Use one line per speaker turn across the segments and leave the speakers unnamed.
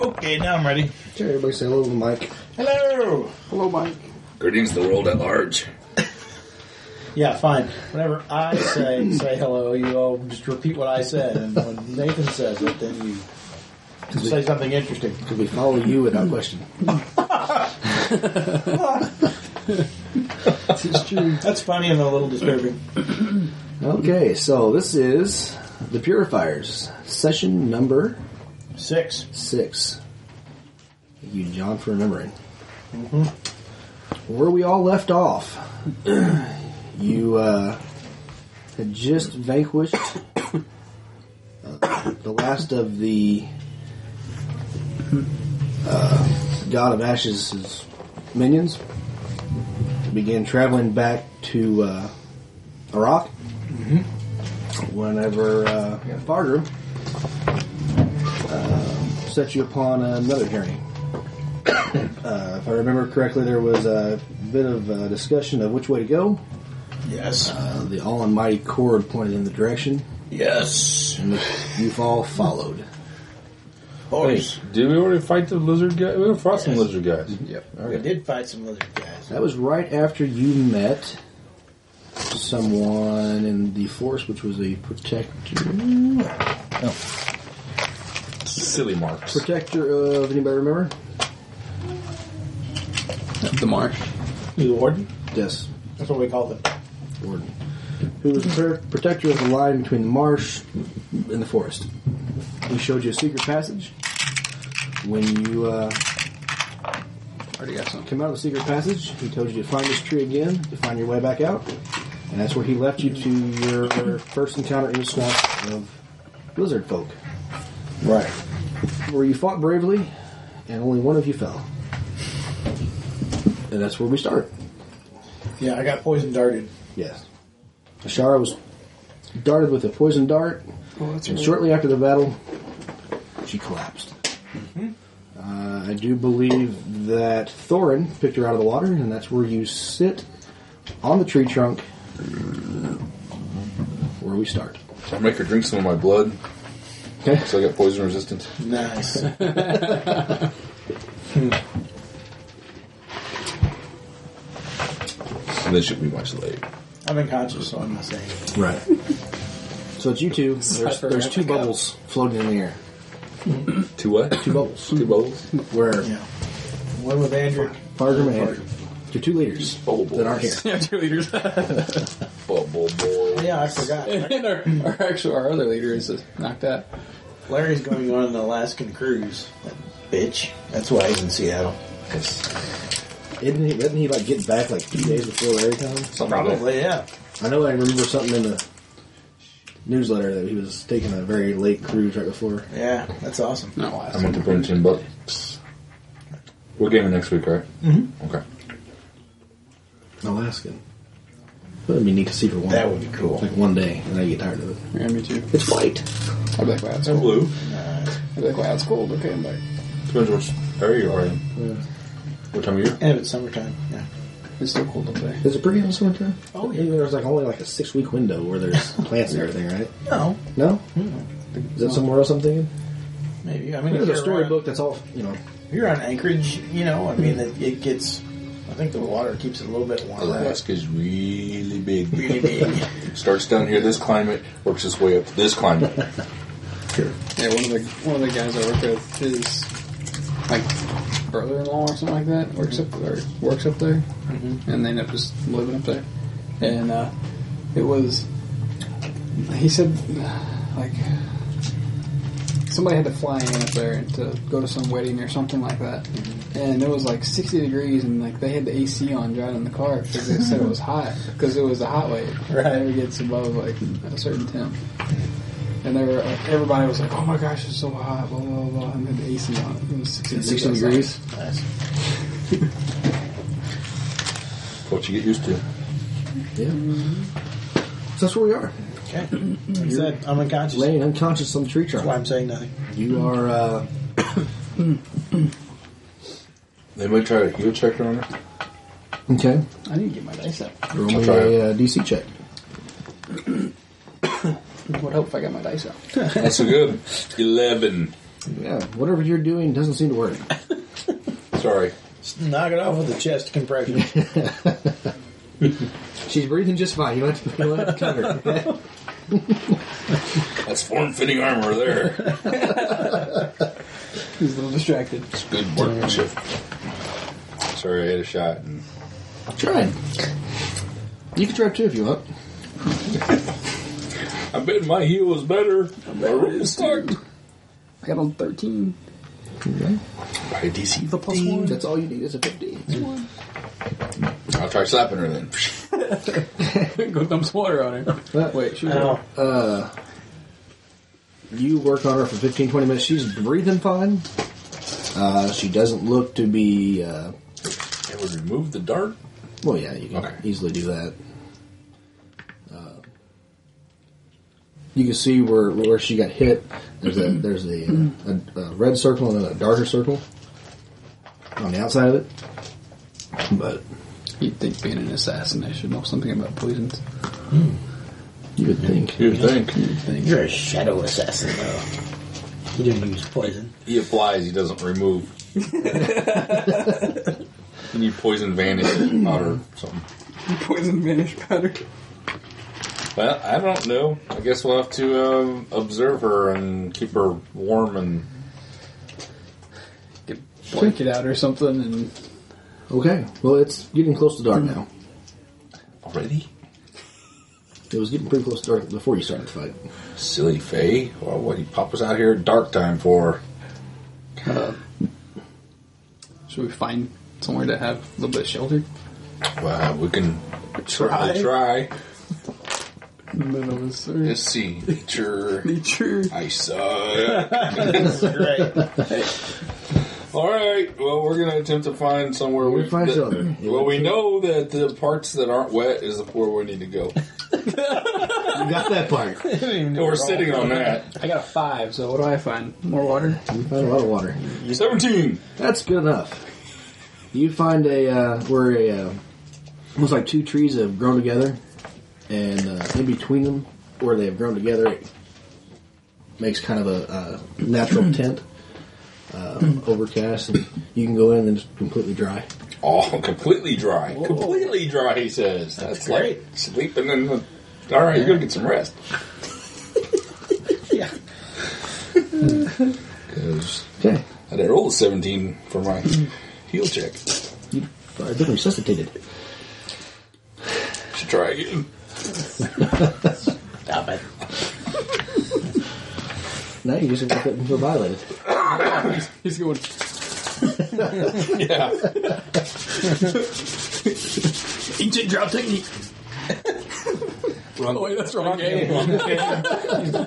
Okay, now I'm ready.
Sure, everybody say hello to Mike.
Hello.
Hello, Mike.
Greetings to the world at large.
Yeah, fine. Whenever I say say hello, you all just repeat what I said, and when Nathan says it, then you say something interesting.
Did we follow you without question? this is true.
That's funny and a little disturbing.
Okay, so this is the Purifiers, session number
Six.
six. Thank you, John, for remembering. Where we all left off, you uh, had just vanquished uh, the last of the uh, God of Ashes' minions. Began traveling back to uh, Iraq. Whenever uh, Fargrim set you upon another journey. uh, if I remember correctly, there was a bit of uh, discussion of which way to go.
Yes.
Uh, the all almighty cord pointed in the direction,
Yes.
and you've all followed.
Hey, did we already fight the lizard guy? We fought some
Yes.
lizard guys.
Yep.
We did fight some other guys.
That was right after you met someone in the force, which was a protector.
Silly marks.
Protector of anybody remember?
The marsh.
The warden.
Yes,
That's what we called them.
Warden, who was the protector of the line between the marsh and the forest. He showed you a secret passage. When you uh,
Already got some.
Come out of the secret passage. He told you to find this tree again to find your way back out, and that's where he left you to your first encounter in the swamp of lizard folk,
Right.
where you fought bravely, and only one of you fell. And that's where we start.
Yeah, I got poison darted.
Yes, Ashara was darted with a poison dart, and shortly after the battle, she collapsed. Uh, I do believe that Thorin picked her out of the water, and that's where you sit on the tree trunk, where we start.
I make her drink some of my blood,
Okay.
so I got poison resistance.
Nice.
And then she'll be much late.
I'm unconscious, so I'm not saying it.
Right. so it's you two. There's, there's two bubbles floating in the air.
Two what? Two
bubbles.
Two bubbles.
Where
Yeah. One with Andrew.
Fargrim and Andrew, your two leaders
Bubble
that aren't here.
boys.
Yeah, cheerleaders.
Bubble Oh, boy.
Yeah, I forgot.
and our, our actual our other leader is just knocked out.
Larry's going on an Alaskan cruise. That bitch. That's why he's in Seattle.
Didn't he, didn't he like get back like two days before Larry comes?
Something like that.
Probably, yeah.
I know I remember something in the newsletter that he was taking a very late cruise right before.
Yeah, that's awesome.
Not last.
I'm going to punch him, but we're gaming next week, right? Mm-hmm. Okay.
Alaskan. That would be neat to see for one.
That would be cool.
Like one day, and I get tired of it.
yeah, me too.
It's white.
I'd be like, wow, it's
And
cold.
blue.
I'd be like, wow, it's cold. Okay, I'm back.
Depends which area you're in. What time of year?
And if it's summertime, yeah.
It's still cold up there.
Is it pretty in the summertime? Oh, yeah. There's like only like a six week window where there's plants and everything, right?
No,
No? Is that somewhere else I'm thinking?
maybe. I mean,
There's
if
a
you're
storybook that's all, you know.
On, if you're on Anchorage, you know. I mean, it, it gets. I think the water keeps it a little bit warmer.
Alaska's really big.
Really big.
Starts down here, this climate, works its way up to this climate.
Yeah, one of the one of the guys I work with, his like brother-in-law or something like that works up there. Works up there, and they end up just living up there. And uh, it was, he said, like somebody had to fly in up there to go to some wedding or something like that, and it was like 60 degrees, and like they had the AC on driving the car because they said it was hot because it was a hot wave.
Right.
It never gets above like a certain temp. And they were like, everybody was like, "Oh my gosh, it's so hot!" Blah blah blah. And then the AC on it, it was 60,
60
outside.
degrees?
Nice.
what you get used to.
Yeah. So that's where we are.
Okay. Like I said, I'm unconscious.
Laying unconscious on the tree trunk.
That's why I'm saying nothing.
You are, uh,
They might try a heal check on her.
okay.
I need to get my dice out.
Roll me
try
a uh, DC check.
What hope if I got my dice out?
That's a good. 11.
Yeah, whatever you're doing doesn't seem to work.
Sorry.
Just knock it off with a chest compression.
She's breathing just fine. You don't have to, you don't have to cover. her.
That's form fitting armor there.
He's a little distracted.
It's good workmanship. Sorry, I had a shot. And
Try. You can drive too if you want.
I bet my heel is better.
I got on 13.
By DC
The plus one.
That's all you need is a 50.
I'll try slapping her then.
Go dump some water on her.
But
Wait, she was
Oh.
Ow.
you work on her for 15, 20 minutes. She's breathing fine. Uh, she doesn't look to be. Uh,
It would remove the dart.
well, yeah, you can
Okay.
easily do that. Uh, you can see where where she got hit. There's a there's a, a, a red circle and then a darker circle on the outside of it. But
You'd think being an assassin, I should know something about poisons.
you would think
You'd think.
You'd think.
You're a shadow assassin, though. You didn't use poison.
He applies, he doesn't remove. you need poison vanish powder or something.
Poison vanish powder.
Well, I don't know. I guess we'll have to um, observe her and keep her warm and
Get blanket out or something and
okay. Well, it's getting close to dark now.
already.
It was getting pretty close to dark before you started the fight.
Silly Faye. Well, what he pop us out here at dark time for?
should we find somewhere to have a little bit of shelter?
Well, we can
Try.
certainly try.
In the middle of the sewer.
Let's see. Nature. uh,
Nature.
I suck.
Great.
All right. Well, we're going to attempt to find somewhere
We'll
we
find
that-
something.
Well, we know that the parts that aren't wet is where we need to go.
You got that part. you
And we're sitting on that.
I got a five, so what do I find? More water?
found a lot of water.
Seventeen.
That's good enough. You find a uh, where a uh, looks like two trees have grown together, and uh, in between them, where they have grown together, it makes kind of a uh, natural tent, uh, overcast, and you can go in and it's completely dry.
Oh, completely dry. Completely dry. He says that's,
great.
like sleeping in the. All right, you're gonna get some rest.
Yeah.
'Cause
Okay,
I did roll a seventeen for my heel check.
you are resuscitated.
Should try again.
Stop it.
Now you just have to feel violated.
He's going,
Yeah.
ancient drought technique.
Run.
Oh, wait, that's wrong game.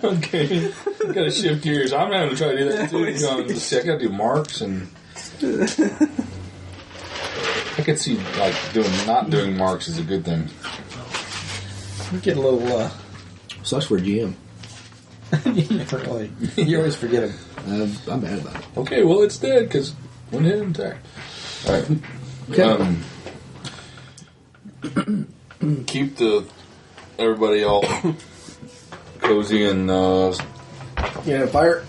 okay. Gotta shift gears. I'm not gonna try to do that too. You know, just- I gotta do marks and. I could see like doing not doing marks is a good thing.
You get a little, uh,
Sucks for a GM.
you never really, you always forget him.
Uh, I'm bad about it.
Okay, well it's dead because one hit attack. All right.
Okay.
Um, keep the everybody all cozy and uh,
yeah, fire.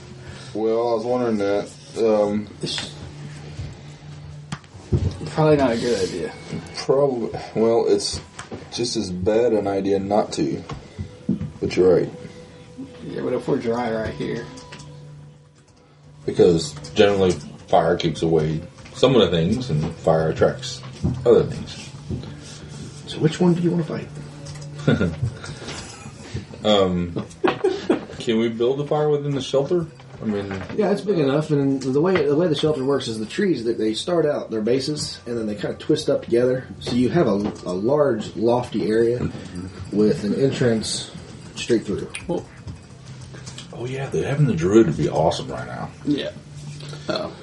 well. I was wondering that. Um,
Probably not a good idea.
Probably. Well, it's just as bad an idea not to. But you're right.
Yeah, but if we're dry right here,
Because generally, fire keeps away some of the things, and fire attracts other things.
So which one do you want to fight?
Can we build a fire within the shelter? I mean,
Yeah, it's big enough, and the way the way the shelter works is the trees that they start out their bases, and then they kind of twist up together. So you have a, a large, lofty area with an entrance straight through.
oh yeah, the, having the druid would be awesome right now.
yeah. Oh,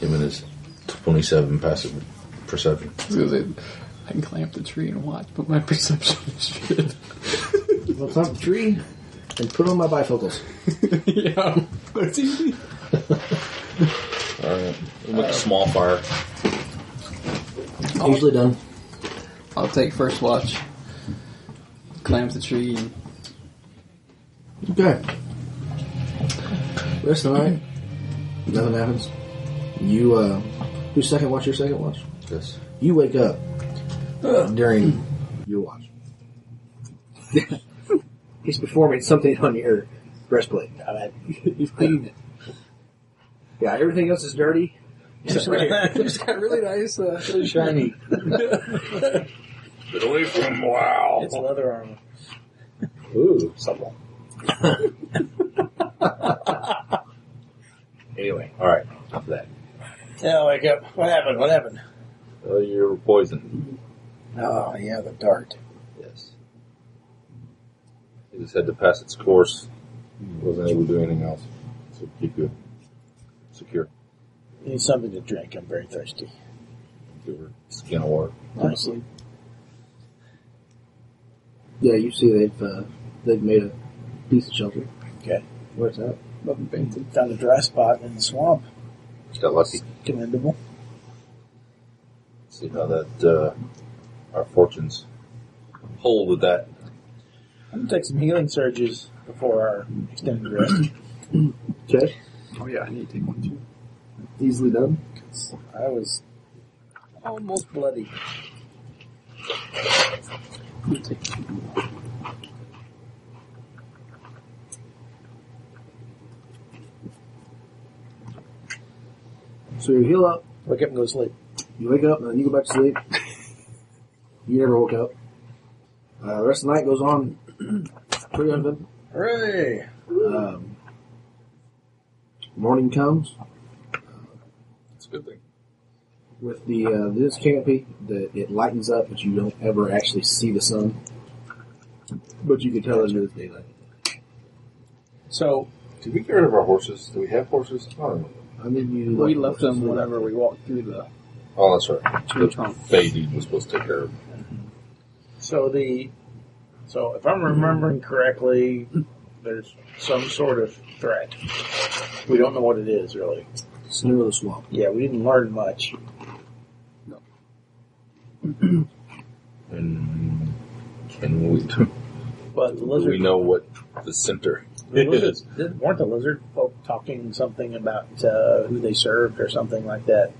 Him and his 27 passive perception.
I was gonna say, I can clamp the tree and watch, but my perception is shit.
I'm gonna climb the tree and put on my bifocals.
yeah, that's easy.
All right, we'll make a small fire.
Usually done.
I'll take first watch. Clamp the tree.
Okay. Rest of the night. Nothing happens. You, uh, who's second watch? Your second watch?
Yes.
You wake up during your watch.
He's performing something on your breastplate. He's cleaning it. Yeah, everything else is dirty. Just right here.
It's got really nice. Uh,
Shiny.
Get away from wow.
It's leather armor.
Ooh, someone.
Anyway, all right. Enough of that.
Yeah, wake up. What happened? What happened?
Uh, you're poisoned.
Oh, yeah, the dart.
Yes. It just had to pass its course. It wasn't able to do anything else. So keep you secure.
Need something to drink. I'm very thirsty.
Give her skin of water.
Honestly.
Yeah, you see they've uh, they've made a decent shelter.
Okay.
Where's that?
Found a dry spot in the swamp.
Got lucky.
Commendable.
See how that uh, our fortunes hold with that.
I'm gonna take some healing surges before our extended rest.
Okay.
oh yeah, I need to take one too.
Easily done.
I was almost bloody.
So you heal up.
Wake up and go to sleep.
You wake up and then you go back to sleep. you never woke up. Uh, the rest of the night goes on pretty uneventful.
Hooray!
Um, morning comes
It's a good thing.
with the uh, this canopy that it lightens up, but you don't ever actually see the sun. But you can tell it is daylight.
So,
Did we get rid of our horses? Do we have horses? I don't know.
I mean, you
We left them whenever we walked through the
Oh, that's right.
tree trunk.
Baby was supposed to take care of.
so the, so if I'm remembering correctly, there's some sort of threat. We don't know what it is really.
Snow of the swamp.
Yeah, we didn't learn much.
And can we? Do
But the lizard,
we know what the center
the
is?
lizards, didn't- weren't the lizard folk talking something about uh, who they served or something like that?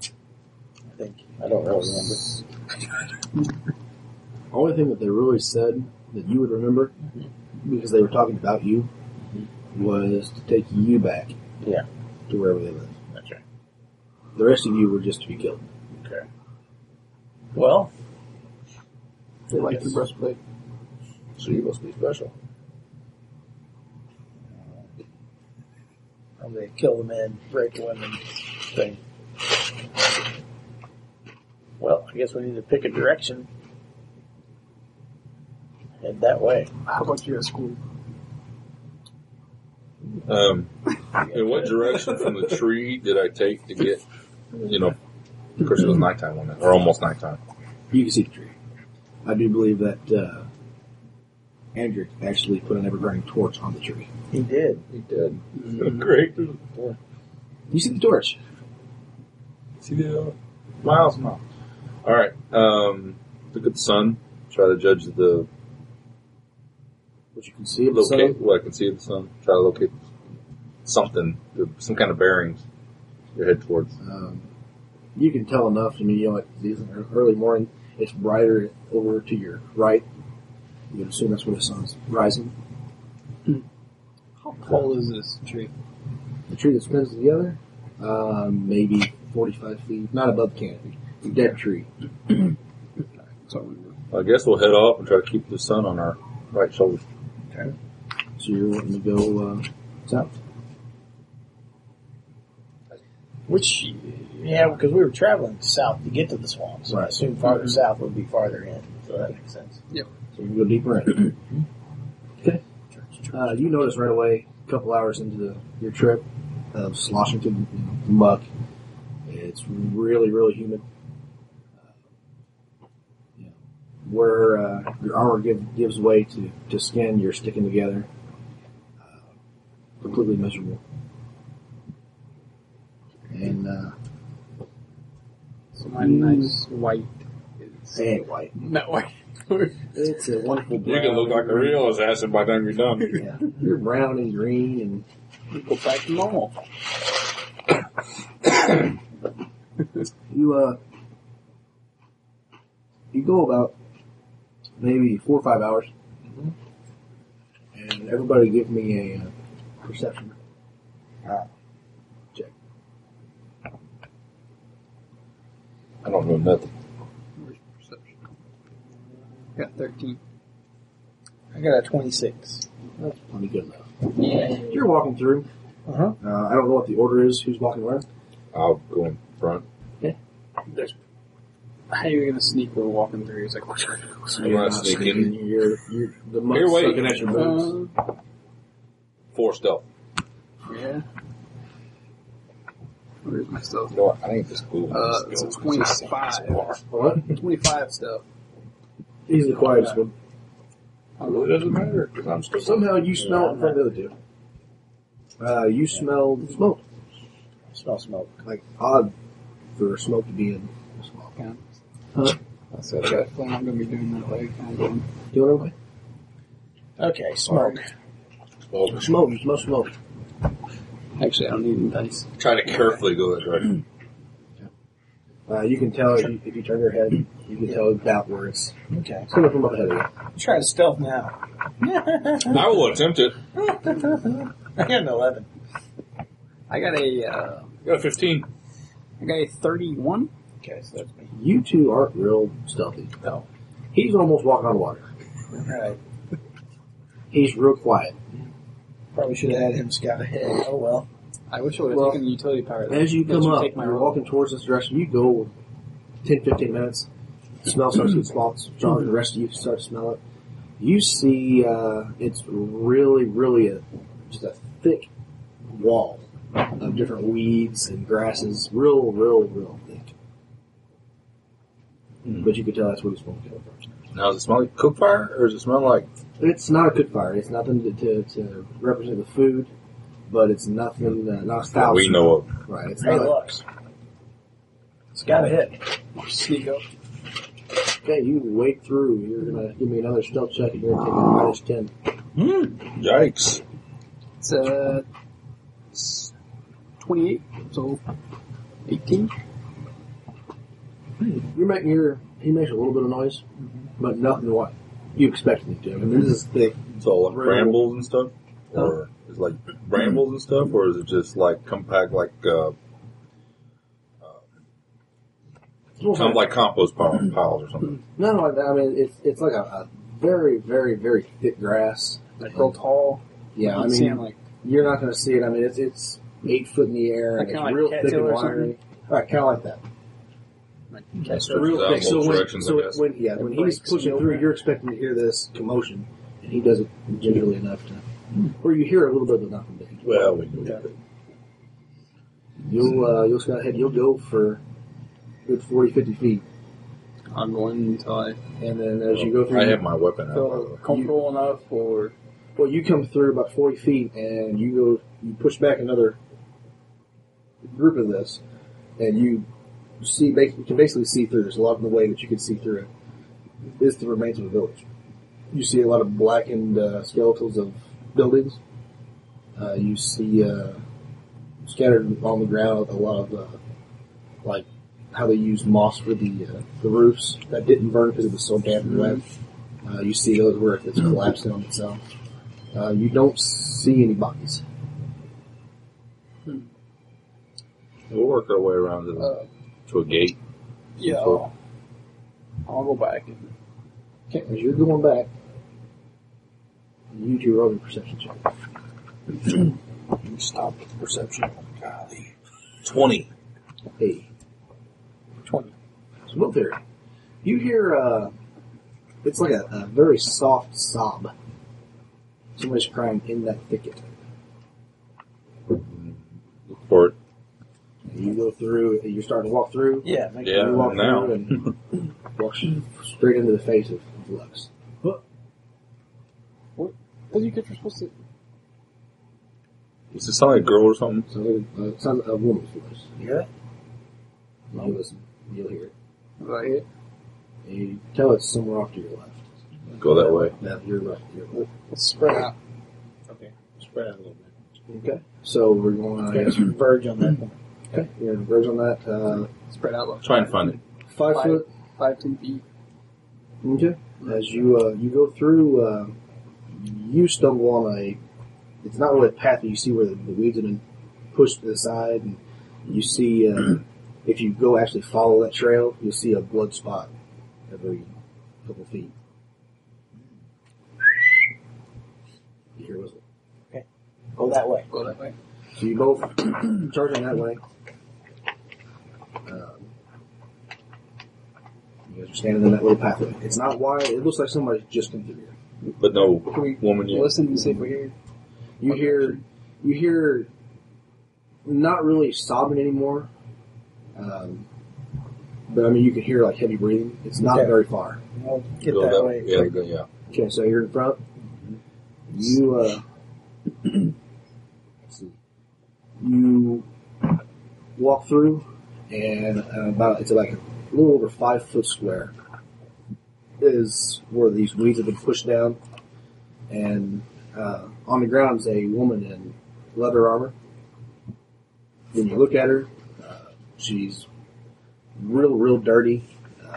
I think I don't really remember.
Only thing that they really said that you would remember, because they were talking about you, was to take you back.
Yeah.
To wherever they live.
That's right.
The rest of you were just to be killed.
Okay. Well,
They like the breastplate.
So you must be special.
I'm gonna kill the man, break the women thing. Well, I guess we need to pick a direction. Head that way.
How about you at school?
Um, in what direction from the tree did I take to get? You know, of course it was nighttime when it, or almost nighttime.
You can see the tree. I do believe that uh, Andrew actually put an ever-burning torch on the tree.
He did.
He did. Great.
You see the torch?
See the uh, miles, miles. All right. Um, look at the sun. Try to judge the
What you can see of the
locate
sun.
what I can see of the sun. Try to locate something, some kind of bearings. Your head towards.
Um, you can tell enough. I mean, you know, like these in the early morning, it's brighter over to your right. You can assume that's where the sun's rising.
How tall is this tree?
The tree that spins together, um, maybe 45 feet, not above canopy. It's a dead tree.
So we were
I guess we'll head off and try to keep the sun on our right shoulder.
So you're wanting to go uh, south.
Which, yeah, because we were traveling south to get to the swamp, so I
Right.
assume farther south would be farther in. So that makes sense.
So you can go deeper in. okay. Uh, you notice right away, a couple hours into the, your trip, of sloshing through the you know, muck. It's really, really humid. You know, Where uh, your armor give, gives way to, to skin, you're sticking together. Uh, completely miserable. And uh,
So my nice white is
say it white.
not white.
It's a wonderful
You can look like a real assassin by the time you're done.
Yeah, you're brown and green and
Go back to normal.
You uh, you go about maybe four or five hours,
Mm-hmm.
and everybody give me a uh, perception uh, check.
I don't know nothing.
Where's perception? I got 13. I got a 26.
That's plenty good enough.
Yeah.
You're walking through.
Uh-huh.
Uh, I don't know what the order is. Who's walking where?
I'll go in front.
How are you going to sneak while walking through? He's like, what's going on?
I'm not sneaking.
You're, you're the monk's
Here, wait.
looking at your
Uh-huh.
boobs.
Um,
Four stealth.
Yeah. Where's my stuff?
You know what? I ain't just cool.
Uh, it's a 25.
what?
25 stuff.
He's the quietest one.
It really doesn't matter because I'm still
Somehow you smell it in front of the other two. Uh, you smell smoke.
Smell smoke.
Like odd for smoke to be in a small
Yeah.
Huh?
I said, I got a feeling I'm going to be doing that leg. I'm going,
Doing okay?
Okay, smoke.
Well,
Smoke, you smell smoke.
Actually, I don't need any dice.
try to carefully go that direction.
Uh, you can tell if you, if you turn your head, you can tell about where it's
Okay.
it's coming from up ahead of you.
Try to stealth now.
I will attempt it.
I got an 11.
I got a, uh,
Got a 15.
I got a 31.
Okay, so that's me.
You two aren't real stealthy. No. He's almost walking on water.
Alright.
He's real quiet.
Probably should have had him scout ahead. Oh well.
I wish I would have
Well,
taken the utility power.
As you come
Let
up,
take my
you're
roll.
walking towards this direction. You go 10, 15 minutes. The smell starts to get small. Strong. The rest of you start to smell it. You see, uh, it's really, really a just a thick wall of different weeds and grasses. Real, real, real thick.
Hmm.
But you could tell that's where the smoke came from.
Now, does it smell like cook fire or does it smell like
It's not a good fire. It's nothing to, to, to represent the food, but it's nothing, uh, not a foul
we know of?
smell. Right. It's
Hey,
not a-
look. Scout ahead.
Sneak up.
Okay, you wade through. You're gonna give me another stealth check, and you're gonna take a minus ten.
Yikes.
It's, uh, it's 28, so 18.
You're making your. He makes a little bit of noise, but nothing to what you expected him to. I mean, this is thick.
It's all like brambles and stuff? Or is it like brambles and stuff? Or is it just like compact, like, uh,
It's almost
sounds
like,
like compost pile- piles or something?
no, like that. I mean, it's it's like a, a very, very, very thick grass.
Like real tall.
Yeah, I
I'm seeing
mean,
like
you're not gonna see it. I mean, it's it's eight foot in the air, and
Like
it's
kinda like
real thick
cattail
and
or
wiry. All right, kind of like that.
That's
real quick. So when,
directions, I
so
guess.
when, yeah, when
It
he's
breaks.
pushing through, you're expecting to hear this commotion, and he does it gingerly enough to, or you hear a little bit, but nothing big.
well, we do that.
You'll uh, you'll scout ahead. You'll go for good 40, 50 feet,
I'm going until I
and then as you go through,
I have my weapon out, by the way.
feel comfortable enough or
well, you come through about forty feet, and you go you push back another group of this, and you see ba- you can basically see through. There's a lot of the way that you can see through it is the remains of a village. You see a lot of blackened uh, skeletals of buildings. Uh, you see uh, scattered on the ground a lot of uh, like how they use moss for the uh, the roofs that didn't burn because it was so damp and wet. Uh, you see those where it's collapsing on itself. Uh, you don't see any bodies.
We'll work our way around to, the,
Uh,
to a gate.
yeah. I'll, I'll go back and
Okay, as you're going back, you do roll your perception check.
stop perception.
Golly. 20.
Hey,
Twenty.
smoke theory. You hear uh, it's like a, a very soft sob. Somebody's crying in that thicket.
For it.
You go through. You start to walk through.
Yeah, make
Yeah,
you walk
now.
through and walk straight into the face of of Lux.
What do you get? You're supposed to.
Does it sound like a girl or something?
So uh, it sounds a woman's voice.
You hear it?
You listen. You'll hear it.
Is that it?
And you tell it's somewhere off to your left.
Go that way.
Now you're right. You're right.
Let's spread out.
Okay. Spread out a little bit.
Okay. So we're going, I guess,
Verge on that one.
okay. You're going to verge on that. Uh,
Spread out like
Try and find it.
five,
Five.
foot.
five, ten feet.
Okay. As you uh, you go through, uh, you stumble on a. It's not really a path, but you see where the, the weeds have been pushed to the side, and you see uh, if you go actually follow that trail, you'll see a blood spot every couple feet. You hear a whistle.
Go that way.
Go that way.
So you both charge in that way. Um, you guys are standing in that little pathway. It's not wide. It looks like somebody's just come through here.
But no
Can we
woman yet.
listen and see if we hear?
You hear, you hear, not really sobbing anymore. Um, but I mean, you can hear like heavy breathing. It's not
Okay.
very far.
I'll get
Go
that,
that-
way.
Yeah, go- yeah.
Okay, so you're in front. You, uh, let's see. you walk through, and uh, about it's like a little over five foot square is where these weeds have been pushed down, and uh, on the ground is a woman in leather armor. When you look at her, uh, she's real, real dirty. Uh,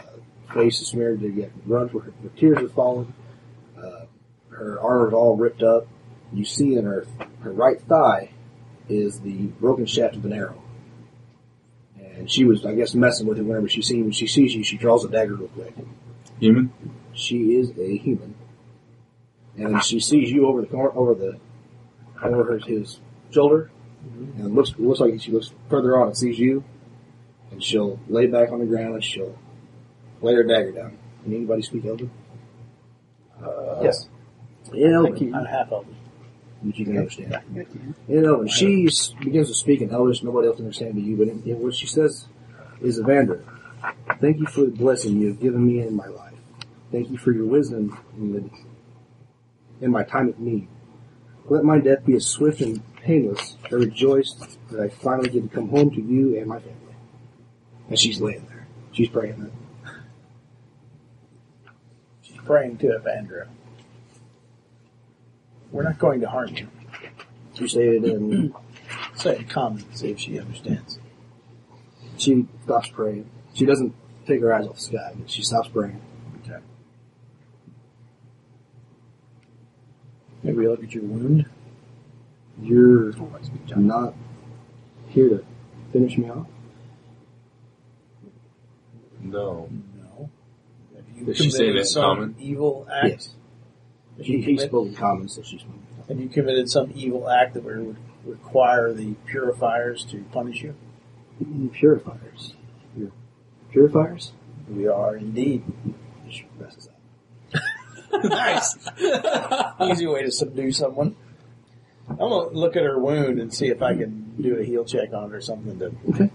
face is smeared to get runs where her her tears are falling uh, her armor's all ripped up. You see in her her right thigh is the broken shaft of an arrow. And she was, I guess, messing with it whenever she seen when she sees you, she draws a dagger real quick.
Human?
She is a human,
Ah.
and she sees you over the corner, over the over her, his shoulder,
Mm-hmm.
and looks looks like she looks further on and sees you, and she'll lay back on the ground and she'll lay her dagger down. Can anybody speak Elven? Uh,
Yes.
in Elven,
Thank you.
I'm half of them.
which you can understand. You know, and she s- begins to speak in Elvish. Nobody else understands but you. But in, in what she says is, "Evander, thank you for the blessing you have given me in my life. Thank you for your wisdom in, the, in my time of need. Let my death be as swift and painless. I rejoice that I finally get to come home to you and my family." And she's laying there. She's praying that.
She's praying to Evandra. We're not going to harm you.
She stated, and
Say a comment, see if she understands.
she stops praying. She doesn't take her eyes off the sky, but she stops praying.
Maybe we look at your wound.
You're not here to finish me off.
No.
No. Have you
Is she saying
committed
that's
some
common?
evil act?
Yes. He, he spoke in common, so she spoke.
Have you committed some evil act that would require the purifiers to punish you?
Mm, Purifiers. Your purifiers?
We are indeed.
She presses up.
nice. Easy way to subdue someone. I'm gonna look at her wound and see if I can do a heal check on it or something to.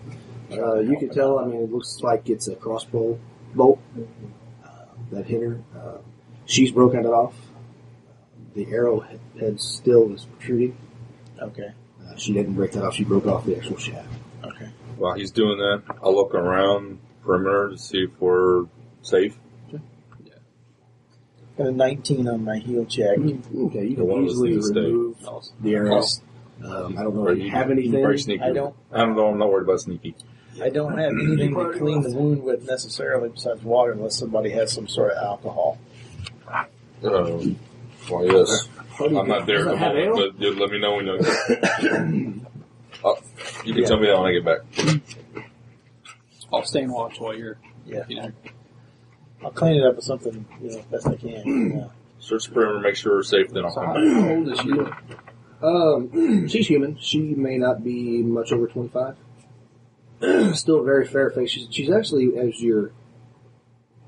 Uh, you can tell, I mean, it looks like it's a crossbow bolt uh, that hit her. Uh, she's broken it off. The arrow he- head still is protruding.
Okay.
Uh, she didn't break that off, she broke off the actual shaft.
Okay.
While he's doing that, I'll look around perimeter to see if we're safe.
Got a 19 on my heal check.
Mm-hmm. Okay, you
The
can
one with
easily
the stake.
remove the arrow. Um, I don't know
Or
if you have anything.
Very sneaky.
I don't.
I don't know. I'm not worried about sneaky.
I don't have anything to clean the wound with necessarily besides water, unless somebody has some sort of alcohol.
Um, well, yes.
What do you
I'm
think?
not there
Does
at the
it have
moment,
ale?
but just let me know when you're. Uh, you can tell me that when I get back.
I'll stay and watch while you're.
Yeah.
Yeah.
I'll clean it up with something, you know, best I can. Yeah.
Search the perimeter, make sure we're safe, then I'll
So
come
how
back.
how old is she?
Um, she's human. She may not be much over 25. Still very fair face. She's, she's actually, as you're,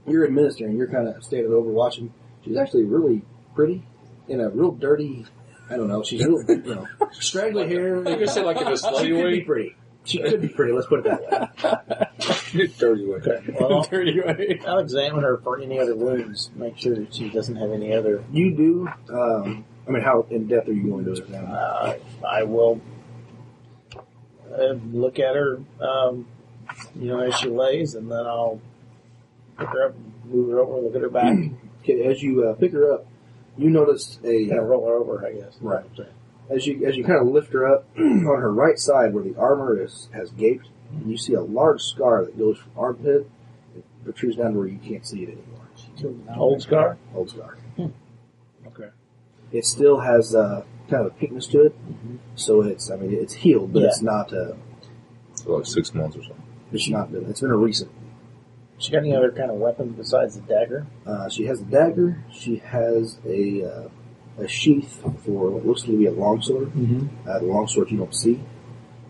you're administering, you're kind of standing over watching. She's actually really pretty in a real dirty, I don't know, she's real, you know, straggly hair.
You said like in a
She
slutty
could be
way?
pretty. She could be pretty, let's put it that way.
Dirty way.
Okay. Well,
Dirty way.
I'll examine her for any other wounds, make sure that she doesn't have any other.
You do, um, I mean, how in depth are you going to do it now?
Uh, I will uh, look at her, um, you know, as she lays, and then I'll pick her up, move her over, look at her back,
Okay, as you uh, pick her up, you notice a,
and
uh,
roll her over, I guess.
Right. as you as you kind of lift her up on her right side where the armor is has gaped, you see a large scar that goes from armpit and protrudes down to where you can't see it anymore.
Old scar.
Old scar.
Hmm. Okay.
It still has uh, kind of a pinkness to it,
Mm-hmm.
so it's I mean it's healed, but it's not uh,
So like six months or something.
it's not been it's been a recent.
She got any other kind of weapon besides the dagger?
Uh, she has a dagger. She has a uh, a sheath for what looks to be a longsword.
Mm-hmm.
uh, the longsword you don't see,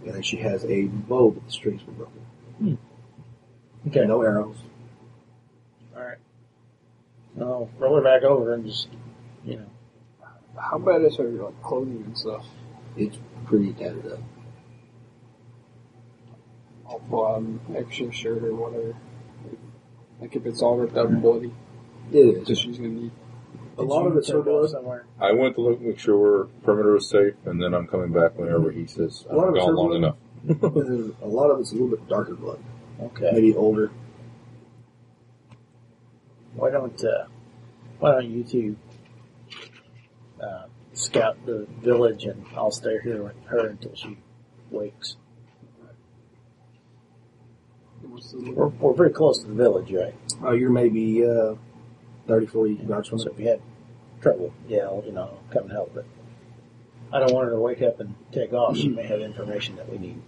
and then she has a bow, but the strings were broken.
Okay.
No arrows.
I'll roll her back over and just, you know,
How bad is her like clothing and stuff?
It's pretty tattered up.
I'll pull out an um, extra shirt or whatever. Like if it's all ripped up and bloody,
It
so
is.
she's gonna need.
A lot of it's her blood.
somewhere.
I went to look, make sure perimeter is safe, and then I'm coming back whenever he says
What
I've
was
gone
her
long
blood?
enough.
and then a lot of it's a little bit darker blood,
Okay.
maybe older.
Why don't uh, Why don't you two uh, scout the village, and I'll stay here with her until she wakes.
What's the
We're, we're pretty close to the village, right?
Oh, you're maybe uh, 30, 40 yards from
So
it.
if you had trouble, yeah, I'll, you know, come and help. But I don't want her to wake up and take off. She may have information that we need.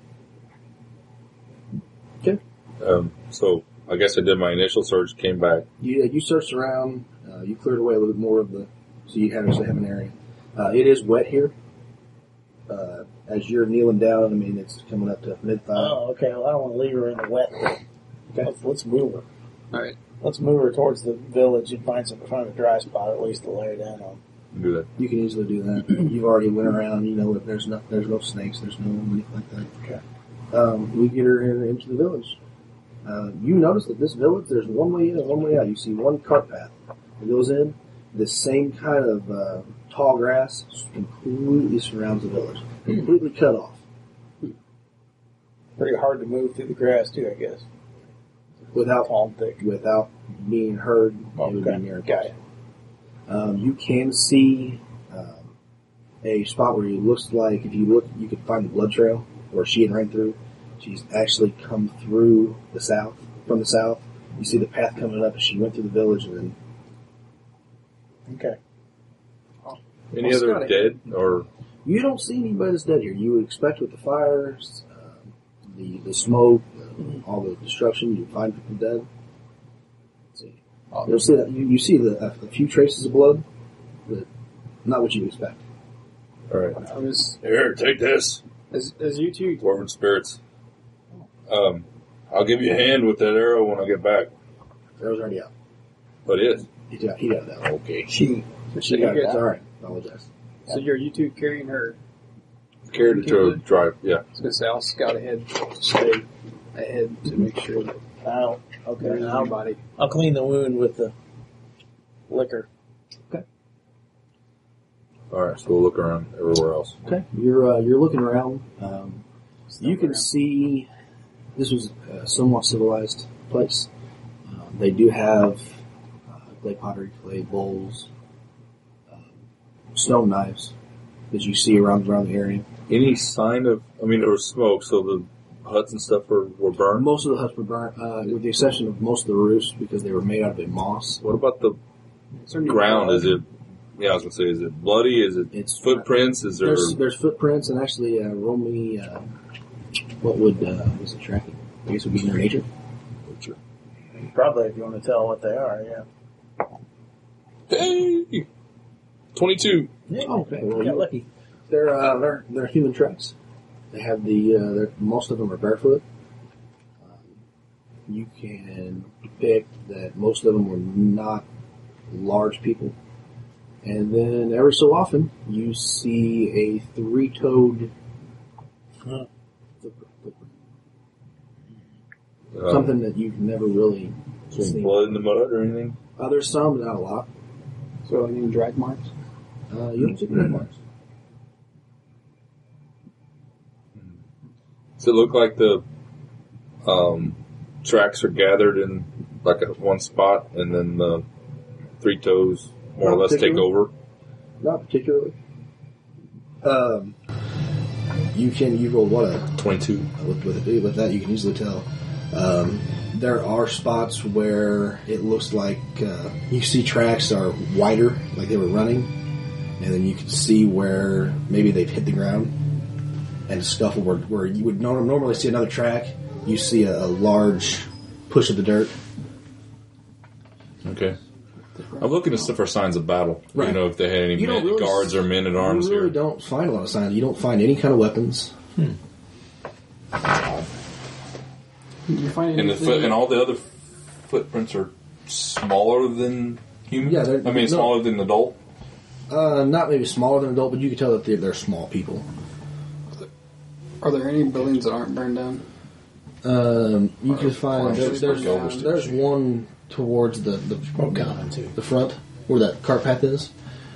Um, so I guess I did my initial search, came back.
You you searched around. Uh, you cleared away a little bit more of the, so you had actually have an area. Uh, it is wet here. Uh, as you're kneeling down, I mean it's coming up to mid thigh.
Oh, okay. Well, I don't want to leave her in the wet. Let's, let's move her.
All right.
Let's move her towards the village and find some find a dry spot at least to lay her down on.
Do that.
You can easily do that. You've already went around. You know if there's no there's no snakes, there's no anything like that. Um, we get her in, into the village. Uh, you notice that this village, there's one way in and one way out. You see one cart path that goes in. The same kind of uh, tall grass completely surrounds the village, completely cut off.
Pretty hard to move through the grass too, I guess.
Without
Tall and thick.
without being heard, it would be
Okay.
near
Got it.
Um, you can see um, a spot where it looks like if you look, you can find the blood trail where she had ran through. She's actually come through the south from the south. You see the path coming up as she went through the village, and then
Okay.
Any
Well,
other
Scotty.
dead or
you don't see anybody that's dead here. You would expect with the fires, um, the the smoke, uh, all the destruction, you find people dead. Let's see. You'll see that you, you see the a, a few traces of blood, but not what you expect.
all right?
I was
Here, take this,
as as you two
dwarven spirits. Um, I'll give you a hand with that arrow when I get back.
Arrow's already out.
But it
He's out. He out that.
okay.
She
She
got
got
it.
it. All right. Apologize.
so you're you two carrying her.
Carried it to a drive. Yeah,
I was gonna say I'll scout ahead, stay ahead to make sure that
I'll okay.
there's
I'll,
nobody.
I'll clean the wound with the liquor.
all right. So we'll look around everywhere else.
Okay. You're uh, you're looking around. Um, you can
around.
see this was a somewhat civilized place. Um, they do have uh, clay pottery, clay bowls, um, stone knives that you see around around the area.
Any sign of? I mean, there was smoke, so the huts and stuff were, were burned.
Most of the huts were burnt, uh, with the exception of most of the roofs because they were made out of a moss.
What about the
Is there any
ground?
blood?
Is it? Yeah, I was gonna say, is it bloody? Is it
It's
footprints? Is there?
There's, there's footprints and actually uh, roll me uh, what would uh, was it tracking? I guess it would be near nature.
Probably if you want to tell what they are. Yeah.
Hey, twenty-two.
Yeah.
Oh, okay. Well,
Got
you-
lucky.
They're uh, they're they're human tracks. They have the uh, they're, most of them are barefoot. Um, you can pick that most of them were not large people. And then every so often you see a three-toed
Huh.
Uh,
something that you've never really
There's
seen.
Uh, blood in the mud or anything?
Uh, there's some, but not a lot.
So any drag marks?
Uh, you don't see that much.
Does it look like the um, tracks are gathered in like at one spot, and then the three toes more or less take over?
Not particularly. Um, you can you roll what a
Twenty-two.
with, with, with that you can easily tell. Um, there are spots where it looks like uh, you see tracks are wider, like they were running, and then you can see where maybe they've hit the ground and scuffle where, where you would nor- normally see another track. You see a, a large push of the dirt.
Okay. I'm looking to see for signs of battle.
Right.
You know, if they had any
You don't
men-
really
guards or men at arms
you really
here.
don't find a lot of signs. You don't find any kind of weapons.
You find
And the
anything-
foot and all the other footprints are smaller than human.
Yeah, they're-
I mean,
no.
smaller than adult.
Uh, not maybe smaller than an adult, but you can tell that they're, they're small people.
Are there any buildings that aren't burned down?
Um, you can
Or
find
There's-
just
there's-
like Elvis did.
There's one towards the the,
Smoke common, too.
the front where that cart path is.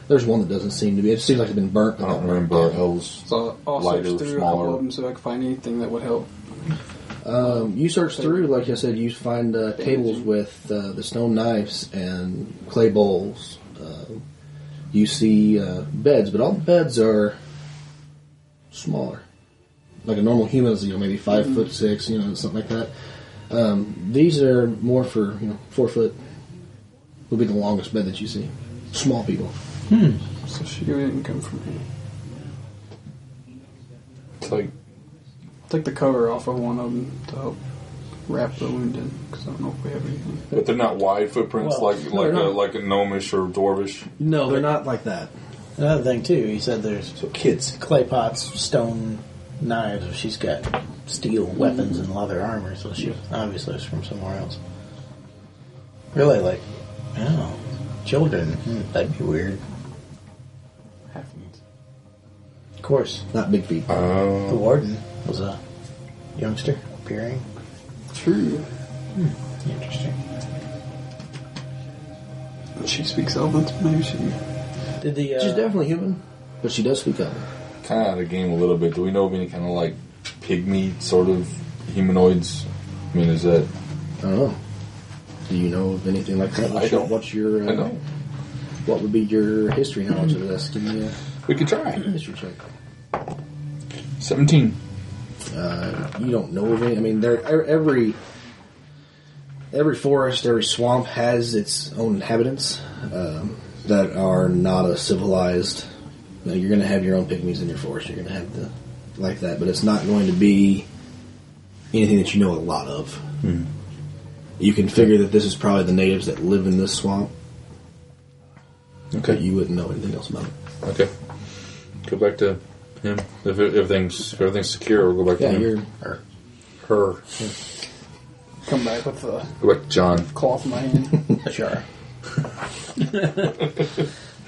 There's one that doesn't seem to be. It seems like it's been burnt.
I
But not
don't
burnt.
remember Elves.
So I'll
Lighter,
search through a
smaller.
couple of them so I can find anything that would help.
Um, you search through, like I said, you find uh, tables with uh, the stone knives and clay bowls. Um you see uh, beds, but all the beds are smaller, like a normal human's. You know, maybe 5 foot six, you know, something like that. Um, these are more for you know four foot. Would be the longest bed that you see. Small people.
So she didn't come from here.
It's like
Take the cover off of one of them to help wrap the wound in because I don't know if we have anything.
But they're not wide footprints
Well,
like like
they're
a,
not.
like a gnomish or dwarvish.
No, they're not like that.
Another thing too, he said there's kids, clay pots, stone knives. She's got steel weapons and leather armor, so she obviously was from somewhere else. Really, like, oh, children, hmm, that'd be weird.
Halflings.
Of course,
Not big feet.
the warden was a youngster appearing.
True.
Interesting.
She speaks Elven, maybe she.
Did the
She's
uh,
definitely human, but she does speak up.
Kind of out of the game a little bit. Do we know of any kind of like pygmy sort of humanoids? I mean, is that
I don't know. Do you know of anything like that? What's
I
your,
don't.
what's your
I
uh,
know.
what would be your history knowledge of this? Give me a
We could try.
history check.
Seventeen.
Uh, you don't know of any. I mean, there e- every every forest, every swamp has its own inhabitants um, that are not a civilized. Now, you're going to have your own pygmies in your forest. You're going to have the like that, but it's not going to be anything that you know a lot of. You can figure that this is probably the natives that live in this swamp. but
Okay.
You wouldn't know anything else about it.
Okay. Go back to him. If everything's if everything's secure, we'll go back
Yeah,
to him.
you're.
Her.
Come back with the
Go back to John.
cloth in my hand.
sure?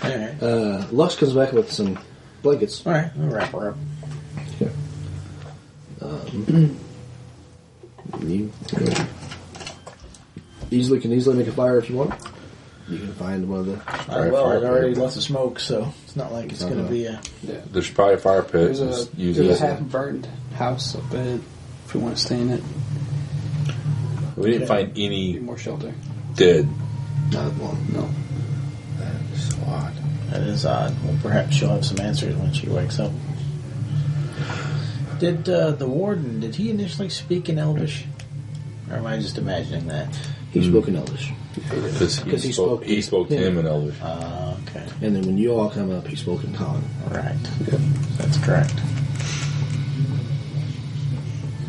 all right,
Uh, Lux comes back with some blankets.
all right, I'll wrap her up.
Um, You easily can easily make a fire if you want. You can find one of the.
Alright,
well,
fire
it already
pit.
left the smoke, so it's not like it's going to be a.
There's probably a fire pit.
There's a,
Just use
there's
it.
a
as
half
a-
burned house up ahead if we want to stay in it.
We didn't find
Need
any
more shelter.
dead.
Not one.
No.
That's odd.
That is odd. Well, perhaps she'll have some answers when she wakes up. Did uh, the warden? Did he initially speak in Elvish, or am I just imagining that?
He spoke in Elvish,
Because he,
'Cause he
spoke.
spoke-
He spoke to
yeah.
him and Elvis.
Uh, okay,
and then when you all come up, he spoke in Common.
right. That's correct.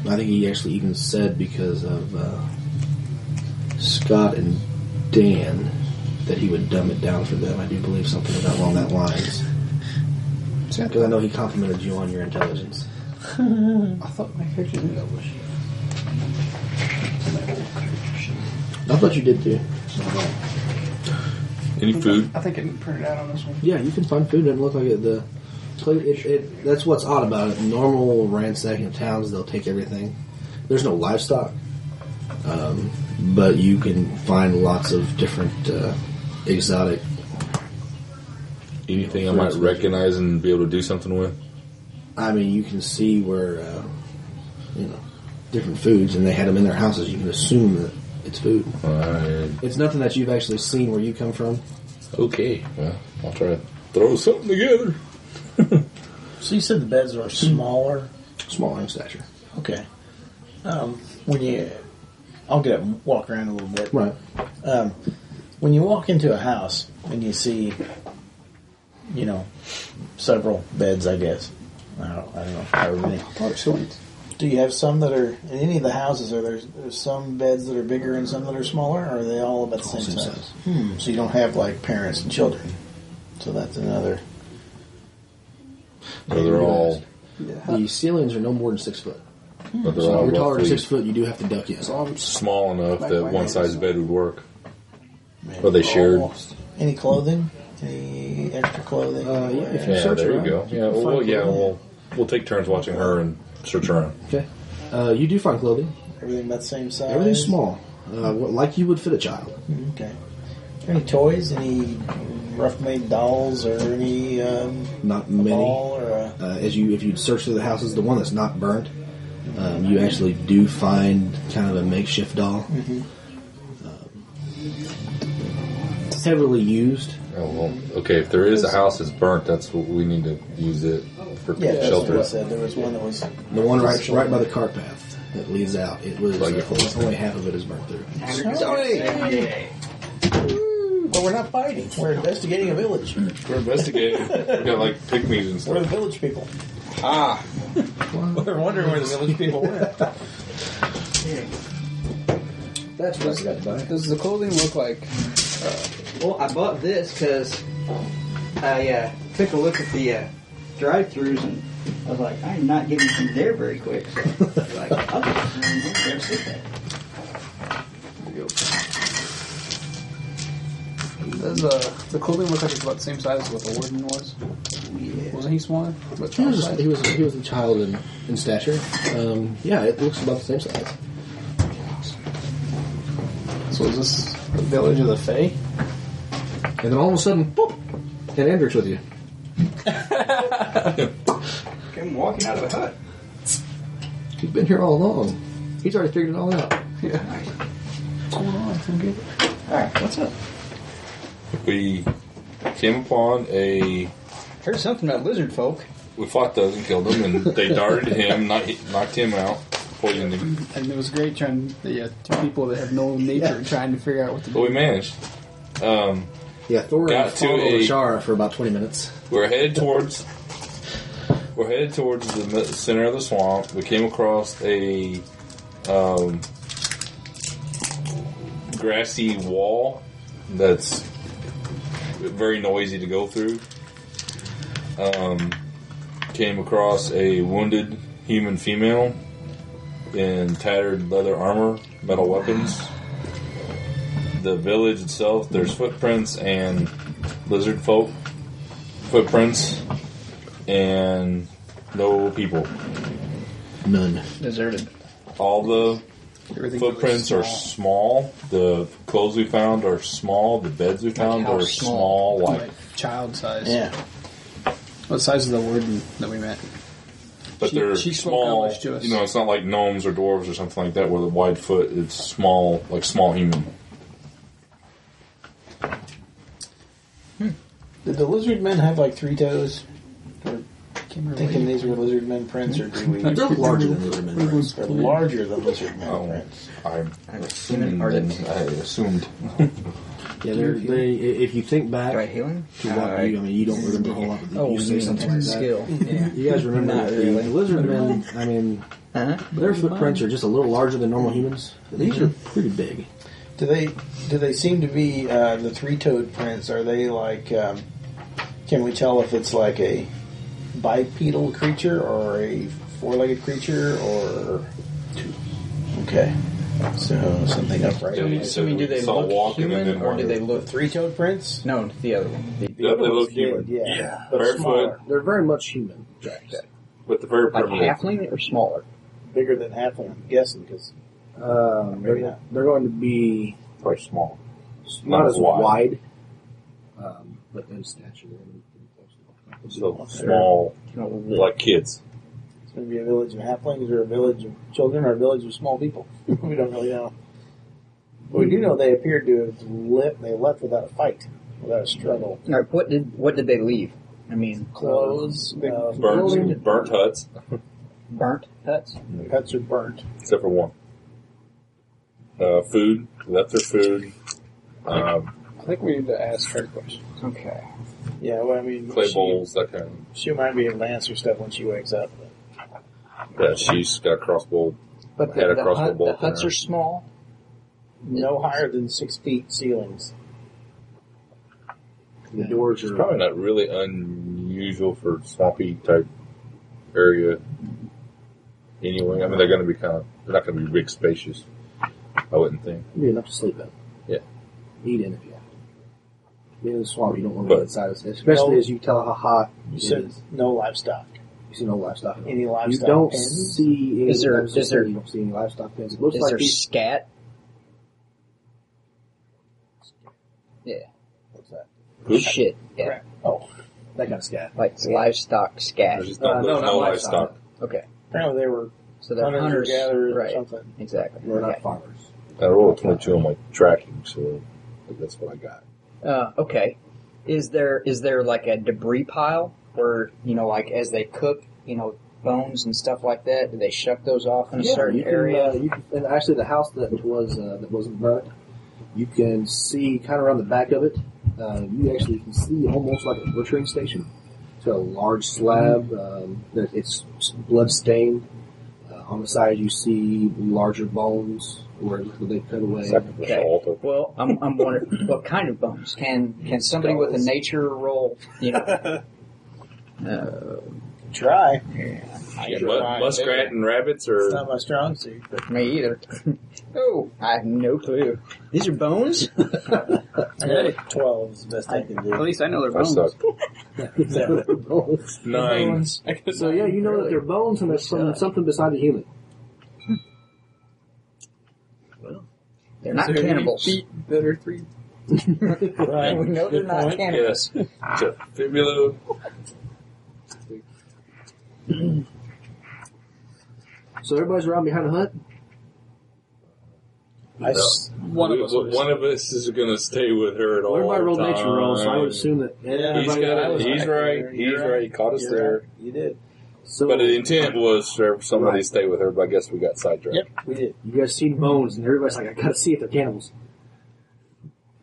I think he actually even said because of uh, Scott and Dan that he would dumb it down for them. I do believe something about along that lines. Because I know he complimented you on your intelligence.
I thought my character knew Elvish. My old character.
I thought you did too.
Any food?
I think it didn't print it out on this one.
Yeah, you can find food. It doesn't look like it. The plate. It, it, that's what's odd about it. Normal ransacking towns, they'll take everything. There's no livestock, um, but you can find lots of different uh, exotic.
Anything I might recognize and be able to do something with?
I mean, you can see where uh, you know different foods, and they had them in their houses. You can assume that it's food.
Alright.
It's nothing that you've actually seen where you come from.
Okay. Well, I'll try to throw something together.
So you said the beds are smaller.
Smaller in stature.
Okay. Um, when you, I'll get up and walk around a little bit.
Right.
Um, when you walk into a house and you see, you know, several beds, I guess. I don't, I don't know however many.
Oh,
Do you have some that are in any of the houses? Are there there's some beds that are bigger and some that are smaller? Or are they all about the same,
same
size?
size.
Hmm. So you don't have like parents and children. So that's another.
So they're all.
The ceilings are no more than six foot.
But
Hmm,
they're
So if
all
you're taller than
roughly
six foot, you do have to duck in.
small enough that one size bed would work.
Man,
Are they shared?
Any clothing? Any extra clothing?
Uh, yeah, if you
Yeah,
search
there you
around,
go. Yeah,
can
well,
find
well, yeah,
clothing.
we'll we'll take turns watching her and search around.
Okay. Uh, you do find clothing.
Everything about the same size?
Everything's small, uh, what- like you would fit a child.
Okay. Any toys? Any rough-made dolls or any um,
Not many.
ball or a...
Uh, as you, if you search through the houses, the one that's not burnt, um, you actually do find kind of a makeshift doll. Um, heavily used.
Oh, well, okay, if there is a house that's burnt, that's what we need to use it for
Yeah, that's what
shelter.
I said. There was one that was
The one right right by the cart path that leads out. It was
Like it was.
uh, only half of it is burnt through.
But we're not fighting. We're investigating a village.
We're investigating. we got like pygmies and
We're the
stuff.
village people.
Ah,
We're wondering where the village people went.
That's what I got to buy.
does the clothing look like?
Well, I bought this because I uh, took a look at the uh, drive-throughs and I was like, I'm not getting from there very quick. So, like, I'll just never see that.
Does uh, the clothing look like it's about the same size as what the warden was?
Yeah.
Wasn't he smaller? But
He was, a, he was he was a child in, in stature. Um, yeah, it looks about the same size.
So is this the village of the Fae?
And then all of a sudden, boop, and Andrew's with you.
Came walking out of a hut.
He's been here all along. He's already figured it all out.
All right, what's up?
We came upon a.
Heard something about lizard folk.
We fought those and killed them, and they darted him, knocked, knocked him out, poisoned him.
And it was great trying, yeah, two people that have no nature trying to figure out what to
But
do.
we managed. Um,
Yeah, Thor
Got to
followed
a-
Shara for about twenty minutes.
We're headed towards. We're headed towards the mi- center of the swamp. We came across a um, grassy wall that's very noisy to go through. Um, came across a wounded human female in tattered leather armor, metal weapons. The village itself, there's footprints and lizard folk footprints and no people.
None.
Deserted.
All the
Everything
footprints are small. The clothes we found are small. The beds we found
how
are small. like,
child size.
Yeah.
What size is the warden that we met?
but
She-
they're
she spoke
small.
English to us.
You know, it's not like gnomes or dwarves or something like that, where the wide foot it's small, like small human.
Did the lizard men have like three toes?
Can't remember
Thinking
what
these were lizard men prints, or do we?
They're larger than lizard men. right?
They're larger than lizard men
Oh.
prints.
I'm
I'm
assuming.
artist.
I assumed.
Yeah, they're, they. i- If you think back
Do I heal him?
to what
Uh,
you, I mean, you don't remember a whole lot. But
Oh,
you
Oh,
say something like that.
skill. Yeah.
You guys remember
Not
that
really.
the lizard men? I mean,
Huh?
their footprints are just a little larger than normal humans. These are pretty big.
Do they? Do they seem to be uh, the three-toed prints? Are they like? Um, can we tell if it's like a bipedal creature or a four-legged creature or? Okay. So something upright.
Yeah,
So, I mean, do they
Saw
look
walking and
human
then
or do
wondered.
they look?
Three-toed prints.
No, the other one. The,
Yeah, they look
Yeah,
human.
Yeah.
But
Barefoot.
smaller. They're very much human. Jack.
With the very
like
purple.
halfling or smaller?
Bigger than half one, I'm guessing, because
Um,
Maybe
they're, they're going to be
Probably small.
not,
Not
as
as wide.
wide, um, but in stature. they're pretty close to
So small, like kids.
it's going to be a village of halflings or a village of children or a village of small people. we don't really know. But we do know they appeared to have left, they left without a fight, without a struggle.
All right, what did what did they leave? I mean, clothes,
Big
uh,
Burnt, burnt huts,
burnt huts.
Pets are burnt.
except for one. Uh, food, left their food. Um,
I think we need to ask her a question.
Okay.
Yeah, well, I mean,
clay
she,
bowls, that kind of.
she might be able to answer stuff when she wakes up.
Yeah, she's got a crossbow.
But
Had
the,
a
the,
crossbow
hut,
bolt
the
in
huts
her.
are small.
No higher than six feet ceilings.
The doors
It's
are
probably not really unusual for swampy type area. Anyway, I mean they're going to be kind of they're not going to be big spacious. I wouldn't think.
be enough to sleep in.
Yeah.
Eat in if you have to. Being in the swamp, you don't want to
But-
go outside, especially
No.
as you tell how hot
You
it
said
is.
no livestock.
You see no livestock. at all.
Any
You
livestock
don't
pens?
see any
Is there-
livestock
is there-
pens. you don't see any livestock pens. It looks
Is
like
there
these,
scat?
what's that?
Poop?
Shit. Yeah.
That kind of scat.
Like livestock scat.
There's just no,
Uh, no,
there's
not
no
livestock.
livestock.
Okay.
Apparently they were
So they're
hunters,
hunters.
or gatherers
right.
or something.
Exactly.
We're not
okay.
farmers.
I rolled a twenty-two on my tracking, so that's what I got.
Uh, okay. Is there is there like a debris pile where you know like as they cook you know bones and stuff like that? Do they shuck those off in a certain
you can,
area?
uh, you can, and actually, the house that was uh, that wasn't burnt, you can see kind of around the back of it. Uh, you actually can see almost like a butchering station. It's got a large slab. Um, that it's blood stained. Uh, on the side, you see larger bones where they cut away.
Second
Okay.
salt or
Well, I'm, I'm wondering what kind of bones can can somebody with a nature roll you know. Uh,
Try.
Yeah, mu- muskrat and rabbits
It's
or
not my strong suit, but
me either. oh, I have no clue. These are bones.
I got a 12 is the best I can
At
do.
least I know their
I
bones.
suck.
So,
Nine.
so yeah, you know that they're bones and there's some, something beside a human.
They're not cannibals.
Feet that are three.
right.
We know they're
Good
not
point.
cannibals.
Yes. So, Fibula.
So everybody's around behind the hut.
I s-
One of
We-
us. will
one of us is going to stay with her at all.
Well, everybody rolled
times.
nature rolls, so I would assume that everybody.
He's
Yeah, I
got
was
it. He's
back
right.
there.
He's
You're
right. He caught us
you're
there.
right. You did.
so
But the intent was for somebody
Right.
to stay with her, but I guess we got sidetracked.
Yep, we did.
You guys seen bones, and everybody's like, I gotta see if they're cannibals.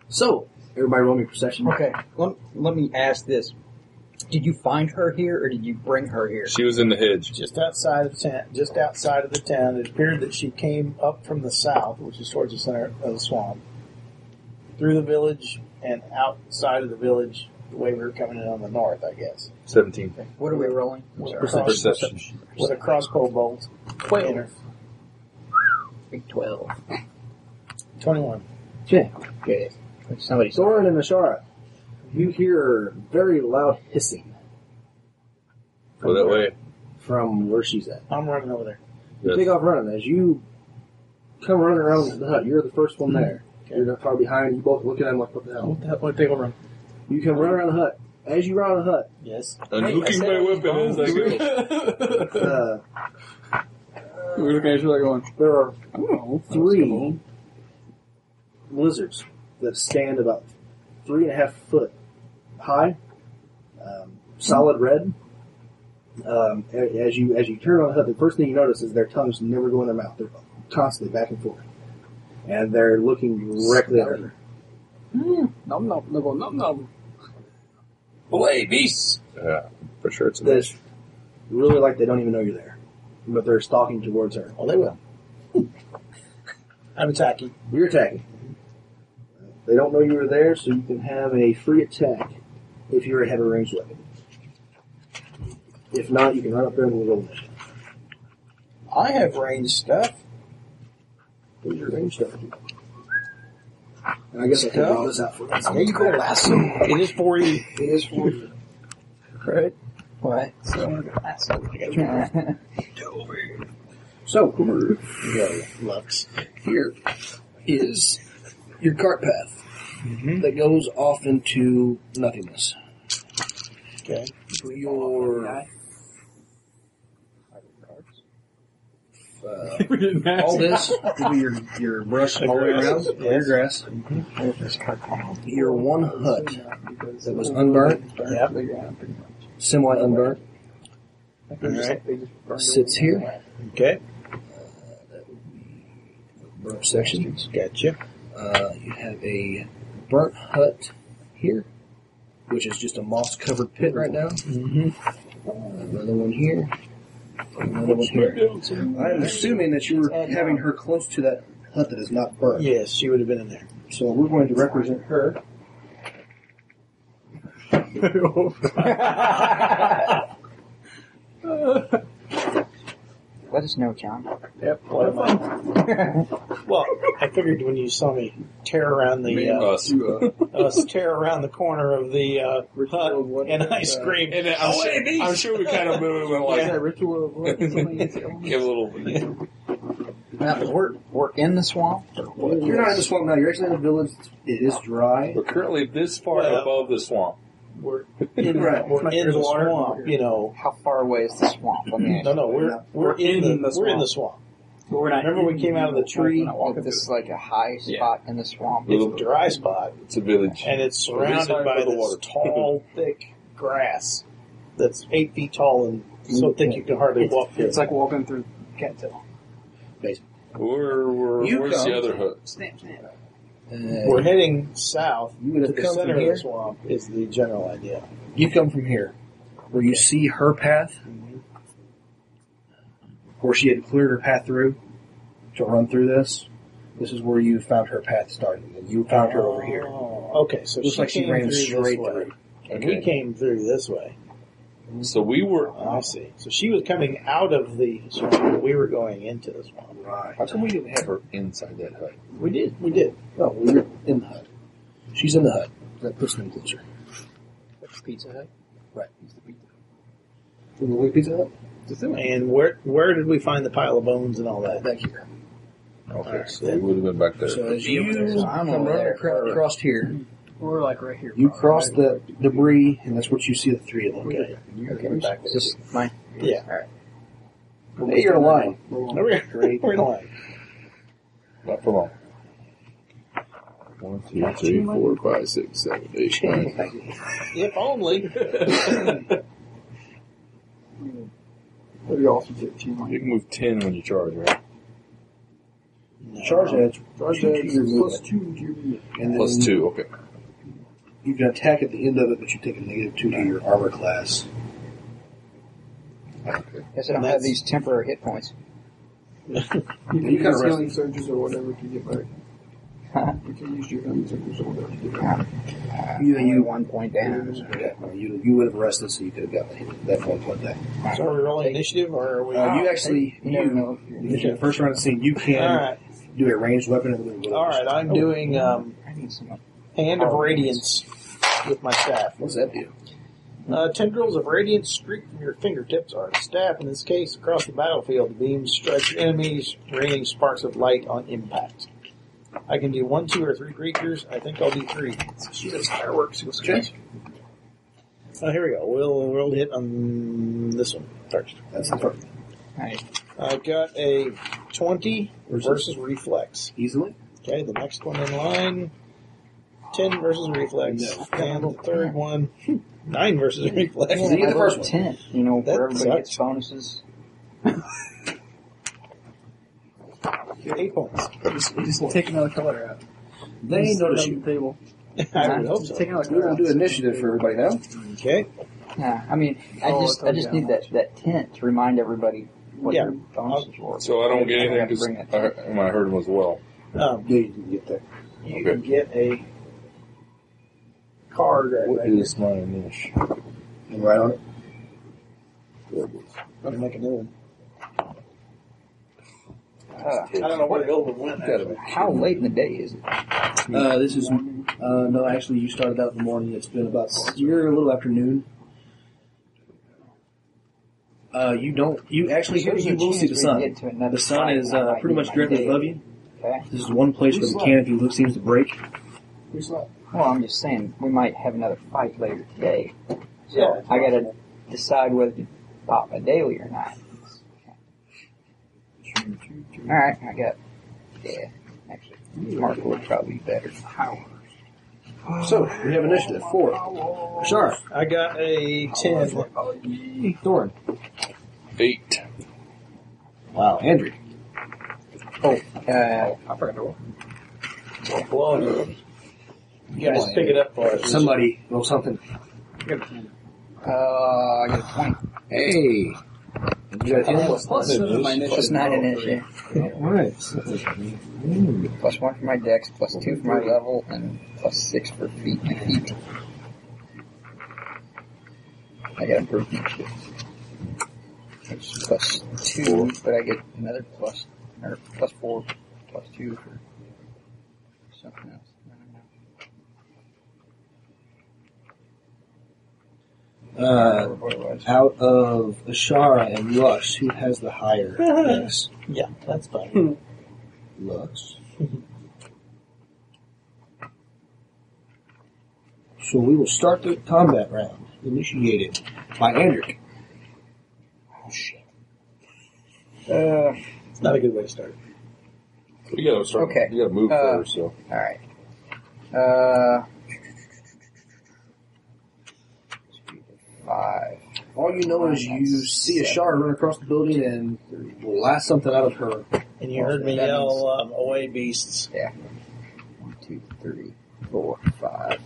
So, everybody roll me perception.
Okay, let, let me ask this. Did you find her here or did you bring her here?
She was in the hedge.
Just outside of town, just outside of the town, it appeared that she came up from the south, which is towards the center of the swamp, through the village and outside of the village, the way we were coming in on the north, I guess.
17.
What are we rolling?
With a,
Perception.
cross, with a crossbow bolt. in her-
Big 12.
21.
Good. Somebody saw
Soren and Ashara, you hear very loud hissing
Well, that way.
from where she's at.
I'm running over there.
You
Yes.
take off running. As you come running around the hut, you're the first one there. You're not far behind. You both look at him like, what the hell?
What the hell? What they go run?
You can run around the hut. As you run around the hut,
Yes.
Unhooking my weapon as I go.
uh,
We were looking at each other going,
there are
I don't know.
three lizards that stand about three and a half foot high, um, solid red. Um, a- as you as you turn on the hood, the first thing you notice is their tongues never go in their mouth; they're constantly back and forth, and they're looking directly at her.
Mm, nom nom. They go, nom nom.
Away, beasts!
Yeah, for sure it's a
That's really like they don't even know you're there, but they're stalking towards her.
Oh, they will. I'm attacking.
You're attacking. They don't know you were there, so you can have a free attack if you're ahead of range weapon. If not, you can run up there and roll initiative.
I have range stuff.
Where's your range stuff? And I guess I can draw this out for you.
There you go, lasso. It is 40.
It is for you.
Right? What?
So,
Lux.
here is your cart path that goes off into nothingness.
Okay.
Your
we didn't have
all
to.
this will be your, your brush all the way around, all your grass. Your one hut that was unburnt
Yep.
Yeah, pretty much.
semi unburnt.
All right.
Sits here.
Okay.
Burnt section.
Gotcha.
Uh, you have a burnt hut here, which is just a moss covered pit right now. Uh,
Mm-hmm.
Another one here. Another one here. I'm assuming that you were having her close to that hut that is not burnt.
Yes, she would have been in there.
So we're going to represent her.
Let us know, John.
Yep. well, I figured when you saw me tear around the uh,
Us.
us tear around the corner of the uh,
Ritual of
hut,
what?
and I screamed,
And I'm,
"Away,
sure, I'm sure we kind of moved and
Like
like,
that ritual of what?
give a little.
Now, we're, we're in the swamp.
You're not in the swamp now. You're actually in the village. It is dry.
We're currently this far
Well-
above the swamp.
We're in,
Right.
we're in the swamp, you know.
How far away is the swamp? Let me ask
No, no, we're we're in the we're in the swamp.
we're not.
Remember, we came out of the tree.
you. This is like a high spot in the swamp.
It's a dry spot,
It's a village.
and it's surrounded
Inside
by
by the
this
water.
tall, thick grass that's eight feet tall and so thick you can hardly walk through.
It's like walking through cattail.
Where, where,
You
where's
come.
the other hut?
we're heading south.
You would
to
have
the
come
center
from
of the
here.
swamp is the general idea.
You come from here, where you see her path, where she had cleared her path through to run through this. This is where you found her path starting, and you found her over here.
Oh, okay, so
Looks
she
like she
came
ran
through this
straight
way,
through.
and
Okay.
we came through this way.
So we were.
I see. So she was coming out of the swamp. but We were going into the swamp.
Right.
How come we didn't have her inside that hut?
We did. We did.
Oh, well, you're in the hut. She's in the hut. That puts them closer.
Pizza Hut.
In the pizza hut?
And where where did we find the pile of bones and all that?
Back here.
Okay,
Alright.
so we would have been back there.
So as you
I'm
come
over
running
there.
across, across here,
We're like right here.
you cross the debris, and that's what you see the three of them.
Okay.
Okay,
We're back
is this mine?
Yeah.
All right.
Hey, you're in a line.
No, we're, we're in line.
Not for long. One, two, three, four, five, six, seven, eight, nine.
If only.
We're all from 15
You can move ten when you charge, right?
Charge edge.
Charge
You
that
keep your
plus
movement.
two to your movement.
And then
Plus two. Okay.
You can attack at the end of it, but you take a negative two to your armor class.
Okay.
Guess I don't have these temporary hit points.
You
Yeah,
can
you
use
gotta
healing surges or whatever to get back. You can use your healing surges or whatever to get back.
You
Only
you
one point down.
yeah, well, you you would have rested, so you could have gotten hit that one point there.
So are we rolling initiative or are we?
Uh, you actually
You never know.
you the first round of the scene. You can
all right.
do a ranged weapon. and then whatever.
All right. I'm doing um,
I need some.
hand of radiance with my staff.
What's that do?
Uh, tendrils of radiant streak from your fingertips are a staff. In this case, across the battlefield, beams strike enemies, raining sparks of light on impact. I can do one, two, or three creatures. I think I'll do three. Shoot as fireworks. It was great. Uh, here we go. We'll roll hit on this one first.
That's the first.
I got a 20 versus reflex.
Easily.
Okay, the next one in line, 10 versus reflex. And the third one, 9 versus reflex.
So you get the first one.
ten. You know,
That
where everybody
sucks.
gets bonuses.
Eight points.
Just take another color out.
They
Just
notice
on
you.
the Table.
I would hope
Just
so.
take another
We
color
will
out.
do initiative for everybody now.
Okay.
Yeah, I mean, I
Oh,
just
I
I
thought
just
you
need that that tent to remind everybody what
Yeah.
their bonuses were.
So I don't get
I
anything
have to
because
bring it.
I, heard- I heard him as well.
Um,
Yeah, you can get that.
you
Okay.
can get a card.
What is my initial?
And right on it.
There it is.
I'm gonna make a new one.
Uh,
I don't know where the old one went.
Gotta be-
how late in the day is it?
Uh, this is uh, no, actually, you started out in the morning. It's been about you're a little after noon. Uh, you don't. You actually
There's
you
a
will see
chance
the
we
sun.
get to another
The sun
fight,
is
and I
uh,
might
pretty
get
much
my
directly
day.
above you.
Okay.
This is one place where the canopy looks seems to break.
Well, I'm just saying we might have another fight later today. So
Yeah,
I got to decide whether to pop a daily or not. All right, I got. Yeah, actually, Mark would probably be better.
So, we have initiative. Four. Shara.
I got a ten.
Thorin.
Eight.
Wow. Andrew.
Uh, I forgot to roll.
You guys pick it up for us.
Somebody. Roll something.
Uh, I got a twenty.
Hey. You got a ten?
Plus, plus, plus nine initiative.
Alright.
Plus one for my dex, plus two for my level, and plus six for feet and feet. I got a brute initiative. It's plus two, but I get another plus, or plus four, plus two for something else. I don't know.
Uh,
Or what it was.
out of Ashara and Lux, who has the higher dex?
Yeah, that's
Hmm.
fine.
Lux. So we will start the combat round, initiated by Andric.
Oh,
Uh,
It's not a good way to start.
You gotta start.
Okay.
You gotta move
Uh,
first, so.
alright. Uh, five.
All you know is you see Ashara run across the building and blast something out of her.
And you heard me
That
yell, um, "Away, beasts!"
One, two, three, four, five.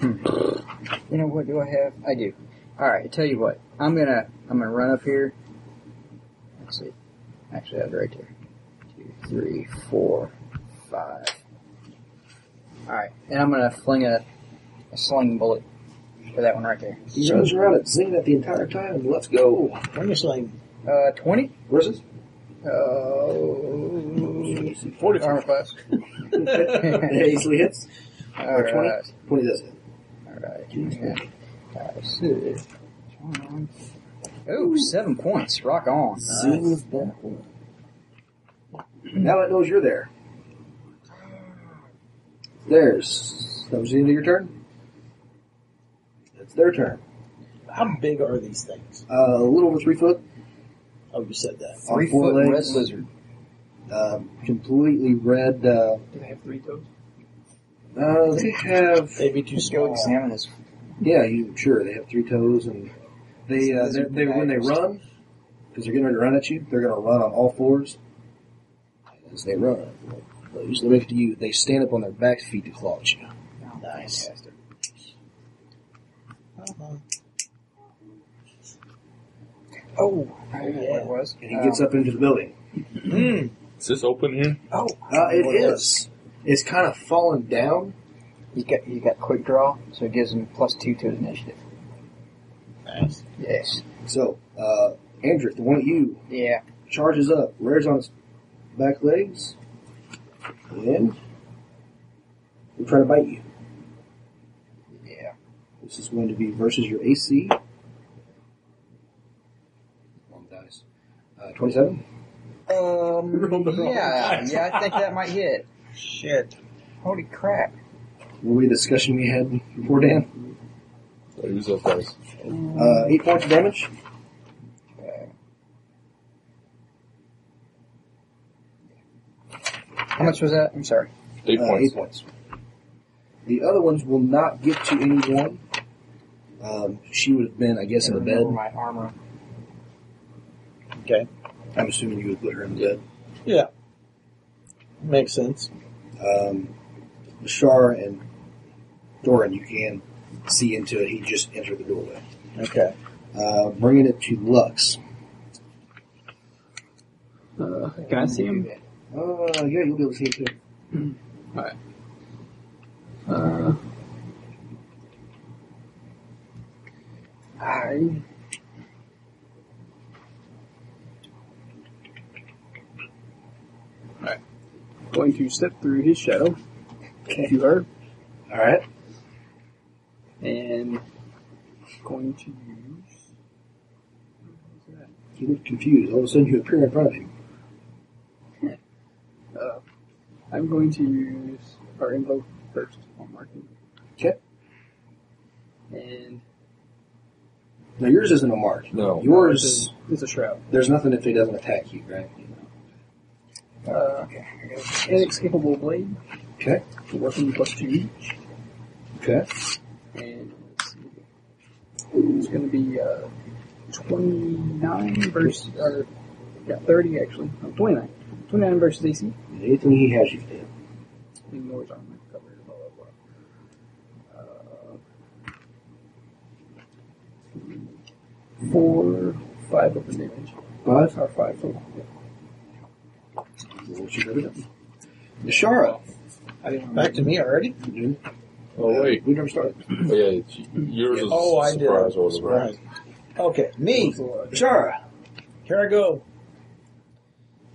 You know what do I have? I do. Alright, tell you what. I'm gonna I'm gonna run up here. Let's see. Actually I have it right there. Two, three, four, five. Alright, and I'm gonna fling a, a sling bullet for that one right there.
He runs around at Zenith the entire time and let's go.
When you're slaying,
Uh, 20?
Where's this?
Uh, 40 armor class.
It easily hits.
Alright.
20? 20 does it.
Alright. Okay. Five, six, one. Oh, seven points. Rock on.
Zenith that one. Now it knows you're there. There's. That was the end of your turn? It's their turn.
how big are these things?
Uh, a little over three foot.
Oh, you said that.
on
Three
four
foot
legs,
red lizard.
Uh, completely red. Uh,
Do they have three toes?
uh, they have.
They'd be too
Let's go
small.
examine this.
Yeah, you sure they have three toes and they uh, they, they when they run because they're going to run at you, they're going to run on all fours as they run. They usually make it to you. They stand up on their back feet to claw at you.
Nice.
Fantastic.
Uh-huh.
Oh, I don't know what it was. Um,
And he gets up into the building.
Is this open here?
Oh,
Uh, it is. It's kind of fallen down.
He's got, he's got quick draw, so it gives him plus two to his initiative.
Nice.
Yes.
So uh, Andrew, the one at you,
Yeah.
charges up, rears on his back legs, and we try to bite you.
Yeah.
This is going to be versus your AC. Long dice. Uh, 27?
Um, yeah, yeah, I think that might hit.
Shit.
Holy crap.
Were we the discussion we had before, Dan?
So use those guys.
Uh, 8 points of damage.
How much was that? I'm sorry.
Eight
Uh,
points.
8 points. The other ones will not get to anyone. Um, she would have been, I guess, in the
Remember
bed.
my armor.
I'm assuming you would put her in the bed.
Makes sense.
Um, Shar and Doran, you can see into it. He just entered the doorway.
Okay.
Uh, bringing it to Lux.
Uh, can I see him?
Uh, yeah, you'll be able to see it too.
Uh, I. Alright. Going to step through his shadow
Okay.
to her
All right.
and going to use. what was
He looked confused. All of a sudden, you appear in front of him.
that? Uh, I'm going to use our invoke first on marking.
Okay.
And
Now yours isn't a mark.
No.
Yours,
It's a shroud.
there's nothing if he doesn't attack you, right?
Uh, inescapable blade.
Okay.
Weapon plus two each.
Okay.
And let's see. It's going to be uh, 29 versus, or yeah, 30 actually. No, 29. 29 versus AC.
Anything he has, you did.
Ignores armor cover. Blah blah blah. Uh, four, five weapon damage.
Five.
Or five total. Yeah.
What you got it? Nishara.
I didn't back to me already.
Oh wait,
We never started.
Oh, yeah, it's, yours is
Oh, I did.
surprise or whatever.
Right.
Okay, me.
Nishara.
Here I go.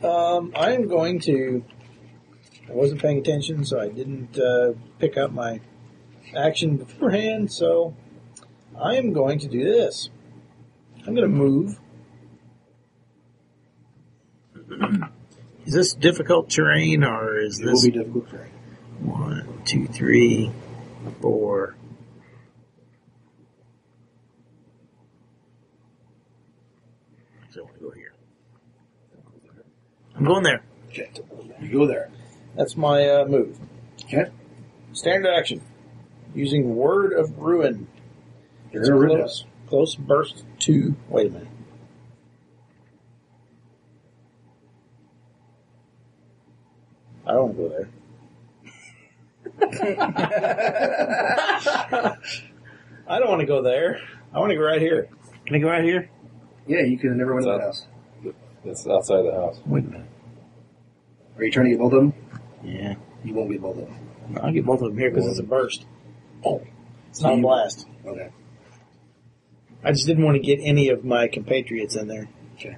Um, I am going to. I wasn't paying attention, so I didn't uh, pick up my action beforehand. So I am going to do this. I'm going to move. Is this difficult terrain, or is
It
this
will be difficult for you.
one, two, three, four. So I want to go here. I'm going there.
Okay. You go there.
That's my uh, move.
Okay.
Standard action. Using Word of Ruin.
You're going to rid of
close, close burst to. Wait a minute. I don't want to go there. I don't want to go there. I want to go right here. Can I go right here?
Yeah, you could have never went in the house.
That's outside the house.
Wait a minute.
Are you trying to get both of them?
Yeah.
You won't get both of them.
I'll get both of them here because it's a burst. Oh. It's not a
You-
blast.
Okay.
I just didn't want to get any of my compatriots in there.
Okay.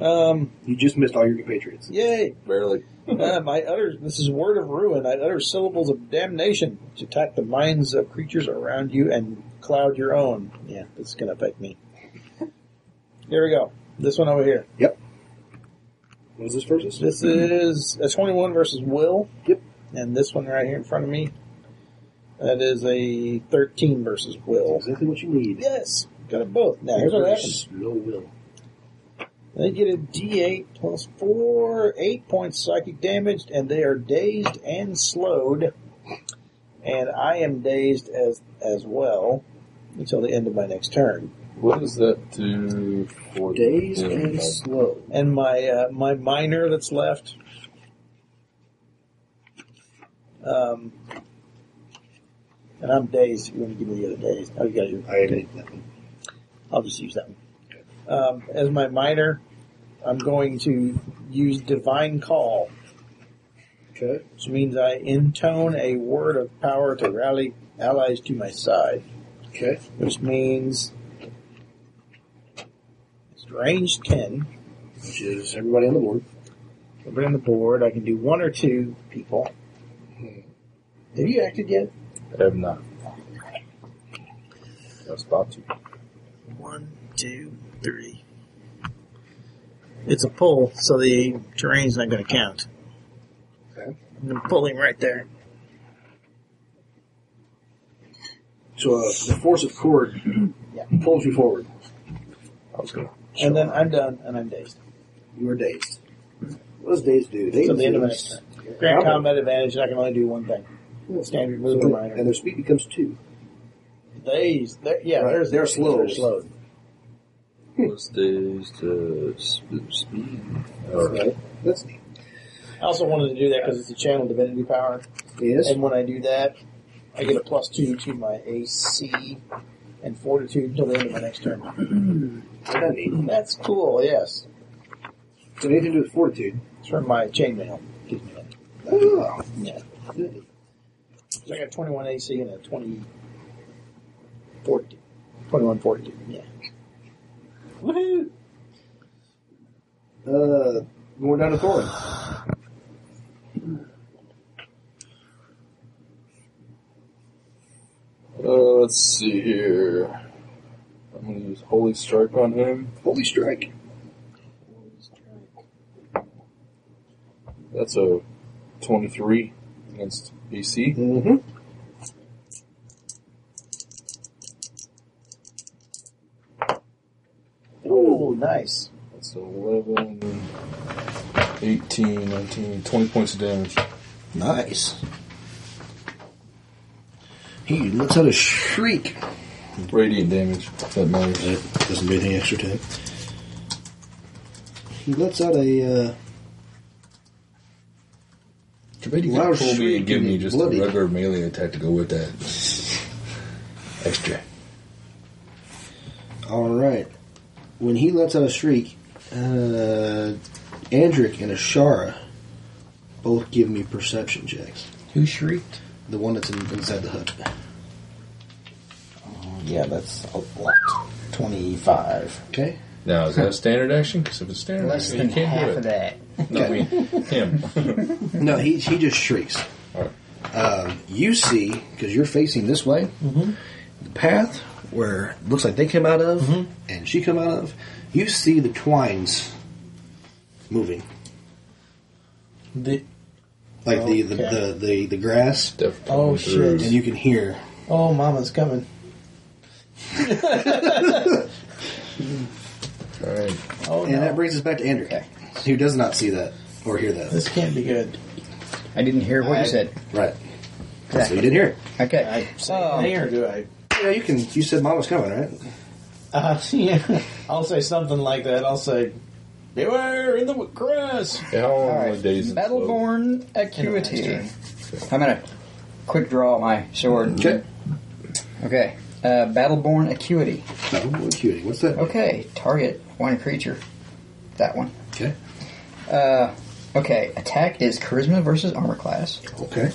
Um,
You just missed all your compatriots.
yay.
Barely.
Uh, my utters, this is word of ruin. I utter syllables of damnation to attack the minds of creatures around you and cloud your own. Yeah, that's going to affect me. Here we go. This one over here.
What was this versus?
This is a 21 versus Will.
Yep.
And this one right here in front of me, that is a 13 versus Will.
Exactly what you need.
Yes, got it both. Now, here's what happens.
Slow will.
They get a D8 plus 4, 8 points psychic damage, and they are dazed and slowed. And I am dazed as as well until the end of my next turn.
What is that to for
Days
the-
and slow.
And my uh, my minor that's left, um, and I'm dazed. If you want to give me the other days, oh, you got your
I hate that one.
I'll just use that one. Um, as my minor, I'm going to use divine call.
Okay.
which means I intone a word of power to rally allies to my side,
Okay.
which means it's range 10.
Which is everybody on the board.
Everybody on the board, I can do one or two people. Have you acted yet?
I have not. I'll stop you.
One, two, three. It's a pull, so the terrain's not going to count.
Okay.
I'm going to pull him right there.
So uh, the force of cord
Yeah.
pulls you forward.
I was gonna.
And then I'm done, and I'm dazed.
You are dazed. What does dazed do? Dazed
So the end of my
is-
next turn. Grant combat advantage, and I can only do one thing. Standard move
So
or
they-
minor.
and their speed becomes two.
Dazed. They're, yeah,
Right.
there's
They're slowed.
They're slowed.
What's days to sp- speed? Or,
Right. That's neat.
I also wanted to do that because it's a channel divinity power,
Yes.
and when I do that, I get a plus two to my AC and fortitude until the end of my next turn.
That's neat.
That's cool. Yes,
So anything to do with fortitude.
it's from my chainmail. Gives me that.
Oh.
Yeah.
Good.
So I got 21 AC and a 20 fortitude. 21 fortitude. Yeah. Woohoo!
Uh, going down to Thorin.
uh, let's see here. I'm gonna use holy strike on him.
Holy strike.
That's a 23 against AC.
Mm-hmm.
nice.
That's 11, 18, 19, 20 points of damage.
Nice. He lets out a shriek.
Radiant damage, if that matters.
That doesn't do anything extra to him. He lets out a uh,
Jamaica
Loud
could pull me
shriek
and give
and
me
it's
just
bloody.
a regular melee attack to go with that. Extra.
All right. When he lets out a shriek, uh, Andric and Ashara both give me perception checks.
Who shrieked?
The one that's in, inside the hut. Oh,
Yeah, that's a lot. 25.
Okay.
Now, is that a standard action? Because if it's standard
Less
action,
than
you can't
half
do
of
it.
that.
No, I mean, him.
No, he he just shrieks.
Alright.
Um, you see, because you're facing this way,
Mm-hmm.
the path where it looks like they came out of
Mm-hmm.
and she come out of. You see the twines moving,
The,
like the, the,
Okay.
the, the, the grass,
Definitely
Oh,
went through.
and you can hear.
oh, Mama's coming.
All right.
Oh,
And that
no.
brings us back to Andrew, who does not see that or hear that.
This can't be good.
I didn't hear what
I-
you said.
Right. So you
Exactly.
didn't hear it.
Okay.
I say nay or do I?
Yeah, you can. You said mom was coming, right?
Mm-hmm.
Uh, yeah. I'll say something like that. I'll say, Beware in the w- grass!
Yeah, how long
All
are
right.
the days in slow?
Battleborn acuity. I'm gonna quick draw my sword.
Okay.
Okay. Uh, Battleborn acuity.
Oh, cutie. What's that?
Okay. Target one creature. That one.
Okay.
Uh, okay. Attack is charisma versus armor class.
Okay.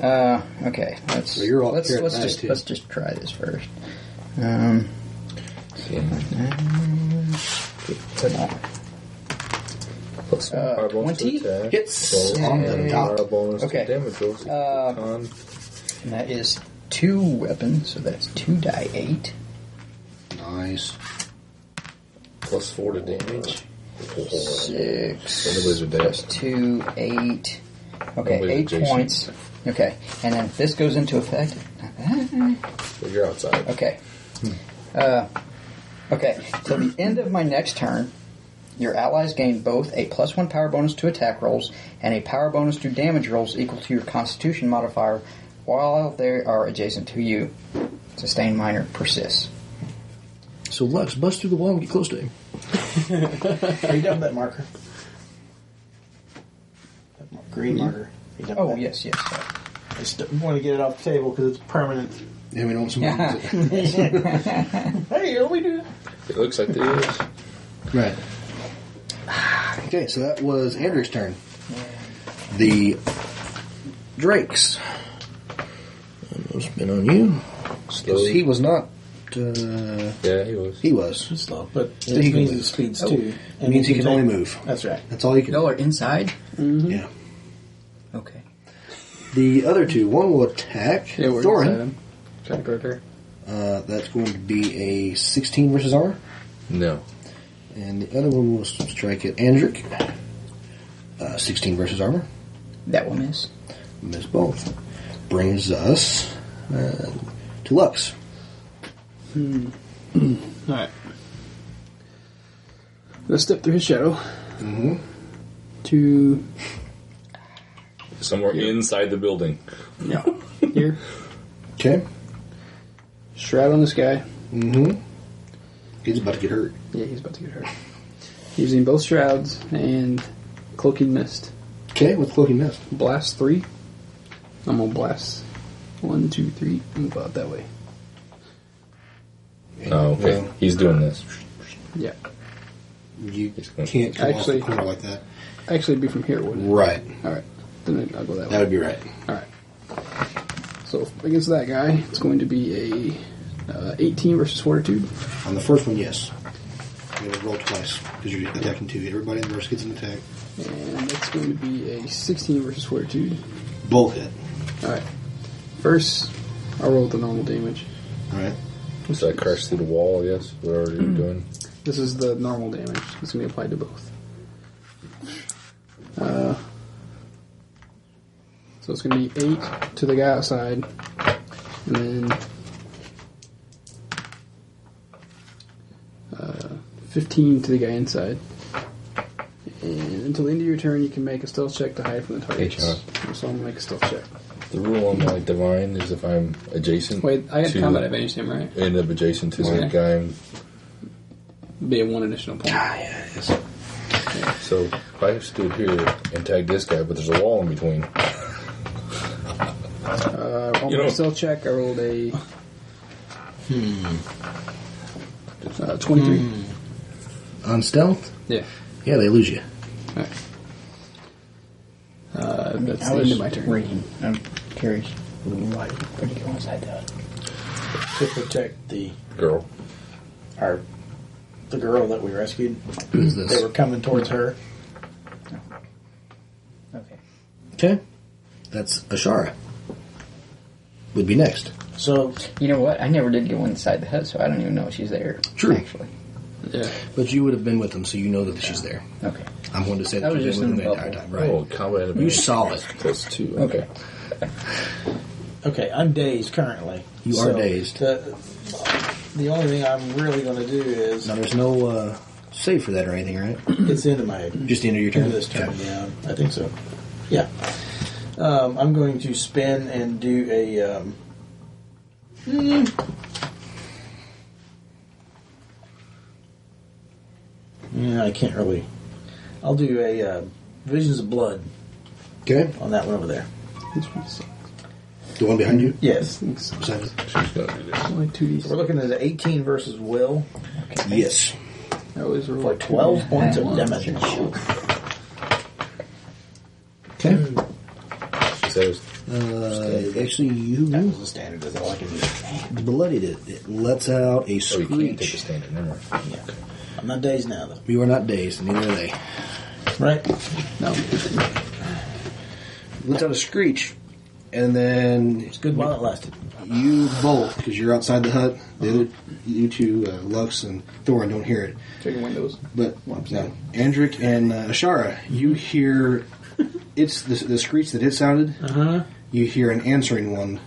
Uh, okay. Let's
So you're all
let's,
here at
let's
night,
just
too.
let's just try this first. Um, uh,
Plus one
Uh,
fireball to
20?
attack.
Hits
So, uh,
on the
and
dot.
fireball is to
Okay.
damage rolls.
Uh,
Con.
and that is two weapons, so that's two die eight.
Nice.
plus four to damage.
Six
Nobody's a
plus
dice.
two, eight. Okay,
Nobody's
eight
adjacent.
points. Okay, and then this goes into effect.
But you're outside.
Okay. Uh, okay. Till the end of my next turn, your allies gain both a plus one power bonus to attack rolls and a power bonus to damage rolls equal to your Constitution modifier, while they are adjacent to you. Sustain minor persists.
So Lux, bust through the wall and get close to him.
Are you done with that marker? That mar- green
Mm-hmm.
marker. You done with
Oh
that?
yes, yes. sorry.
I just don't want to get it off the table because it's permanent.
Yeah, we don't want somebody to use it.
Hey, are we doing?
It looks like this.
Right. Okay, so that was Andrew's turn. The Drakes. Almost been on you. 'Cause
Slow.
He was not. Uh,
yeah, he was.
he was.
Slow, but it
he can
means
move.
it speeds
Oh.
too.
It means he can only
take-
move.
That's right.
That's all you can.
Y'all are inside.
Yeah.
Okay.
The other two. One will attack
Yeah, we're
Thorin.
inside him. Trying to go there.
Uh, that's going to be a 16 versus armor.
No.
And the other one will strike at Andric. Uh, 16 versus armor.
That will miss.
Miss both. Brings us uh, to Lux.
Alright. Let's step through his shadow.
Mm-hmm.
To
Somewhere inside the building.
no. here.
Okay.
Shroud on this guy.
Mm-hmm. He's about to get hurt.
Yeah, he's about to get hurt. Using both shrouds and cloaking mist.
Okay, with cloaking mist.
Blast three. I'm gonna blast one, two, three, and go out that way.
Oh, okay.
Well,
He's doing this.
Yeah.
you
He's going
can't come
Actually-
off the corner like that.
Actually, it'd be from here, wouldn't it?
Right.
Alright. Then I'll go that
That
way.
would be right.
So against that guy, it's going to be a uh, 18 versus fortitude.
On the first one, yes. You gotta roll twice because you're attacking two. Everybody in the rest gets an attack.
And it's going to be a 16 versus fortitude.
Both hit.
Alright. First, I roll the normal damage.
All right.
So I crashed through the wall, yes. We're already doing.
This is the normal damage. It's going to be applied to both. Uh, so it's going to be 8 to the guy outside, and then uh, 15 to the guy inside. And until the end of your turn, you can make a stealth check to hide from the targets. So I'll make a stealth check.
The rule on my divine is if I'm adjacent.
Wait, I had
to
combat advantage him, right?
End up adjacent to
Okay.
the guy. I'm-
Be a one additional point.
So if I stood here and tagged this guy, but there's a wall in between.
Uh, I'll
You
make
know-
a stealth check. I rolled a uh, 23.
On stealth?
Yeah.
Yeah, they lose you.
Uh, that's
I
the end
was
of my turn.
reading. I'm curious. Why where did you want that done?
To protect the
Girl.
our the girl that we rescued.
Who's this?
They were coming towards her.
Okay.
Okay. That's Ashara. Would be next.
So
You know what? I never did go inside the hut, so I don't even know she's there.
True.
Actually.
Yeah.
But you would have been with them, so you know that she's there.
Okay.
I'm going to say
I
that
was
you've been
just
with
in
them
the
the entire
bubble.
time. Right.
Oh, combat
You
advantage.
saw it.
Plus two.
Okay.
okay, I'm dazed currently.
You
So
are dazed.
The, the only thing I'm really going to do is
Now, there's no uh, save for that or anything, right?
it's into my
Just the end of your turn?
into this turn.
Okay.
Yeah, I think so. Yeah, um, I'm going to spin and do a. Um, hmm. yeah, I can't really. I'll do a uh, visions of blood
Okay.
on that one over there.
The one behind you?
Yes,
Beside it?
She's gonna do this.
Only two
we're
d.
looking at an 18 versus will
Yes.
I always roll
for 12 points of
One.
damage.
Okay.
She says, oh,
Uh, actually,
That
you
was the standard. That's all I can do.
bloodied it. It lets out a
"Oh, you can't take a
screech.
standard, never mind."
Yeah. I'm not dazed now though.
You are not dazed, and neither are they.
Right?
No.
Let's out a screech, and then
It's good while it lasted.
you bolt because you're outside the hut. The other, you two, uh, Lux and Thorin, don't hear it.
Taking windows.
But no, Andric and uh, Ashara, you hear it's the, the screech that it sounded.
Uh-huh.
You hear an answering one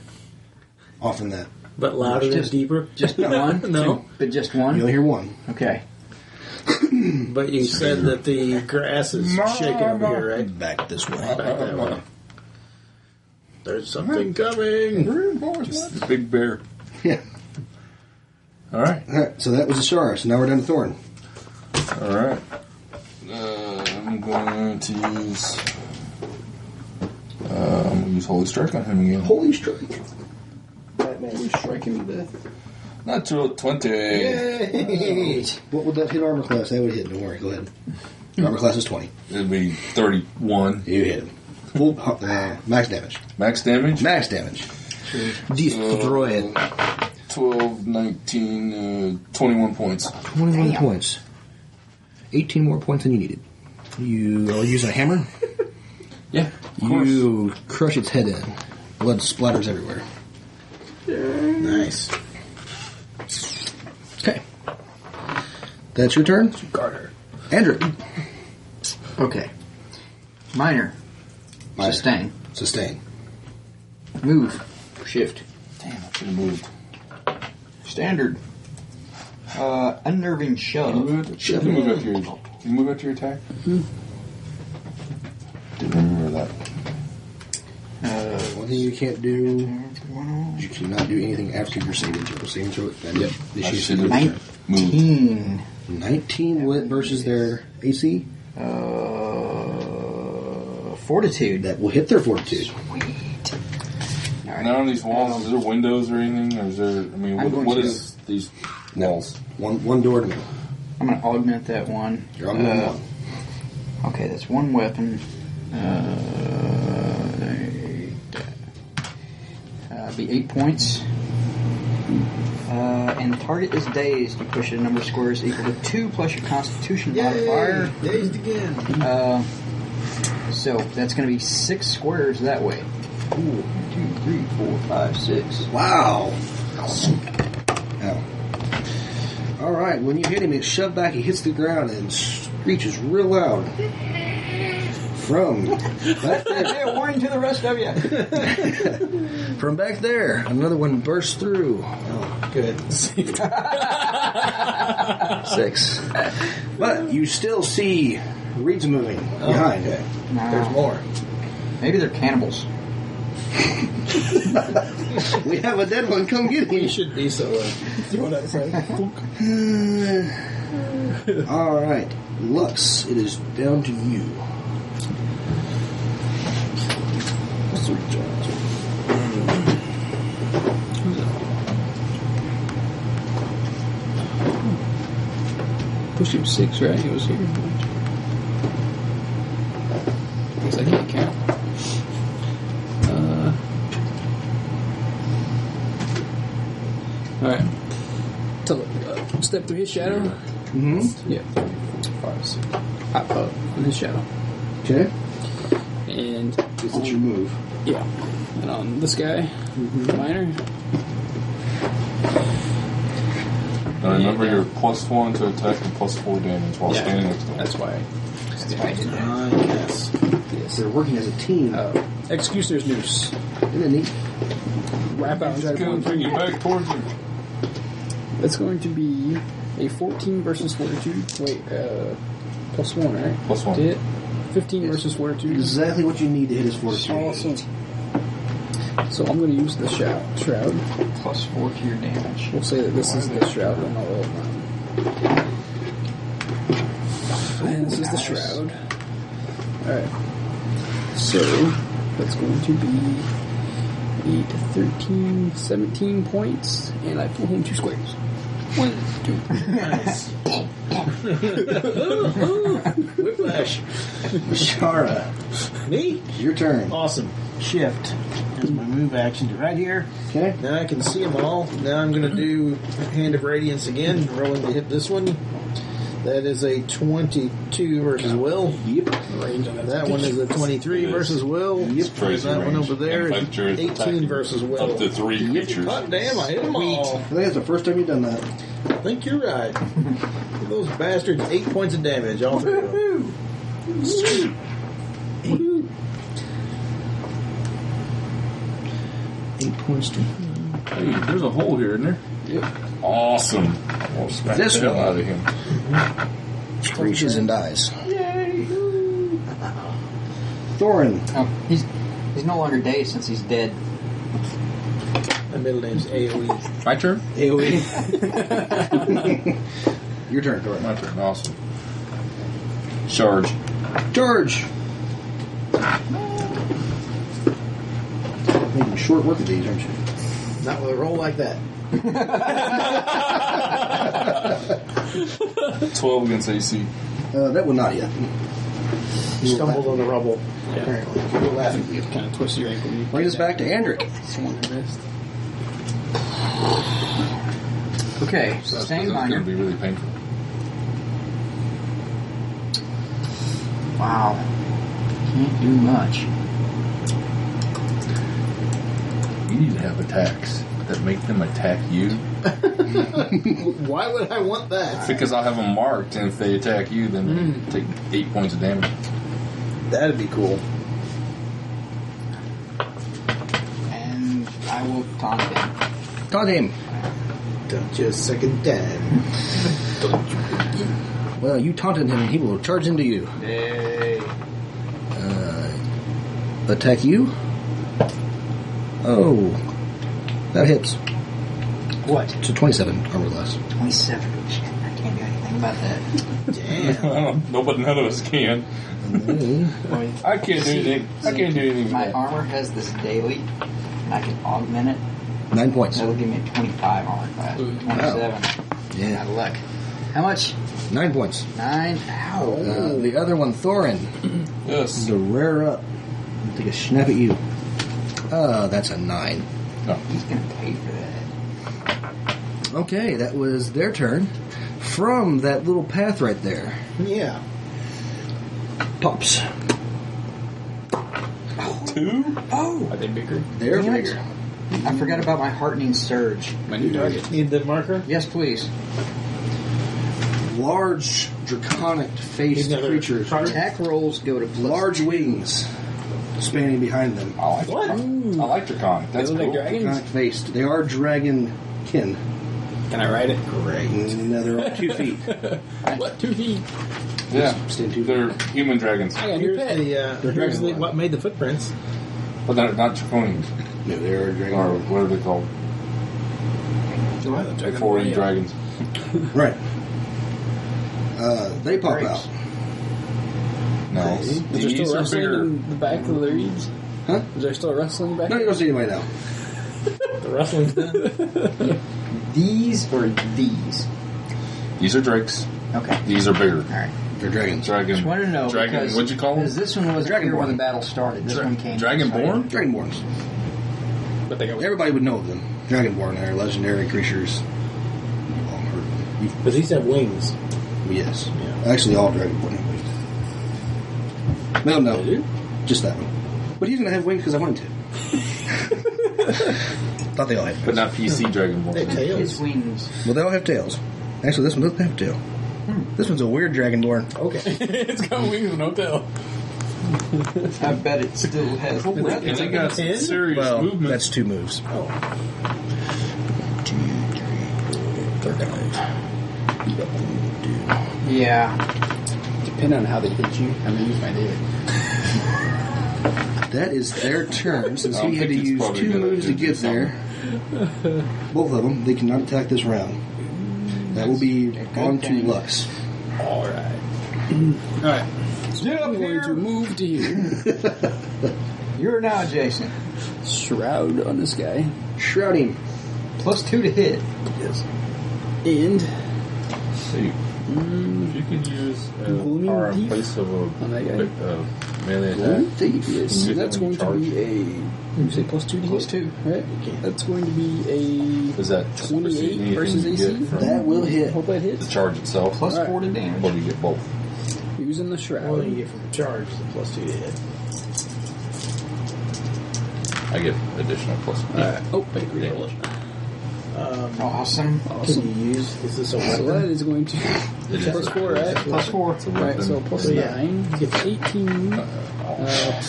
off in that.
But louder
and Just-
deeper.
Just the one?
No.
But just
You
one?
only hear one.
Okay.
But you said that the grass is shaking over here, right?
Back this way.
Back that way. There's something coming.
It's the big bear.
Yeah.
All right.
All right, so that was Ashara. So now we're down to Thorin.
All right. Uh, I'm going to use. Uh, I'm going to use Holy Strike on him again.
Holy strike!
Striking to death.
Not to 20.
What would that hit armor class? That would hit. Don't worry. Go ahead. Your armor class is twenty.
It'd be 31.
You hit him. Full uh, max damage.
Max damage?
Max damage.
Destroy it.
12, 19, uh, 21 points.
21 points. 18 more points than you needed. You I'll use a hammer.
Yeah. Of course.
You crush its head in. Blood splatters everywhere.
Nice.
Okay. That's your turn. Andrew.
Okay. Minor.
Minor.
Sustain.
Sustain.
Move. Shift.
Damn, I should have moved.
Standard. Uh, unnerving
Can you
shove.
move it? You can move after your, can you move after your attack? Didn't remember that.
One thing you can't do is you cannot do anything after your saving throw. Saving throw. That yep.
I
Issue
should have moved.
19.
Nineteen wit versus their AC.
Uh, fortitude.
That will hit their fortitude.
Wait.
Now on these walls, is there windows or anything? Or is there, I mean,
I'm
what,
going
what
to-
is these walls?
One one door to me.
I'm going to augment that one.
You're on one.
Uh, Okay, that's one weapon. Uh, uh, be eight points. Uh, and the target is dazed. You push it a number of squares equal to two plus your Constitution modifier.
Dazed again.
Uh, so that's going to be six squares that way. Ooh, two, three, four, five, six.
Wow. Ow. All right. When you hit him, it's shoved back. He hits the ground and screeches real loud. From back there.
Hey, a warning to the rest of you.
from back there, another one bursts through. Oh,
good.
Six. But you still see reeds moving behind.
There's more.
Maybe they're cannibals.
we have a dead one. Come get him.
You should be so. Uh, throw that friend.
All right, Lux, it is down to you.
Push him six, right? He was here. Guess I can't count. Uh, Alright. So, uh, step through his shadow?
Mm-hmm.
Yeah. Five, six. Hop up in his shadow.
Okay.
And
Is it your move?
yeah. And on this guy, minor.
Now remember your plus one to attack and plus four damage while
Yeah.
standing next to them.
That's why. That's why I did that.
Ah, yes.
Yes.
They're working as a team.
Uh, Executioner's noose.
Isn't it neat?
Wrap out and try to
Gonna
point
bring you back towards you.
That's going to be a 14 versus fortitude. Wait, uh, plus one, right?
Plus one.
Did it? 15 versus fortitude.
Exactly what you need to hit his fortitude.
Awesome. So I'm going to use the shroud. shroud.
Plus four to your damage.
We'll say that this is the shroud, and I'll roll it around. And this is the shroud. Alright. So, that's going to be 8, 13, 17 points, and I pull him two squares. One, two,
Whiplash.
Shara,
Me?
your turn.
Awesome. Shift. That's my move action to right here.
Okay.
Now I can see them all. Now I'm going to do Hand of Radiance again, rolling to hit this one. That is a 22 versus Will.
Yep.
That one is a 23 versus Will.
It's crazy
That one
range.
over there is
Adventure is
18
attacking
versus
Up to
Will.
three creatures.
Hot damn, I hit them all.
I think that's the first time you've done that.
I think you're right. Give Those bastards, eight points of damage, all three of them.
Eight points to
Hey, there's a hole here, isn't there? Yep. Awesome. We'll smack
This
the hell
one.
out of him.
Reaches and dies. Yay! Thorin.
Oh, he's he's no longer dazed since he's dead.
My middle name's E. AoE.
My turn?
AoE. your turn, Thorin.
My turn. Awesome. Charge.
George! Making short work of these, aren't you?
Not with a roll like that.
12 against AC.
Uh, that will not hit.
Stumbled on the rubble, apparently. You're laughing.
kind of twist your ankle. when you
Bring us
get
back to Andric.
that Someone in the wrist.
Okay,
That's
sustained
going to
minor.
be really painful.
Wow. Can't do much.
You need to have attacks that make them attack you.
Why would I want that? Hmm.
Because I'll have them marked, and if they attack you, then they take 8 points of damage.
That'd be cool.
And I will taunt him.
Taunt him.
Don't you second time.
Well, you taunted him, and he will charge into you. Uh,
Yay.
Attack you. Oh, that hits.
What?
So 27 armor class.
27. Shit, I can't do anything about that.
Nobody, none of us can. I can't do anything. I can't do anything.
My armor has this daily, and I can augment it.
Nine points.
That'll give me a 25 armor class. 27. Out
Yeah,
of luck. How much?
nine points.
Nine. Ow.
Uh, the other one, Thorin. This is
Yes.
a rare up. I'll Take a snap at you. Uh, that's a nine.
He's going to pay for that.
Okay, that was their turn. From that little path right there,
Yeah.
pops.
Two?
Oh!
Are they bigger?
They're
Damn it.
bigger.
I forgot about my heartening surge.
My new target.
Need the marker?
Yes, please.
Large, draconic
He's
faced
another
creatures.
target.
Attack rolls go to plus
Large wings. spanning behind them. Oh, I like
What?
I like Draconic.
That's They look like cool. dragons?
Draconic faced. They are dragon kin.
Can I ride it?
Great. No, they're on two feet.
what two feet?
Yeah, they're human dragons,
I got a new pet. The, uh, here's the, what made the footprints.
but they're not draconians.
No, they are dragons.
Or what are they called? They're four
yeah.
dragons.
Right. Uh, they pop out.
No,
Is there
these
still
are
rustling
bigger.
in the back of the reeds?
Huh?
Is there still rustling back?
No, you don't see anybody now.
The rustling's done.
These or these?
These are drakes.
Okay.
These are bigger.
All right.
They're dragons.
Just
Dragon.
wanted to know.
Dragon.
because-
what'd you call them?
Because this one was
Dragonborn.
here when the battle started. This
Dra-
one came.
Dragonborn?
Dragonborns.
But they go.
Everybody would know of them. Dragonborn are legendary creatures. You've all heard of them. You've-
But these have wings.
Yes.
Yeah.
Actually, all Dragonborn have wings. No, no. Just that one. But he didn't have wings because I wanted to. Thought they all had
But not PC
They
dragonborn.
have tails.
His wings.
Well, they all have tails. Actually, this one doesn't have a tail. This one's a weird dragonborn.
Okay.
it's got wings and no tail.
I bet it still has
And
leather.
they got
Ten?
serious
Well,
movement.
that's two moves.
Oh,
Yeah.
Depending on how they hit you, I mean, use my dick.
That is their turn since
I don't
he had to
think it's
use
probably
two
gonna
moves
do
to get there. Both of them, they cannot attack this round. That will be on to
thing.
Lux.
Get up
I'm going to
here.
move to you.
You're now adjacent.
Shroud on this guy.
Shrouding.
Plus two to hit.
Yes. And
See, if you could use
Gloomy
a power in
Thief?
place of a
on that guy.
uh, melee attack.
Gloomy Thief. Yes.
Get
That's
that one
going to be a. You say plus two to
Plus
hit?
two.
Right? That's going to be a.
Is that
28
anything
versus
you
AC?
get from
That will hit.
Hope that
the
hits.
charge itself?
Plus
All right.
four to damage.
Or do you get both?
Using the
what do you
shroud.
get from the charge? The plus two to hit.
I get additional plus one.
Alright. Oh, wait, reroll it.
Um,
Awesome.
Can you use? Is this a
So
weapon?
that is going to.
It is
Plus
a-
four, right?
Plus four.
It's a weapon.
Alright, so plus
So, yeah.
nine. Gets 18. Uh,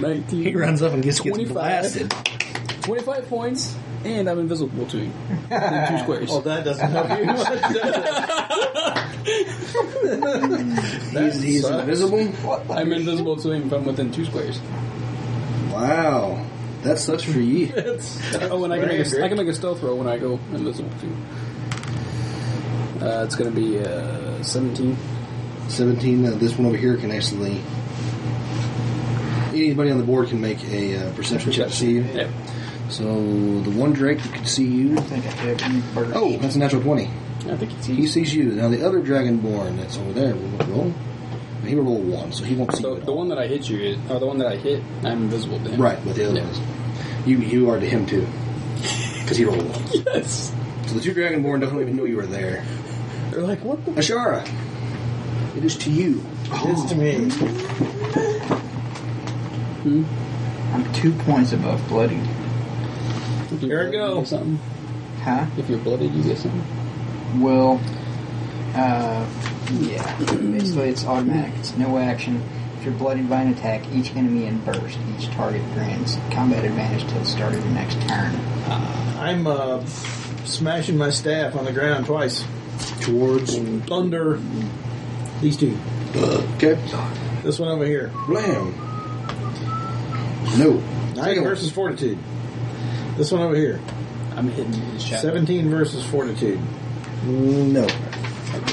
19.
He runs up and gets, gets
25.
blasted.
25 points, and I'm invisible to you. In two squares.
Oh, that doesn't help you much. does it?
He's, he's
sucks.
invisible.
I'm invisible to him if I'm within two squares.
Wow. That sucks for you.
Oh, and I can, make a, I can make a stealth roll when I go invisible too. Uh, it's going to be uh, 17.
17. Uh, this one over here can actually. Anybody on the board can make a uh, perception check to see you.
Yep.
So the one Drake that can see you.
I think I hit you first.
Oh, that's a natural 20.
I think it's
He
easy.
sees you. Now the other Dragonborn that's over there will roll. He will roll one, so he won't see
So
you. At
the
all.
one that I hit you is, or the one that I hit, I'm invisible to him.
Right, but the other
Yeah.
ones. You you are to him too, because he rolled a one.
Yes.
So the two Dragonborn don't even know you were there.
They're like, what the?
Ashara, it is to you.
It's to me.
I'm two points above bloody.
If you're
Here we
bloodied,
go.
you get something.
Huh?
If you're blooded, you get something.
Well, uh, yeah. Basically, it's automatic. It's no action. If you're bloodied by an attack, each enemy in burst, each target grants combat advantage till the start of your next turn.
I'm uh, smashing my staff on the ground twice.
Towards
Mm.
Thunder. These two.
okay,
This one over here.
blam. No,
Nine versus fortitude. This one over here.
I'm hidden in his shadow.
Seventeen versus fortitude.
no.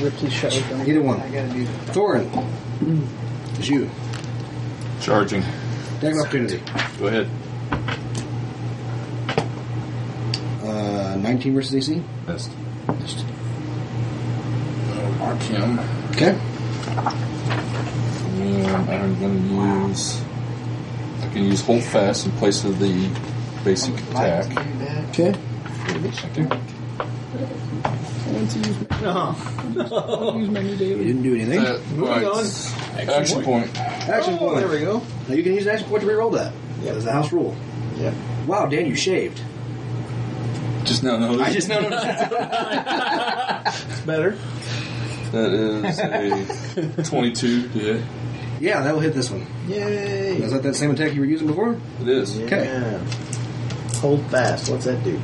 Ripped his shadow down.
Either
I
one.
gotta do
Thorin,
Mm.
it's you.
Charging.
Take an opportunity.
Go ahead.
Uh, 19 versus AC.
Missed. I'll mark him.
Okay.
And I'm gonna use. I can use hold fast in place of the basic
like
attack.
to do that.
Okay.
I want to use my,
No.
I want to use my new
You
daily.
didn't do anything.
That-
Moving on.
right. Action point.
action
Oh,
point.
there we go.
Now you can use an action point to reroll that.
Yep.
That's the house rule.
Yep.
Wow, Dan, you shaved.
Just now noticed.
I just noticed.
It's better.
That is a 22 to hit.
Yeah, that will hit this one. Yay! Is that that same attack you were using before?
It is.
Okay,
Hold fast. What's that do?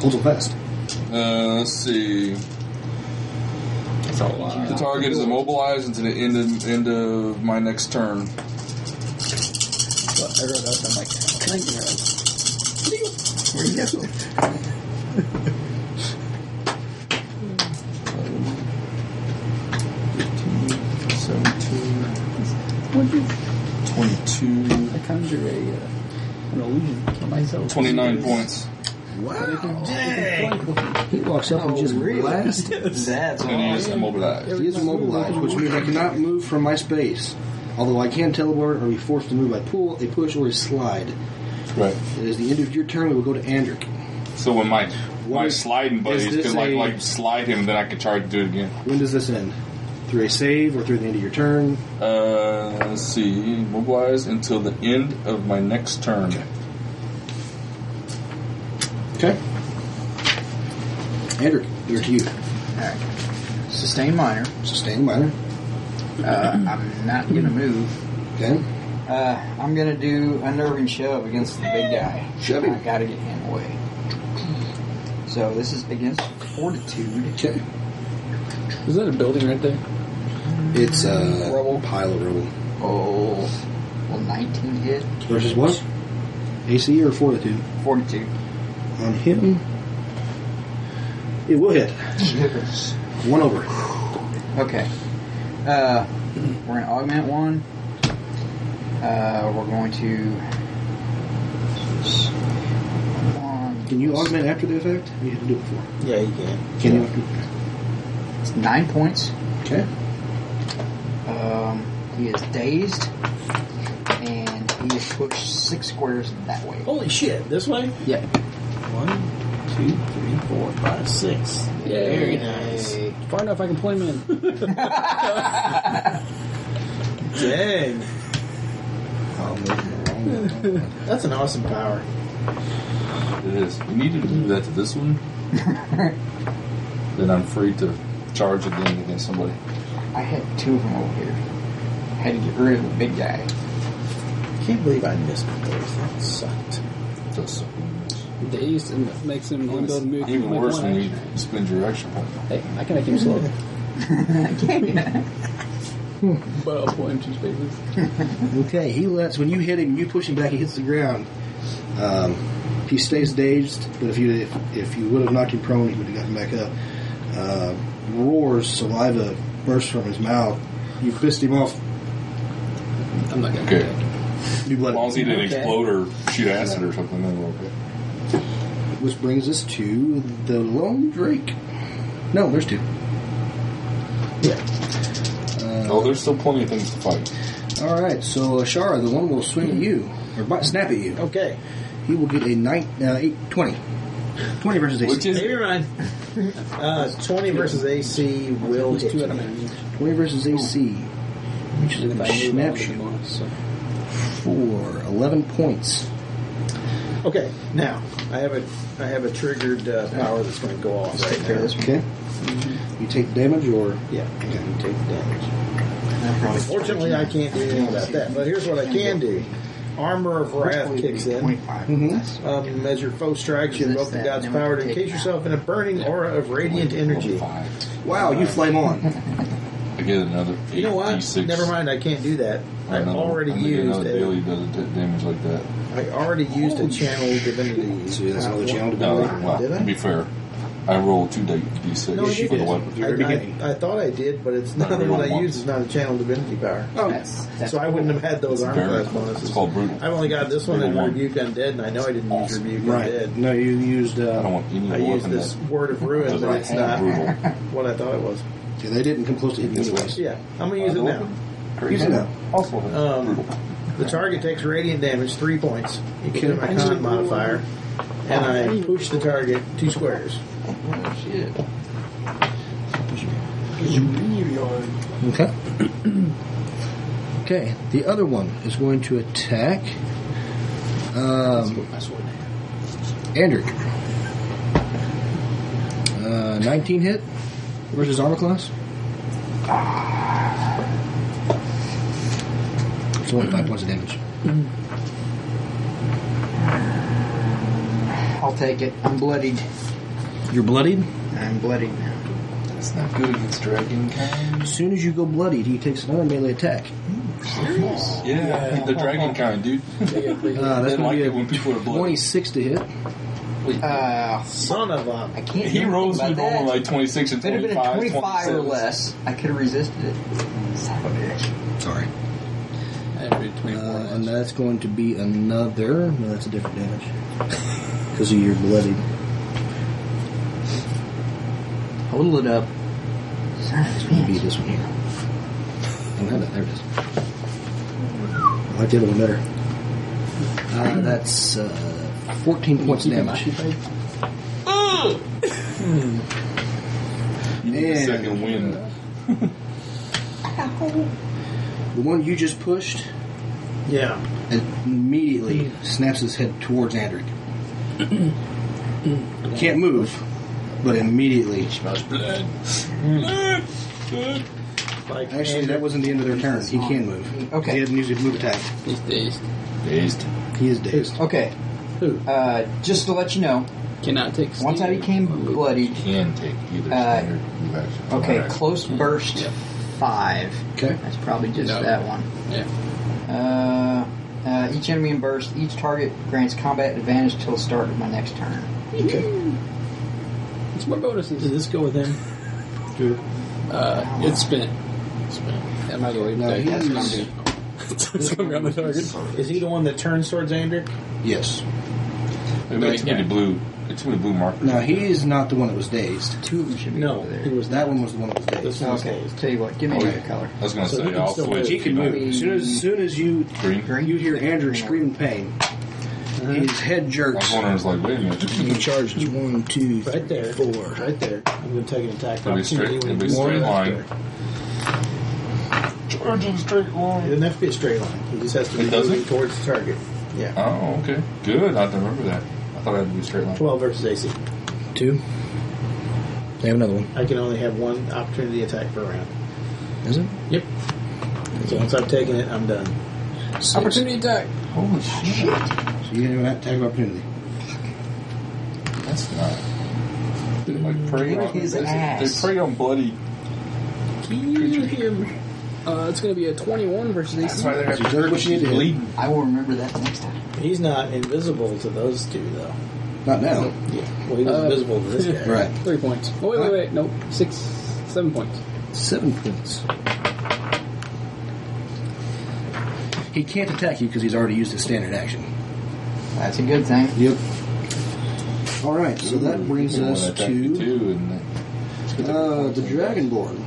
holds it fast.
Uh, let's see.
That's a lot.
The target is immobilized until the end of, end of my next turn.
I wrote up. I'm like, can I get out? Where you go?
Twenty-two.
I conjure a uh, an illusion for myself.
29 points.
He walks up and just
Oh,
blasts.
That's
And he is immobilized.
He is immobilized, which means I cannot move from my space. Although I can teleport or be forced to move by pull, a push, or a slide.
Right.
It is the end of your turn. We will go to Andric.
So when my
What
my
is-
sliding buddies
is this
could like
a-
like slide him, then I could try to do it again.
When does this end? Through a save or through the end of your turn?
Uh, let's see, immobilized until the end of my next turn.
Okay. Andrew, we're to you.
Sustain minor.
Sustain minor.
Uh, I'm not gonna move.
Okay.
Uh, I'm gonna do unnerving shove against the big guy.
Shove him.
I gotta get him away. So this is against fortitude.
Okay.
Is that a building right there?
It's a pile of rubble.
Oh, well, 19 hit.
Versus what? AC or fortitude?
42.
On him. It will hit. One over.
Okay. Uh, we're going to augment one. Uh, we're going to. One.
Can you augment after the effect? You had to do it before.
Yeah, you can.
Can you?
It's nine points.
Okay.
Um, he is dazed. And he is pushed six squares that way.
Holy shit! This way.
Yeah.
One, two, three, four, five, six.
Yay.
Very nice.
Far enough I can play him in.
Dang. Oh, That's an awesome power.
It is. You need to do that to this one. then I'm free to charge again against somebody.
I had two of them over here. had to get rid of the big guy.
Can't believe I missed those. That sucked.
Just
Dazed and that makes him unbuild move.
even
make
worse
one
when you
action.
spend your action point.
Hey, I can make him slow. But I'll pull him two spaces.
Okay, he lets when you hit him, you push him back. He hits the ground. Um, he stays dazed, but if you if, if you would have knocked him prone, he would have gotten back up. Uh, roars, saliva bursts from his mouth. You pissed him off.
I'm not gonna
Okay.
You
As
blood.
long as he didn't
Okay.
explode or shoot acid or something, then we're okay.
Which brings us to the lone Drake. No, there's two.
oh, there's still plenty of things to fight.
All right, so uh, Shara, the one will swing at you or bite, snap at you.
Okay.
He will get a nine, uh, eight, 20. 20 versus AC.
Which is
Never mind. Uh, 20 versus AC will hit
two
you.
out of me.
20 versus AC, which is
If
going
I
to
move, I'll
snap
get
you
bonus, so.
for 11 points.
Okay, now I have a I have a triggered uh, power that's going to go off right now.
Okay. You take damage or.
Yeah, you can take damage. Unfortunately, I can't do anything about that. But here's what I can do: Armor of Wrath kicks in.
25.
Mhm.
Um, as your foe strikes, you invoke the god's power to encase yourself in a burning aura of radiant energy.
five.
Wow, you flame on.
I get another. Eight,
You know what?
D6.
Never mind. I can't do that. I
Another-
already
I'm gonna get
used
another
a,
daily does it damage like that.
I already used a channel divinity.
See, that's another channel to
No,
go.
well,
Did I?
to be fair, I rolled two d- d6
No, you
for the
did.
weapon.
I, I, I thought I did, but it's not
No,
the
you
one
don't
I
want
used. It's not a channel divinity power.
Oh,
So I wouldn't have had those armor
Very-
class bonuses.
It's called brutal.
I've only got this one in
Brutal one.
Rebuke Undead, and I know I didn't use
Awesome.
Rebuke
right.
Undead.
No, you used.
I don't
Uh,
want any
I
weapon
used this
that
Word of Ruin,
does
but
not
it's
have
not
brutal.
what I thought it was.
yeah, they didn't come close to hitting
This way.
anyways.
Yeah, I'm going to use it
Other
now.
Great.
Use it now.
Also, has
Um,
brutal.
The target takes radiant damage, three points. You can do
Okay.
my con modifier. And I push the target two squares.
Okay. okay, the other one is going to attack. Um, Andrew. Uh, 19 hit versus armor class. It's only five points of damage.
I'll take it. I'm bloodied.
You're bloodied.
I'm bloodied now.
That's not good against dragon kind.
As soon as you go bloodied, he takes another melee attack.
Yeah, the dragon kind, dude.
Uh, that's
they
going
like
to
it
be
when people are
a
bloody.
26 to hit.
Uh,
Son of a.
I can't.
He
do
rolls
anything
me
about that.
rolling like 26 and
If it had been a
25.
25 or
27.
less, I could have resisted it. Son of a bitch.
Sorry.
Every 24
Uh,
months.
and that's going to be another. No, that's a different damage. Because of your bloodied. Hold it up.
Son of a
It's going to
bitch.
be this one here. I don't have it. There it is. Oh, I like the other one better. Uh, that's uh, 14 points of damage.
You need a
Yeah.
second wind.
The one you just pushed
Yeah.
it immediately snaps his head towards Andric. Can't move, but immediately.
Blood.
Like,
Actually, that wasn't the end of their turn. He can move.
Okay.
He had music move attack.
These days
Dazed.
He is dazed.
Okay.
Who?
Uh, just to let you know,
cannot take.
once I
standard
became
move.
bloodied,
Can take either
Uh,
standard move action.
okay,
Alright.
close burst
Yeah.
five.
Okay.
That's probably just
No.
that one.
Yeah.
Uh, uh, each enemy in burst, each target grants combat advantage till the start of my next turn.
It's more
Does
bonuses.
this go with him?
Uh, it's spin. Spin. That might go even
No,
better.
he
That's what I'm
is-
doing. It's going around the target.
Is he the one that turns towards Andric?
Yes.
They've got too many blue. they've Too many blue markers.
Now he is not the one that was dazed.
Two of them should be
No.
over
He
Oh, there.
was that.
That one was the one that was
This
dazed.
one was
Okay, tell you what, give me
Oh,
another
yeah.
color.
I was gonna
So he
say,
can
I'll
still
switch.
move.
He can move. As soon as, as soon as you
Green.
you hear Andrew scream in pain,
Uh-huh.
his head
I was
jerks.
wondering, I was like, wait a minute.
He charges one, two, three,
Right there.
four.
Right there. I'm going to take an attack
It'll be straight-
opportunity when
it'll
he
be straight
moves
line.
after.
Charging straight
It
line.
doesn't have to be a straight line. He just has to
It
be moving
doesn't?
towards the target.
Oh, okay. Good. I don't remember that. I thought I had to be straight line.
12 versus AC.
Two. They have another one.
I can only have one opportunity attack per round.
Is it?
Yep. So once I've taken it, I'm done.
Opportunity attack.
Holy shit.
So you have an attack of opportunity.
That's not. They like prey
Look at
on
his
they-
ass.
They prey on bloody.
Kill him. Uh, it's going to be a 21 versus AC.
they're
That's exactly what you need to hit.
bleeding.
I will remember that next time.
He's not invisible to those two, though.
Not now.
Well, he was
Uh,
invisible to this guy.
Right.
Three points. Oh, wait, wait, wait. Nope. Six, seven points.
Seven points. He can't attack you because he's already used his standard action.
That's a good thing.
Yep. All right, so that brings
They wanna
us
attack you
to
too, and they-
uh, the Dragonborn.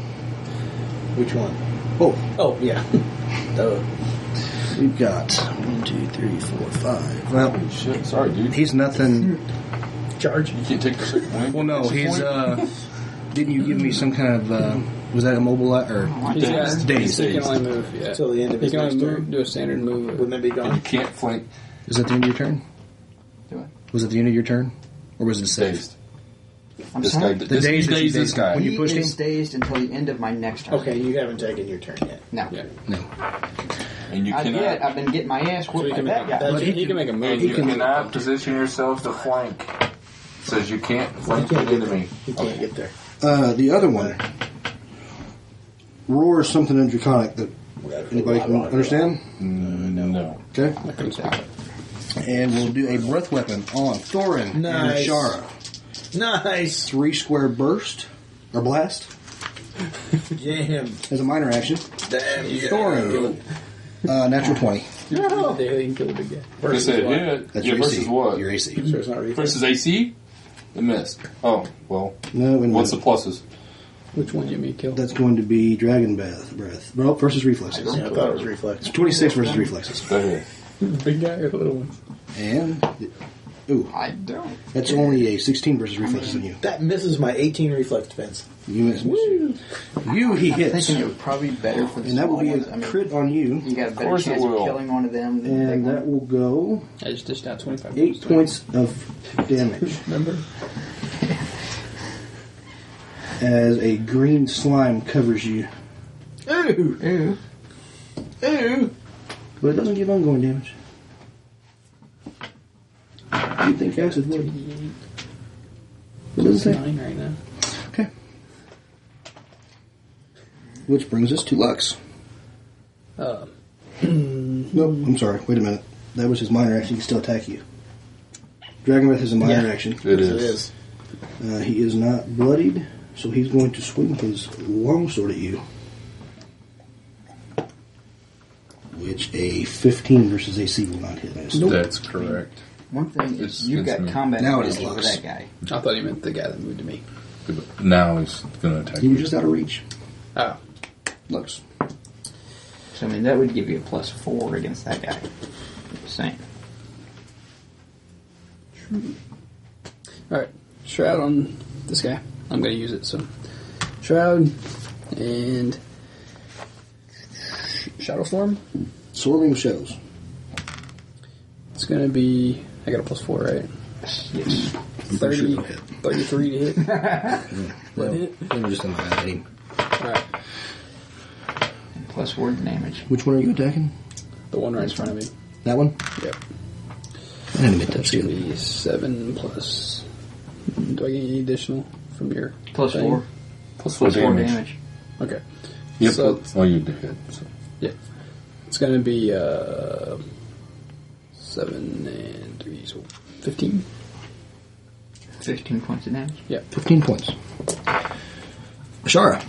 Which one?
Oh,
Oh, yeah. Duh.
we've got one, two, three, four, five. Well,
Holy shit. Sorry, dude.
he's nothing.
Charge.
You can't take the second wing.
Well, no,
Extra
he's.
point?
Uh, didn't you give me some kind of? Uh, was that immobilize or?
He's got,
Dazed.
He can only move. Yeah.
Till the end of
he
his
can only
next
move,
turn.
do a standard move.
Wouldn't that be
And you
gone?
can't flank.
Is that the end of your turn?
Do it.
Was it the end of your turn, or was it a save?
Dazed.
I'm
This guy.
sorry.
This
dazed
dazed
is-
this guy.
when you
he
pushed
is
him?
dazed until the end of my next turn.
Okay, you haven't taken your turn yet.
No.
Yeah.
No.
And you
I
cannot.
did. I've been getting my ass
So
whooped
you
by
can
that
make-
guy.
But
that-
he, can make a move.
And you cannot position yourself to flank. Says you can't
He
flank
can't
an
get there.
enemy.
He can't
Okay.
get there.
Uh, the other one roars something in Draconic that anybody can understand.
Mm, No.
Okay. And we'll do a breath weapon on Thorin
Nice.
and Shara.
Nice!
Three square burst or blast
Jam.
as a minor action.
Damn you.
Thorin, uh, natural twenty.
No.
Daily and kill the big guy.
Versus
Versus what?
hit.
That's
yeah,
your
versus
AC.
what?
Your AC.
So it's not reflex.
Versus AC? It missed. Oh, well.
No, wait a
What's the
minute.
pluses?
Which one you may kill?
That's going to be dragon bath breath. Well, versus reflexes.
Yeah, I thought it was reflex.
Twenty six versus reflexes.
Right here.
The big guy or the little one?
And ooh,
I don't.
that's only a sixteen versus reflexes on you.
That misses my 18 reflex defense.
You miss. You he
I'm
hits,
thinking it would probably be better for the
and that will
small
be
ones. I
a
mean,
crit on you,
you got a better
course it
chance of
will.
killing one of them than the big
and
one.
that will go
I just dished out 25
eight points of damage.
Remember?
as a green slime covers you.
Ooh!
Ew. Ew.
But it doesn't give ongoing damage. You'd think acid would. What does it say?
Nine right now.
Which brings us to Lux.
Uh,
Nope, I'm sorry. Wait a minute. That was his minor action. He can still attack you. Dragon Breath is a minor action.
It
Yes,
is.
Uh, he is not bloodied, so he's going to swing his longsword at you. Which a 15 versus AC will not hit. I assume.
That's correct.
One thing is
It's-
you've
it's
got
me.
combat
Now it
advantage
is
with
Lux.
that guy.
I thought he meant the guy that moved to me.
Now he's going to attack
You were
you.
just out of reach.
Oh.
Lux.
So I mean that would give you a plus four against that guy. Just saying.
Alright. Shroud on this guy. I'm going to use it, so. Shroud and. Shadow Form.
Swirling Shadows.
It's going to be. I got a plus four, right?
Yes.
30, 33 to hit. Let it.
I'm just in my head. Aim.
Alright.
And plus word damage.
Which one are you attacking?
The one right in front of me.
That one?
Yep.
I didn't admit
That's going to be 7 plus. Do I get any additional from your.
Plus
thing?
four.
Plus
Plus four
damage.
damage.
Okay.
Yep.
So-
well, you did. So.
It's going to be uh, 7 and 3, so 15.
Fifteen points of damage.
15 points. Shara.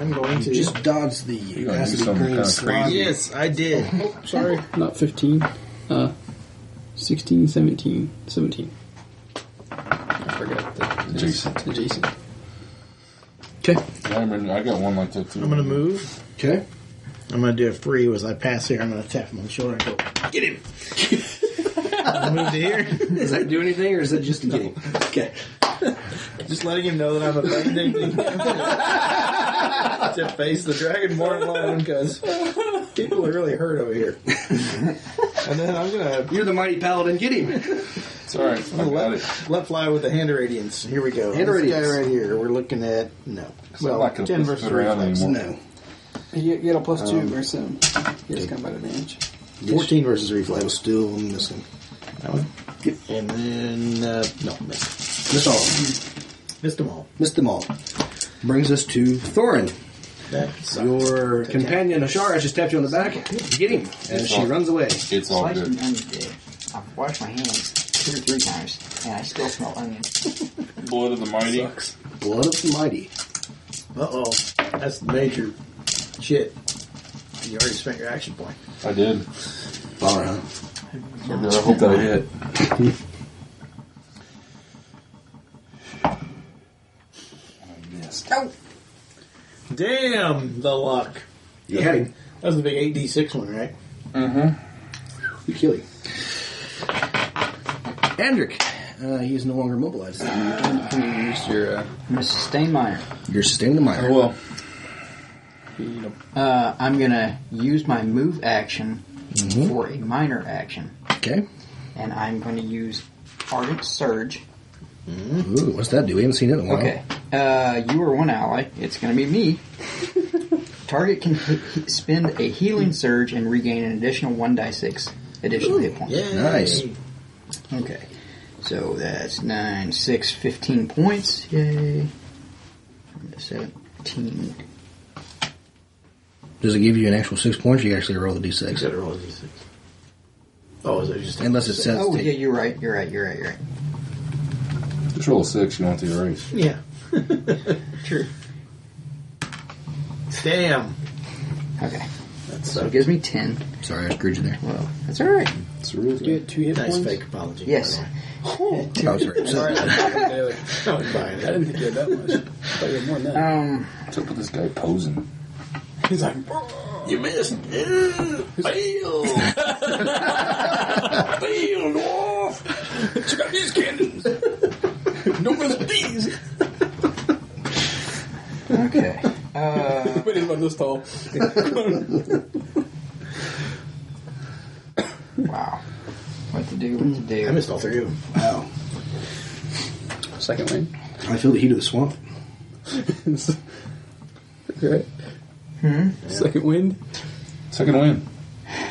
I'm going to.
Just dodge
You're going to
the
do
acid
something
green
kind of
slime.
crazy.
Yes, I did.
Oh,
Sorry, not 15. Uh, 16, 17, 17. I forgot the
Adjacent.
Adjacent.
I, mean, I got one like that too.
I'm gonna move.
Okay.
I'm gonna do a free. Was I pass here? I'm gonna tap him on the shoulder and go, "Get him!" I move to here,
Does that do anything, or is that just a game? Okay.
just letting him know that I'm offended. to face the dragon more alone because people are really hurt over here. and then I'm gonna
You're the mighty paladin. Get him.
It's all right. I got it.
let fly with the hand radiance. Here we go.
Hand
This
radiance.
guy right here. We're looking at no.
I'm
Well,
not gonna
ten
push
versus
it around
reflex.
anymore.
No.
You get a plus 2
Um,
or 7. Here's combat advantage.
Fourteen versus reflex.
I was still missing.
That one. And then uh, no, missed.
Missed all. of them.
Missed them all.
Missed them all. Brings us to Thorin.
That sucks.
Your companion Ashara just tapped you on the back. Get him. And she runs away.
It's all
Sliced
good.
an onion today. I've washed my hands two or three times, and I still smell onion.
Blood of the mighty.
Blood of the mighty.
Uh oh. That's major shit. You already spent your action point.
I did.
All right.
I hope that hit. I missed.
Damn the luck.
You had him.
That was the big 8d6 one, right?
Mm-hmm.
You kill him. Andric. Uh, he is no longer mobilized.
Here's your. Uh,
I'm gonna sustain mine.
You're sustaining the mire.
Oh, Well,
Uh, I'm gonna use my move action
Mm-hmm.
for a minor action,
Okay.
and I'm going to use ardent surge.
Ooh, what's that do? We haven't seen it in a while.
Okay, uh, you are one ally. It's going to be me. Target can he- he- spend a healing surge and regain an additional one die six additional hit points.
Nice.
Okay. So that's 9, 6, 15 points. Yay. 17.
Does it give you an actual six points? Or you actually roll the d6.
Except roll a d6. Oh, is it just
Unless it says.
Oh,
take-
yeah, you're right. You're right. You're right. You're right.
just roll a six. You want the erase.
Yeah.
True.
Damn.
Okay.
That's
So it gives me 10.
Sorry, I screwed you there.
Well, that's all right.
It's a real
You
thing.
had two hit nice fake apology.
Yes.
I was right. So-
I
I would buy it.
didn't think you had that much. I thought you had more than that.
Um,
What's up with this guy posing?
He's like,
You missed. Ew, Fail. Fail, dwarf. Check out these cannons. Don't miss these.
okay. Uh,
But he's about this tall.
wow. What to do? What to do?
I missed all three of them.
Wow.
Second lane.
I feel the heat of the swamp.
Right.
Hmm?
Second wind.
Second win.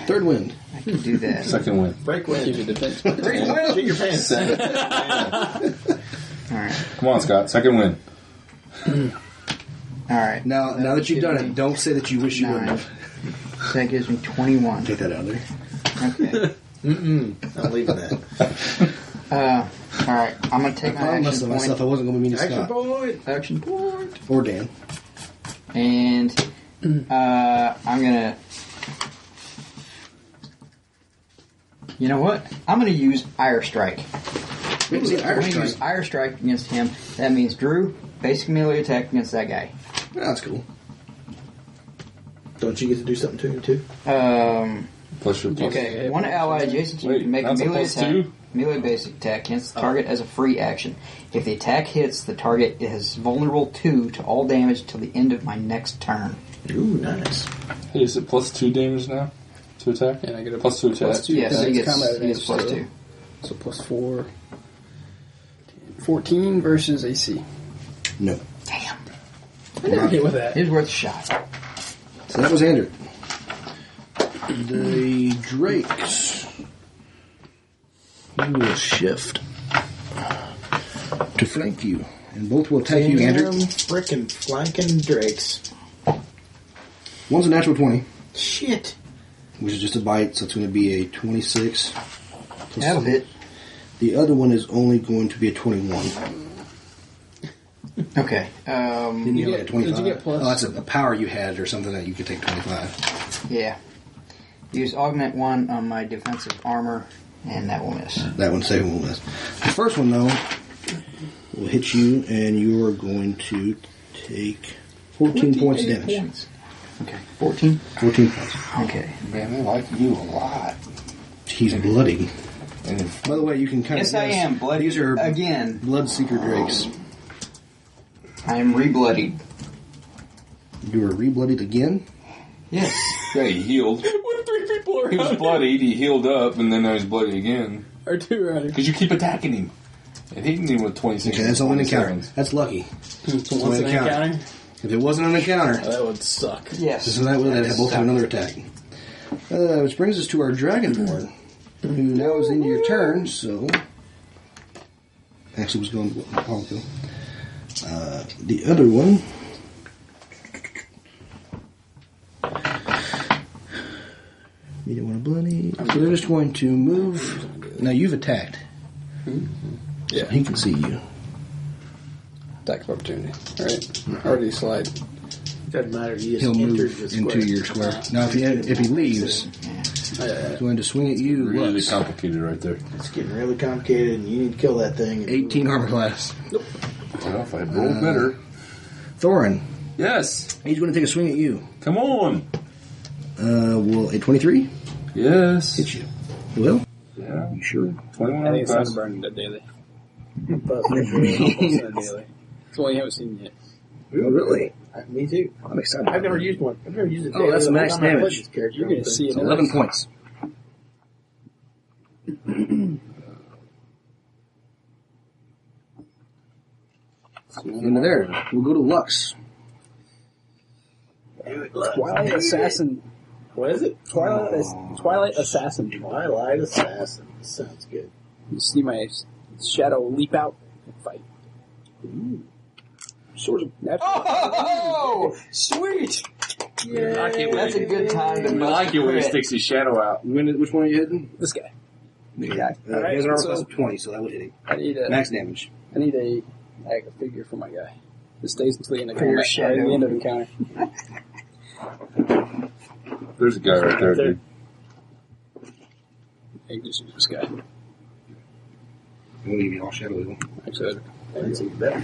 Third wind.
I can do that.
Second win.
Break
Keep
wind.
your defense.
Break wind. Shit your pants.
Alright.
Come on, Scott. Second win.
Alright.
Now, now that you've done it, don't say that you wish you would.
Nine.
have.
So that gives me 21.
Take that out of there.
Okay.
Mm-mm. I'm leaving that.
Uh, Alright. I'm going to
I
take my
promised
action point.
myself I wasn't going to be mean to
Action
Scott
point.
Action point.
or Dan.
And uh, I'm gonna. You know what? I'm gonna use Ire Strike.
Ooh, the
I'm
Irish
gonna use
strike.
Ire Strike against him. That means Drew basic melee attack against that guy.
Yeah, that's cool.
Don't you get to do something to him too?
Um,
Plus your plus.
okay, one ally adjacent to you
Wait,
can make a
that's a
melee
plus
attack,
two? Oh.
melee basic attack against the target as a free action. If the attack hits, the target is vulnerable two to all damage till the end of my next turn.
Ooh, nice.
Hey, is it plus two damage now to attack?
And I get a
Plus two attack.
Plus two.
Yeah, so he
attacks,
gets,
combat
he gets
advantage,
plus
so-
two.
So plus four. 14 versus AC.
No.
Damn,
I never get with that.
it was worth a shot.
So that was Andrew. The Drakes. You will shift to flank you, and both will attack you, Andrew.
Frickin' flanking drakes.
One's a natural 20,
Shit.
which is just a bite, so it's going to be a 26. plus
That'll
three.
hit.
The other one is only going to be a 21.
Okay. Um,
you get- did you get plus?
Oh, that's a, a power you had or something that you could take 25.
yeah. Use augment one on my defensive armor, and that will miss.
That one, second one was. The first one, though, will hit you, and you are going to take 14 points of damage.
Okay. Fourteen.
14 points.
Okay.
Man, I like you a lot.
He's bloody.
And if
By the way, you can kind
Yes,
of.
I am. Bloody
These are
again.
Bloodseeker Drakes.
I am re-bloodied.
You are re bloodied again.
Yes.
yeah, he healed.
When three people are
He was bloodied. He healed up, and then now he's bloody again
Or two are out
because you keep attacking him and hitting him with twenty six.
Okay, that's only an encounter. That's lucky.
So
Hmm, once an encounter. If it wasn't an encounter,
That would suck.
Yes.
so that would have both have
sucks.
another attack. Uh, which brings us to our Dragonborn, who now is into your turn, so. Actually, was going to Paul go. Uh, the other one. You don't want to bloody. So they're just going to move. Now you've attacked.
Mm-hmm.
Yeah. he can see you.
Attack of opportunity. Alright. Already slide.
Doesn't matter. You just
He'll
entered
move
the
into
square.
your square. Now, if he, if he leaves, he's going to swing at you.
Really
once.
complicated, right there.
It's getting really complicated, and you need to kill that thing.
18 armor class.
Well,
Uh,
if I rolled better,
Thorin,
yes.
he's going to take a swing at you.
Come on.
Uh, will a 23
Yes.
hit you? It will?
Yeah.
You sure?
Twenty one
I think
on
it's
class.
Sunburn the daily.
But
It's one you haven't seen yet.
Oh, really?
me too.
I'm excited.
I've never used one. I've never used it.
Oh, that's max damage.
You're gonna see it.
It's 11 points. Into there. We'll go to Lux.
Twilight Assassin.
What is it?
Twilight, Twilight Assassin.
Twilight Assassin. Sounds good.
You see my s- shadow leap out and fight. Swords of natural.
Oh, sweet! That's a good time to like it when he sticks.
When, which one are you hitting?
This guy.
Yeah. Uh,
All right,
he has an armor
so-
class of 20, so that would hit him.
I need a.
Max damage.
I need a. I got a figure for my guy. This stays until the end of
For your
combat. or the
shadow.
end of encounter.
There's a guy right there, dude.
I can just use this guy.
I'm going to give you all shadow evil.
Actually, All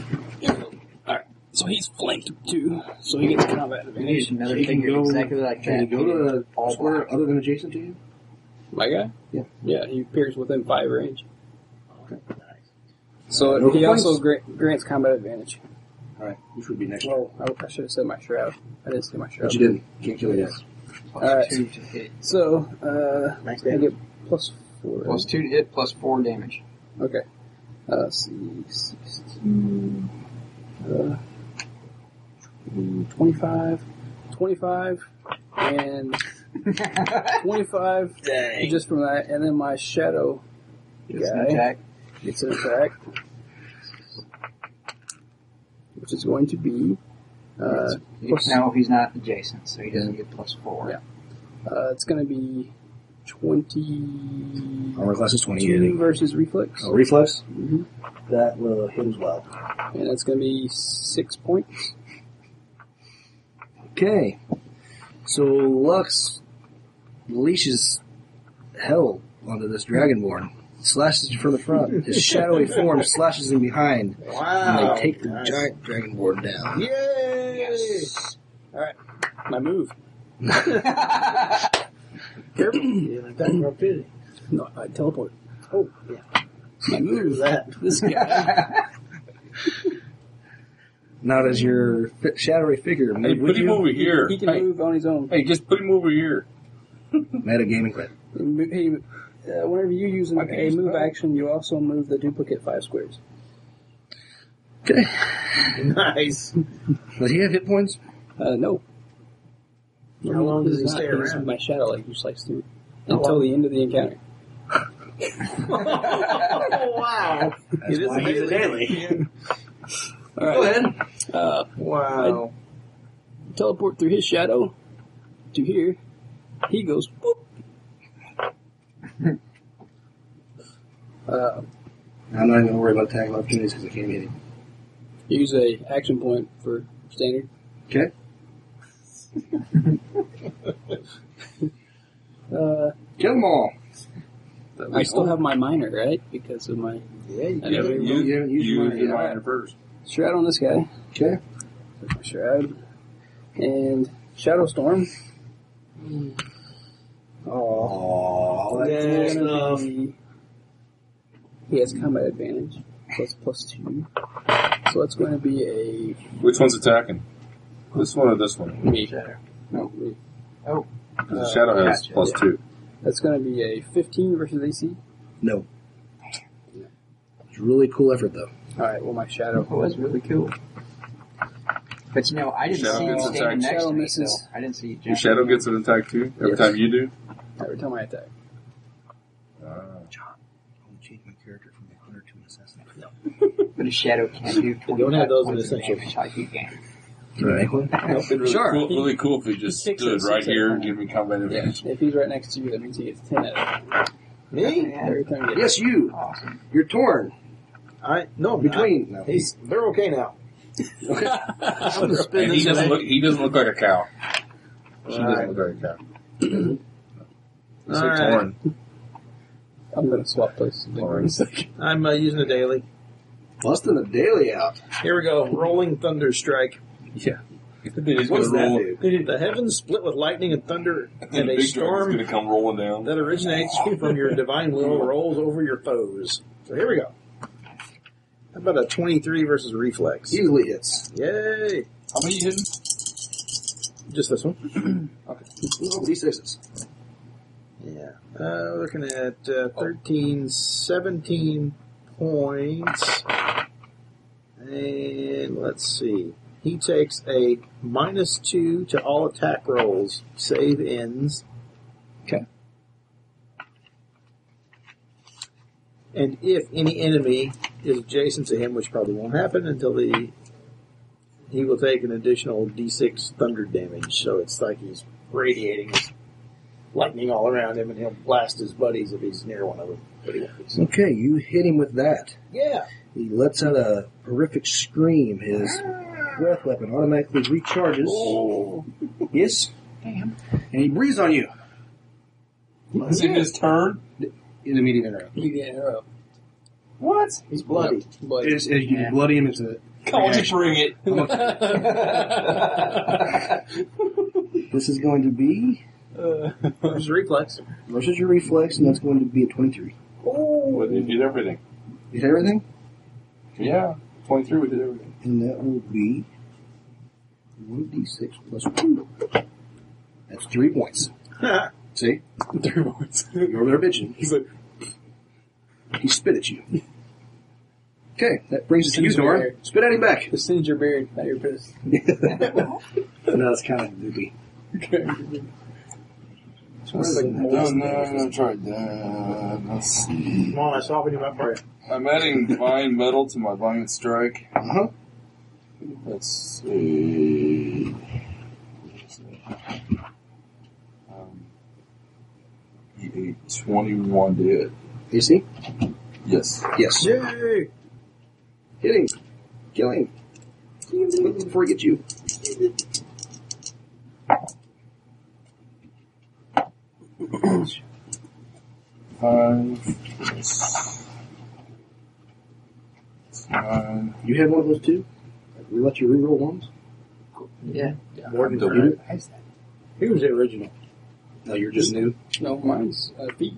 right. So he's flanked too, so he gets combat advantage.
Another
So you can
figure
go-
exactly like
Can you
that.
go to a square other than adjacent to you?
My guy?
Yeah.
Yeah, he appears within five range. So
No
he
complaints.
also gra- grants combat advantage.
Alright, which would be next turn.
Well, I, I should have said my shroud. I didn't say my shroud.
But you didn't. Can't kill it yet.
All right.
Two to hit.
So uh,
Max
I
damage.
get plus four.
Plus two to hit, plus four damage.
Okay. Uh, let's see, six, two, uh, twenty-five, twenty-five, and 25
Dang.
just from that, and then my shadow
Gets an
guy
attack.
gets an attack, which is going to be uh, plus-
no, he's not adjacent, so he doesn't get plus four.
Yeah. uh, it's going to be 20
Armor class is 20. isn't
two
it?
versus reflex,
Oh, reflex?
hmm
That will hit as well.
and it's going to be six points.
Okay. So Lux leashes hell onto this dragonborn, slashes him from the front. His shadowy form slashes him behind, and they take the giant dragonborn down.
Yay!
My move.
You like that rapidity.
No, I teleport.
Oh, yeah.
My move.
That.
This guy.
Now does your fi- shadowy figure
Hey,
move
put
with
him
you?
over here.
He can
Hey,
move on his own.
hey, just put him over here.
Metagaming quit.
He, uh, whenever you use an, a move action, you also move the duplicate five squares.
Okay.
Nice.
Does he have hit points?
Uh, no.
How long does he
Not,
stay
because
around?
My shadow, like you slice through
How
until
long?
the end of the encounter.
wow.
That's why he's a daily.
All right. Go ahead. Uh,
Wow.
teleport through his shadow to here. He goes boop. Uh,
I'm not even gonna worry about attack opportunities because I can't hit him.
use a action point for standard.
Okay.
Uh,
Kill them all.
I still have my minor, right? Because of my
Yeah,
I never
You,
you haven't used
you
mine yet.
mine first.
shroud on this guy.
Okay.
Shroud. And Shadow Storm. Oh,
All that
that's
cool
gonna
stuff.
be- He has combat advantage. Plus plus two. So it's going to be a
Which one's attacking? This one or this one?
me. No, me.
Because the
Uh,
shadow has
gotcha,
plus
yeah.
two.
That's going to be a 15 versus AC.
No. It's really cool effort though.
All right. Well, my shadow.
That was Oh, really cool. But you know, I didn't
Shadow
see you
gets
standing
attacked.
next
Shadow
to me, so
misses.
I didn't see you
Your
jump.
shadow gets an attack too every
Yes.
time you do. Uh,
Every time I attack.
I'm gonna change my character from a hunter to an assassin.
But a shadow can't do 25
don't have those in
points of
essential.
damage like you can.
Can you make one?
It'd be really
Sure.
cool, really cool if he just
Six
stood
or six
right
or
here and
something.
give me combat
Yeah.
advantage.
If he's right next to you, that means he gets 10 at
Me?
it. Every time you
Yes, you.
Awesome.
You're torn
I no I'm not.
between. No.
He's they're okay now. I'm gonna spin
And he
this
doesn't
thing.
look he doesn't look like a cow. She
Alright.
doesn't look like a cow. It's so
Alright.
torn.
I'm going to swap places.
Torn.
I'm uh, using a daily.
busting a daily out.
Here we go. Rolling thunder strike.
Yeah. Then he's
What
gonna
does that
roll
do? The heavens split with lightning and thunder,
and
and
the
a
big dragon's
storm
gonna come rolling down.
that originates from your divine will rolls over your foes. So here we go. How about a 23 versus reflex?
Easily hits.
Yay!
How many you hitting?
Just this one.
D6s.
Yeah. Uh, we're looking at uh, 13, 17 points. And let's see. He takes a minus two to all attack rolls, save ends.
Okay.
And if any enemy is adjacent to him, which probably won't happen until the. He will take an additional d6 thunder damage, so it's like he's radiating his lightning all around him, and he'll blast his buddies if he's near one of them. But he won't be. So-
Okay, you hit him with that.
Yeah.
He lets out a horrific scream. His breath weapon automatically recharges.
Oh,
Yes. Damn. And he breathes on you.
It's in his turn.
In the immediate interrupt.
Media arrow.
What?
He's bloody.
But
It's, it's, you bloody uh, him. It's a,
Come on, you bring it.
this is going to be
His reflex.
versus your reflex, and that's going to be a 23.
Well, they did everything.
Is that everything?
Yeah. Twenty three we did everything.
And that will be 1d6 plus 2. That's 3 points. See?
Three points.
You're there bitching.
He's like
He spit at you. Okay, that brings us to you,
He's
Dora.
aware.
Spit at him back.
just singe your beard. Now you're pissed.
no, that's kind of goopy.
Let's see. No, no, I tried that. Let's see.
Come on, I saw what you meant for you.
I'm adding divine metal to my valiant strike.
Uh-huh.
Let's see. Um, D8 21 to hit.
You see?
Yes.
Yes. Yay! Hit him. Kill him. Quick Before he gets you.
Five. plus- Nine.
You had one of those too? We let you reroll ones?
Yeah.
Warden
Don't-
Fruit.
He was the original. No, you're just new.
No, mine's a feet.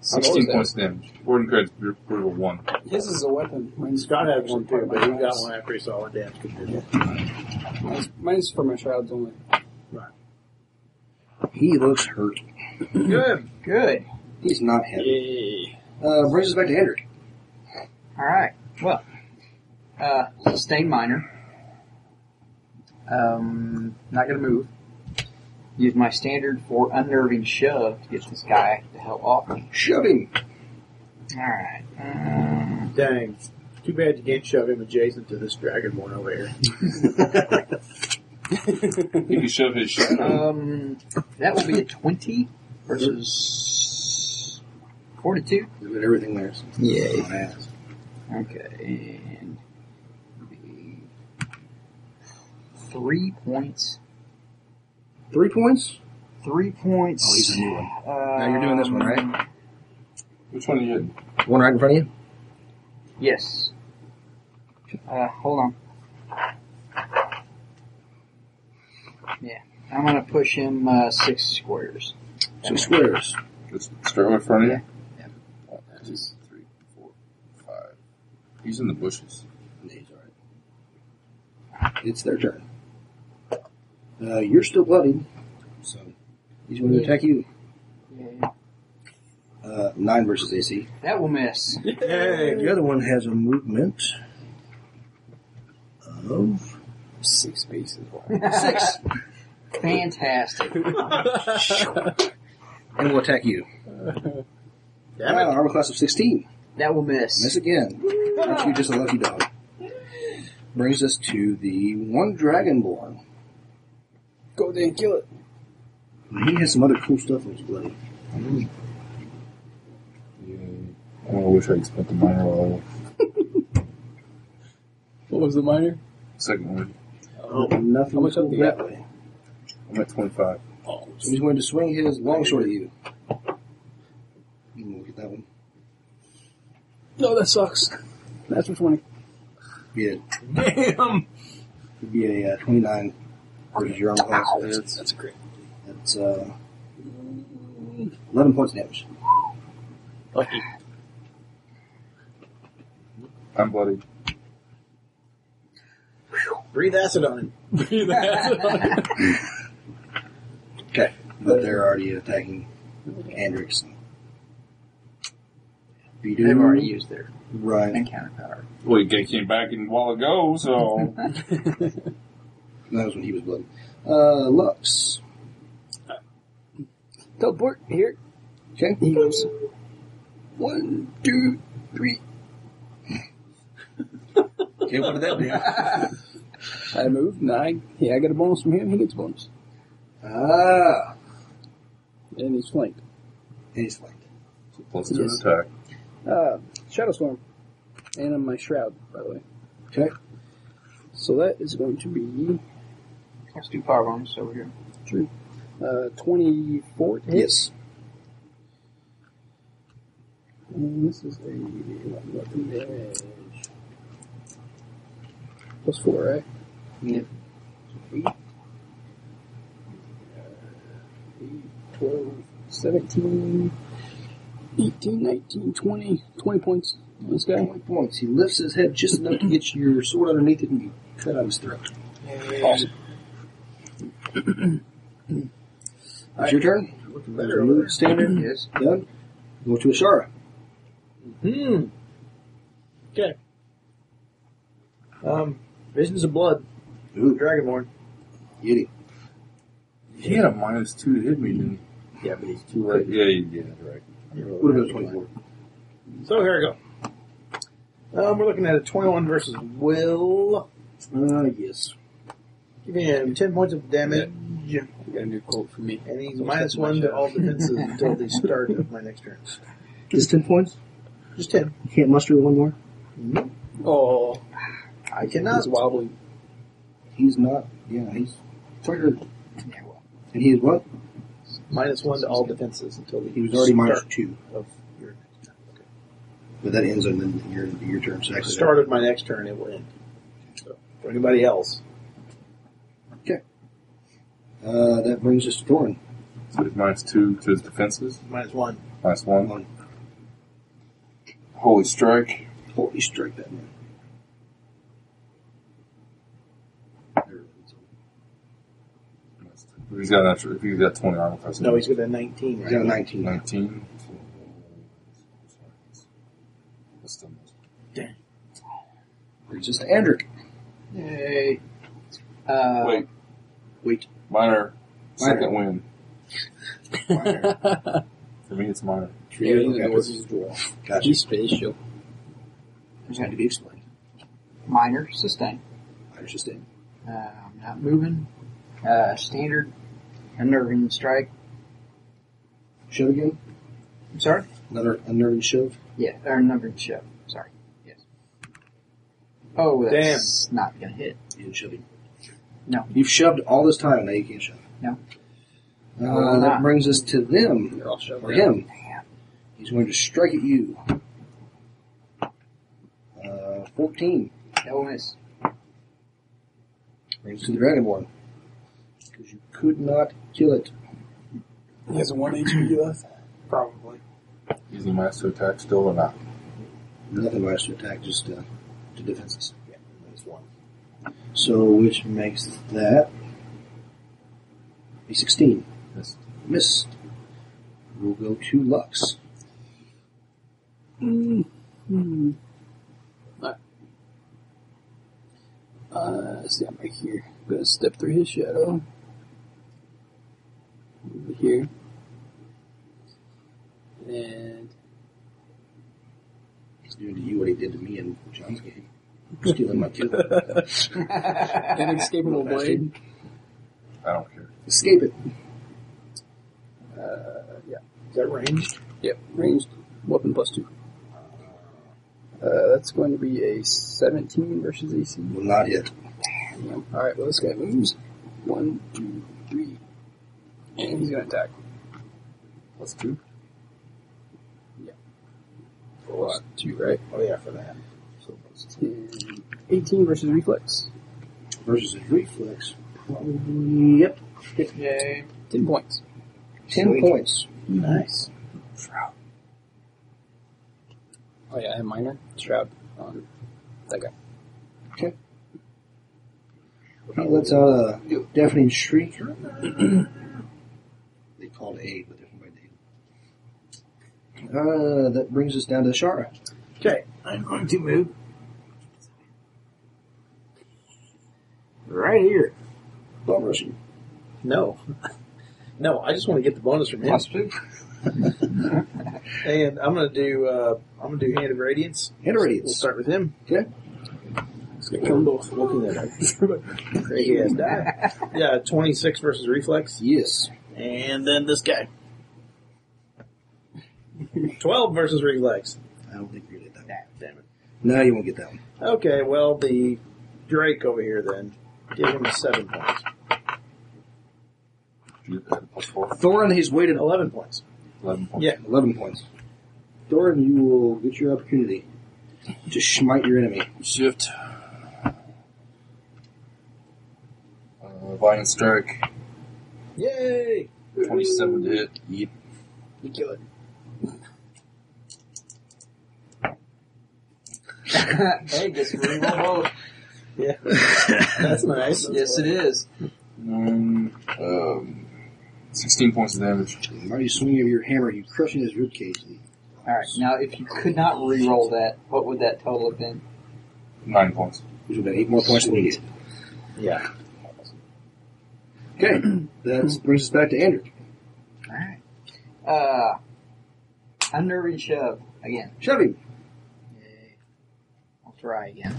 So
16
that-
points damage. Warden credits brutal 1.
His is a weapon. Mine's
Scott had one too, but he got
mine's-
one after he saw what damage could do.
Mine's, mine's for my shrouds only.
He looks hurt.
Good.
Good.
He's not happy.
Yay.
Uh, brings us back to Hendrick.
All right. Well, uh, sustain minor. Um, not gonna move. Use my standard for unnerving shove to get this guy the hell off me.
Shove him.
All right. Um,
Dang. Too bad you can't shove him adjacent to this dragonborn over here.
You can shove his shadow.
um, that will be a twenty versus forty-two.
But everything there is.
Yay.
My ass.
Okay, and the three points.
Three points?
Three points.
Oh, he's a new one.
Uh,
Now you're doing this one, right?
Which one are you hitting?
One right in front of you?
Yes. Uh, hold on. Yeah, I'm gonna push him uh, six squares.
Two squares.
Just start in front of you?
Yeah.
One, two, three, four, five. He's in the bushes.
He's alright. It's their turn. Uh, you're still bloodied, so he's going to attack you.
Yeah.
Uh, nine versus AC.
That will miss.
The other one has a movement of
Six spaces wide.
six,
Fantastic.
and will attack you.
Damn
Wow, armor class of sixteen.
That will miss.
Miss again. Aren't you just a lucky dog? Brings us to the one dragonborn.
Go there and kill it.
He has some other cool stuff in his bloody.
Yeah. I wish I would spent the minor level.
What was the minor?
Second one.
Oh, nothing
much
cool
up do you
that way.
I'm at 25.
So he's going to swing his long sword at you. You can look at that one.
No, that sucks. That's for 20.
Be a,
Damn!
it'd be a uh, 29 versus your armor class.
That's, that's great.
That's uh, 11 points damage.
Lucky.
I'm bloody.
Breathe acid on him.
Okay. But they're already attacking Andrix. You do
They've already used their
right.
encounter power.
Well, he came back and a while ago, so.
That was when he was bloody. Uh, Lux.
Teleport here.
Okay.
He goes.
One, two, three. okay, what did that do?
I move. Nine. Yeah, I get a bonus from him. He gets a bonus.
Ah,
And he's flanked.
and he's flanked.
Plus two
Yes.
attack.
Uh, Shadow Swarm. And on my shroud, by the way.
Okay.
So that is going to be
Let's do power bombs over here.
uh, 24 to hit.
Yes.
And this is a weapon damage. Plus 4, right?
Yep.
So eight. Uh, eight, 12, 17, 18, 19, 20, 20 points on this guy.
Twenty points. He lifts his head just enough to get your sword underneath it and you cut out his throat.
Awesome.
It's your turn.
Looking better over
Remove standard.
Yes.
Done. Go to Ashara.
there. Hmm. Okay. Um, Visions of Blood.
Ooh,
Dragonborn.
Yeti.
He had a minus two to hit me, didn't
Yeah, but he's too
Right. Yeah, you did it right.
Would have been 21.
So here we go. Um, we're looking at a 21 versus Will.
Uh, yes.
Give him 10 points of damage.
You got a new quote for me.
And he's minus one to all defenses until the start of my next turn.
Just 10 points?
Just 10.
You can't muster one more?
Oh,
I cannot.
he's wobbling.
He's not. Yeah, he's triggered. And he is what?
Minus one to all defenses until the
He was already
start
minus two.
of your next turn.
But that ends on the- your, your turn. So
At the
actually,
start of my next turn, it will end. So, for anybody else,
Uh, that brings us to Thorn.
So it's minus two to his defenses,
minus one.
minus one.
One.
Holy strike.
Holy strike that man.
If he's got an extra, if he's got twenty armor class,
No, he's got a 19,
He's
right?
got a 19.
nineteen. That's still nice.
Brings us to Andric.
Yay. Uh,
Wait,
Wait.
minor,
Minor.
second win for me. It's minor.
Trio
Yeah,
in the
okay.
North is draw.
Gotcha.
He's spatial.
There's had to be explained.
Minor sustain.
I was just in.
Uh, I'm not moving. Uh, standard. Unnerving strike.
Shove again.
I'm sorry?
Another unnerving shove.
Yeah, or numbered ship. Sorry. Yes. Oh, that's not gonna hit.
You didn't shove him.
No.
You've shoved all this time, now you can't shove.
No.
Uh, that brings us to them.
They're all shoved.
Or him.
Damn.
He's going to strike at you. Uh, 14.
No miss.
Brings us to the Dragonborn. Because you could not kill it.
He has a 1 HP left? Probably.
Is he minus to attack still or not?
Nothing less to attack, just uh, to defenses. Yeah, that's one. So, which makes that a 16.
Yes.
Missed. We'll go to Lux.
Mm-hmm. Uh, let's see, I'm right here. I'm gonna step through his shadow. Over here. And
He's doing to you what he did to me in John's game. Stealing my kill.
inescapable blade.
I don't care.
Escape it.
Is that ranged?
Yep, ranged weapon plus two. Uh, that's going to be a 17 versus AC.
Will not hit.
Damn. All right, well this guy moves. One, two, three, and he's gonna attack.
Plus two.
Plus two, right?
Oh, yeah, for that.
So plus ten. 18 versus reflex.
Versus his reflex. Yep.
Yay. 10 points.
Ten points.
Nice. Shroud. Oh yeah, I have minor shroud on that guy.
He lets out a deafening shriek. they called aid, but they're by name. Uh, that brings us down to Shara.
Okay, I'm going to move.
Right here.
Bum rushing.
No. No, I just want to get the bonus from him. And I'm gonna do uh, I'm gonna do hand of radiance.
Hand of Radiance.
We'll start with him.
Okay.
It's gonna come off looking at it. Crazy ass die. Yeah, twenty six versus reflex.
Yes.
And then this guy. Twelve versus reflex.
I don't think you did that.
Nah, damn it.
No, you won't get that one.
Okay, well the Drake over here then. Give him seven points.
You had plus four.
Thorin, he's waited
Eleven points.
Eleven points.
Yeah.
11 points. Thorin, you will get your opportunity to smite your enemy.
Shift. Uh, Vine strike.
Yay!
Twenty-seven to hit. Yep.
You kill it.
hey, gets a reroll vote.
Yeah. That's nice.
Yes, it is.
Um, um, sixteen points of damage.
And By the swing of your hammer, you crushing his ribcage.
Alright, now if you could not re-roll that, what would that total have been?
Nine points.
Which would have been eight more points than you did.
Yeah.
Okay, that brings us back to Andrew.
Alright. Uh, unnerving shove again.
Shove him.
I'll try again.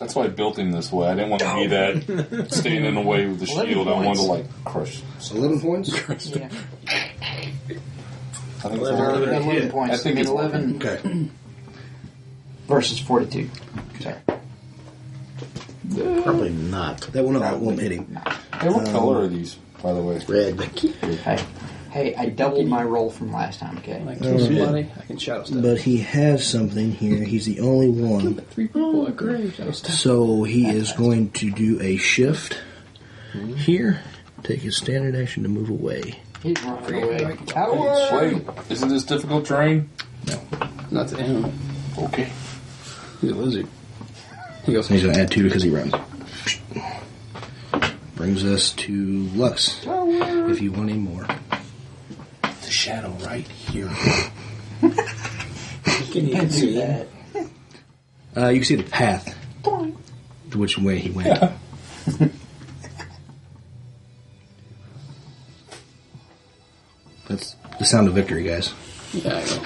That's why I built him this way. I didn't want to be that standing in the way with the
Eleven
shield. I wanted
points.
to like crush.
Eleven points.
Yeah.
I think it's
Eleven,
eleven.
eleven points.
I think
I mean,
it's
eleven
Okay.
versus forty-two. Sorry.
Probably not.
That one up won't hit him.
Hey, what color are these, by the way?
Red. But
Hey, hey, I doubled my roll from last time. Okay.
I
Oh,
kill somebody, I can shadow stuff.
But he has something here. He's the only one.
Three people, I can shadow stuff.
So he is going to do a shift Hmm. here. Take his standard action to move away.
He's running away.
Wait, isn't this difficult terrain?
Not to him.
Okay.
He's a lizard. He goes,
He's going to add two because he runs. Brings us to Lux. If you want any more,
the shadow right here. you can even
do
see
that.
uh, you can see the path to which way he went. That's the sound of victory, guys.
Yeah, I know.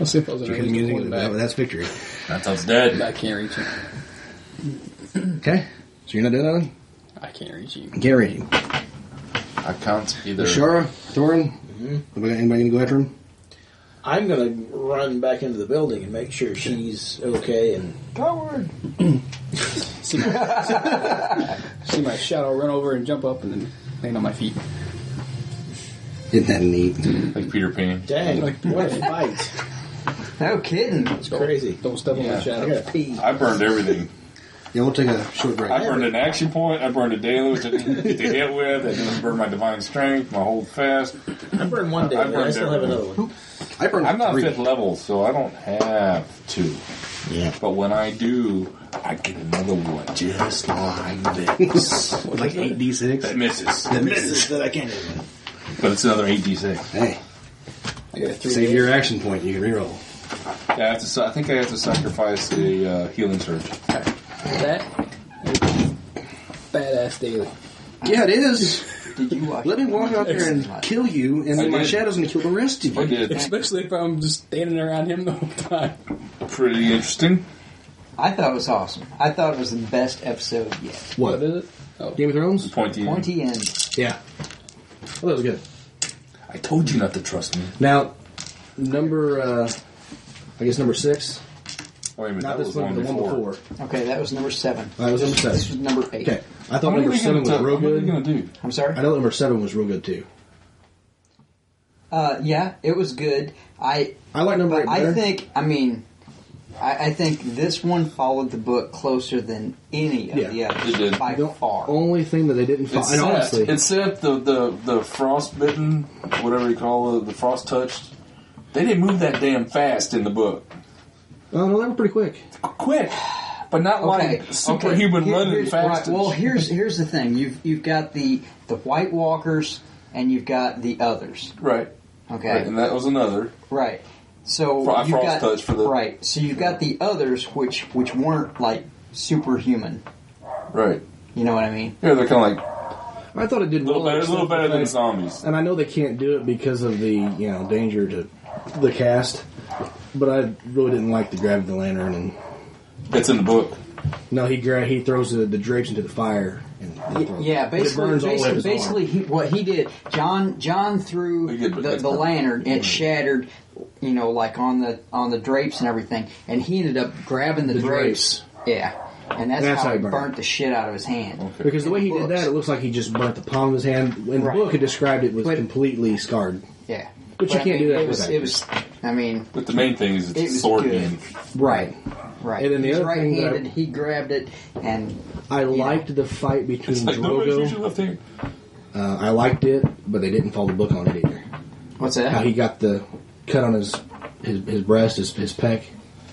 Let's see if those
Did
are
you hear the music? That's victory.
That's us dead.
I can't reach him.
Okay, so you're not doing that one.
I can't reach you.
Can't reach him.
I can't either.
Shara, Thorin,
Mm-hmm.
anybody gonna go after him?
I'm gonna run back into the building and make sure she's okay and
Coward.
See my, see my shadow run over and jump up and then land on my feet.
Isn't that neat?
Like Peter Pan.
dang, what a fight.
No kidding.
It's crazy.
Don't step on
Yeah.
my
I
shadow.
gotta pee.
I burned everything.
Yeah, we'll take a short break.
I burned an action point. I burned a deluge I didn't get to hit with. I didn't burn my divine strength, my hold fast.
I burned one day,
I
but I
burned
still have
everyone.
another one.
I burned
I'm not
three.
fifth level, so I don't have to.
Yeah.
But when I do, I get another one just like this.
Like eight d six.
that misses.
That misses that I can't hit.
But it's another 8d6.
Hey,
I got a three.
save your action point. You can reroll.
Yeah, I, have to, sa- I think I have to sacrifice the uh, healing surge.
That badass daily.
Yeah, it is.
Did you watch?
Let me walk out there and kill you, and then
I
my
did.
shadow's gonna kill the rest of
I
you.
did.
Especially if I'm just standing around him the whole time.
Pretty interesting.
I thought it was awesome. I thought it was the best episode yet.
What is it?
Game of Thrones?
Pointy.
Pointy end.
Yeah.
Oh,
Well, that was good.
I told you not to trust me.
Now, number, uh, I guess number six.
Wait a minute,
Not
that
this
was
one,
one
but the one
before.
before.
Okay, that was number seven.
That was number
This
seven.
was number eight.
Okay. I thought
What are
number
we
seven
going
was real good.
to do?
I'm sorry.
I know number seven was real good too.
Uh, yeah, it was good. I
I like number eight better.
I think. I mean, I, I think this one followed the book closer than any of
Yeah,
the others
it did.
by
the
far.
only thing that they didn't
It
find,
set,
and honestly,
it set the, the, the frostbitten, whatever you call it, the frost touched. They didn't move that damn fast in the book.
oh no, they were pretty quick.
Quick, but not
Okay.
like superhuman
okay. Here-
running
here's-
fast.
right, Well, here's here's the thing. You've you've got the the White Walkers and you've got the others.
right.
Okay.
Right, and that was another.
Right. So
Fro-
you've
frost
got
touch for the-
right. So you've got the others, which which weren't like superhuman.
Right.
You know what I mean?
Yeah, they're kind of like
I thought it did
a little
well,
better, a little
except
better
for
than
the fact-
zombies.
And I know they can't do it because of the you know danger to the cast, but I really didn't like the grab of the lantern and
It's in the book.
no, he gra- he throws the, the drapes into the fire and
Y- Yeah,
But it
basically,
burns all the way
basically,
up his arm.
basically he, what he did, John John threw
He did, but
the,
that's
the
not-
lantern. It shattered, you know, like on the on the drapes and everything, and he ended up grabbing the,
The
drapes. Yeah, and that's, how, he burnt. the shit out of his hand.
Because the way he did that, it looks like he just burnt the palm of his hand. In the
Right.
book, it described it was
But-
completely scarred.
Yeah,
But you
I
can't
mean,
do that
It was,
with
it was. I mean,
But the main thing is
It
it's
was
sword
good.
game.
Right.
right.
And then the
he was
other thing that I-
right-handed. He grabbed it, and
I
Yeah.
liked the fight between
It's like nobody's
Drogo.
usually left hand.
Uh, I liked it, but they didn't follow the book on it either.
what's
How
that?
he got the cut on his his, his breast, his, his pec,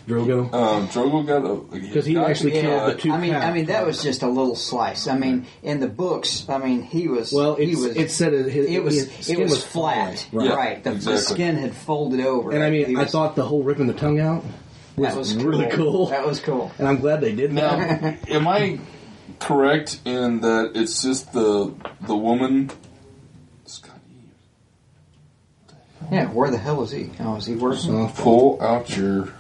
Drogo.
Um, Drogo got a
Because he actually
Yeah,
killed the two
I mean,
cows.
I mean, that was just a little slice. I mean, in the books, I mean, he was.
Well,
he
it's,
was.
it said his, his,
it was
his
it
skin
was,
falling.
flat,
Right.
right?
Yeah,
the, the
exactly.
skin had folded over.
And I
He
mean, I
was-
thought the whole ripping the tongue out was,
that was
really cool.
That was cool.
and I'm glad they did
Now,
that.
am I correct in that it's just the the woman? It's got Eve. What the hell?
Yeah, where the hell is he? Oh, is he working?
So pull out your.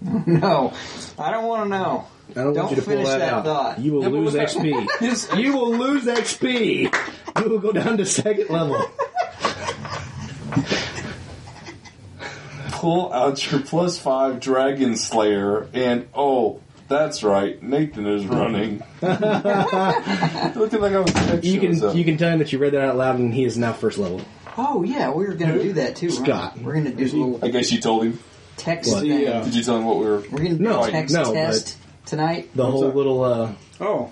no, I don't want to know.
I don't, want you to pull
finish
that,
that
out.
thought.
You will
Yeah, but
lose
what's that-
XP. you will lose XP. You will go down to second level.
Pull out your plus five Dragon Slayer, and oh, that's right, Nathan is
Mm-hmm.
running. Looking like I was
You
picturing
can
myself.
you can tell him that you read that out loud, and he is now first level.
Oh yeah, we were going to do that too. weren't we?
Scott.
we're going to do a little
I guess you told him.
text
What?
thing.
Did you tell him what we were?
We're going to do
No,
a text
no, but-
test tonight.
The whole little uh,
Oh,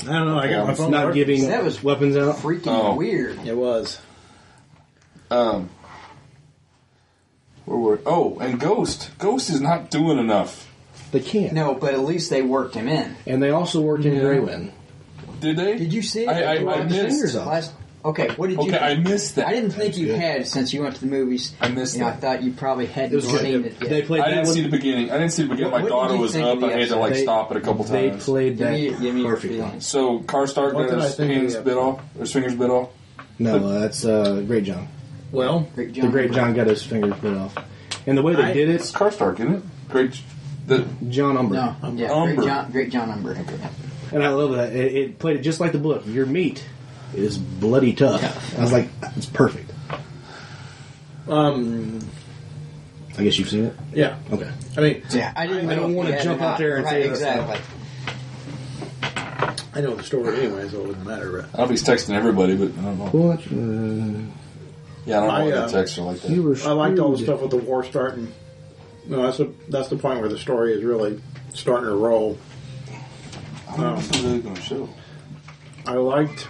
I don't know. I
got my phone
not giving
That was-
weapons out.
Freaking
Oh.
weird.
It was.
Um, where were? Oh, and Ghost. Ghost is not doing enough.
They can't.
No, but at least they worked him in.
And they also worked in Graywin.
Did they?
Did you see it?
I, I, I
his fingers
missed.
off.
Last, okay, what did you?
Okay, I missed that.
I didn't think you had since you went to the movies.
I missed
You know, I
that.
thought you probably
It
hadn't
was good.
seen it yet.
They played
I
that
didn't
one.
see the beginning. I didn't see the beginning.
What-
My
what
daughter
did you
was
think
up.
of the
I had to
episode?
like
They-
stop it a couple
they
times.
played
Give
that
me, give me your
perfectly.
feelings.
so Karstark
What did
got
I
his
think of the
hands bit off, his fingers bit off.
No, that's uh, Great John.
Well,
Great
The Great John got his fingers bit off. And the way they
I-
did
It's
it,
Karstark, isn't it? Great. The,
John Umber.
No, yeah,
Umber.
Great John, Great John Umber.
And I love that. It, it played it just like the book. Your meat is bloody tough. I was like, it's perfect.
um,
I guess you've seen it.
yeah.
Okay.
I mean,
Yeah, I didn't.
I
know
don't
if
wanna
you had
jump
it or
out
not.
there and
right,
say that's
exactly.
I know the story anyway, so it wouldn't matter.
I don't know if he's texting everybody, but I don't know.
What? Uh,
Yeah, I don't know
I,
why
uh,
they text her like
you
that.
were.
But I liked all the
screwed.
stuff with the war starting. No, that's what, that's the point where the story is really starting to roll.
I don't know if this is really going to show.
I liked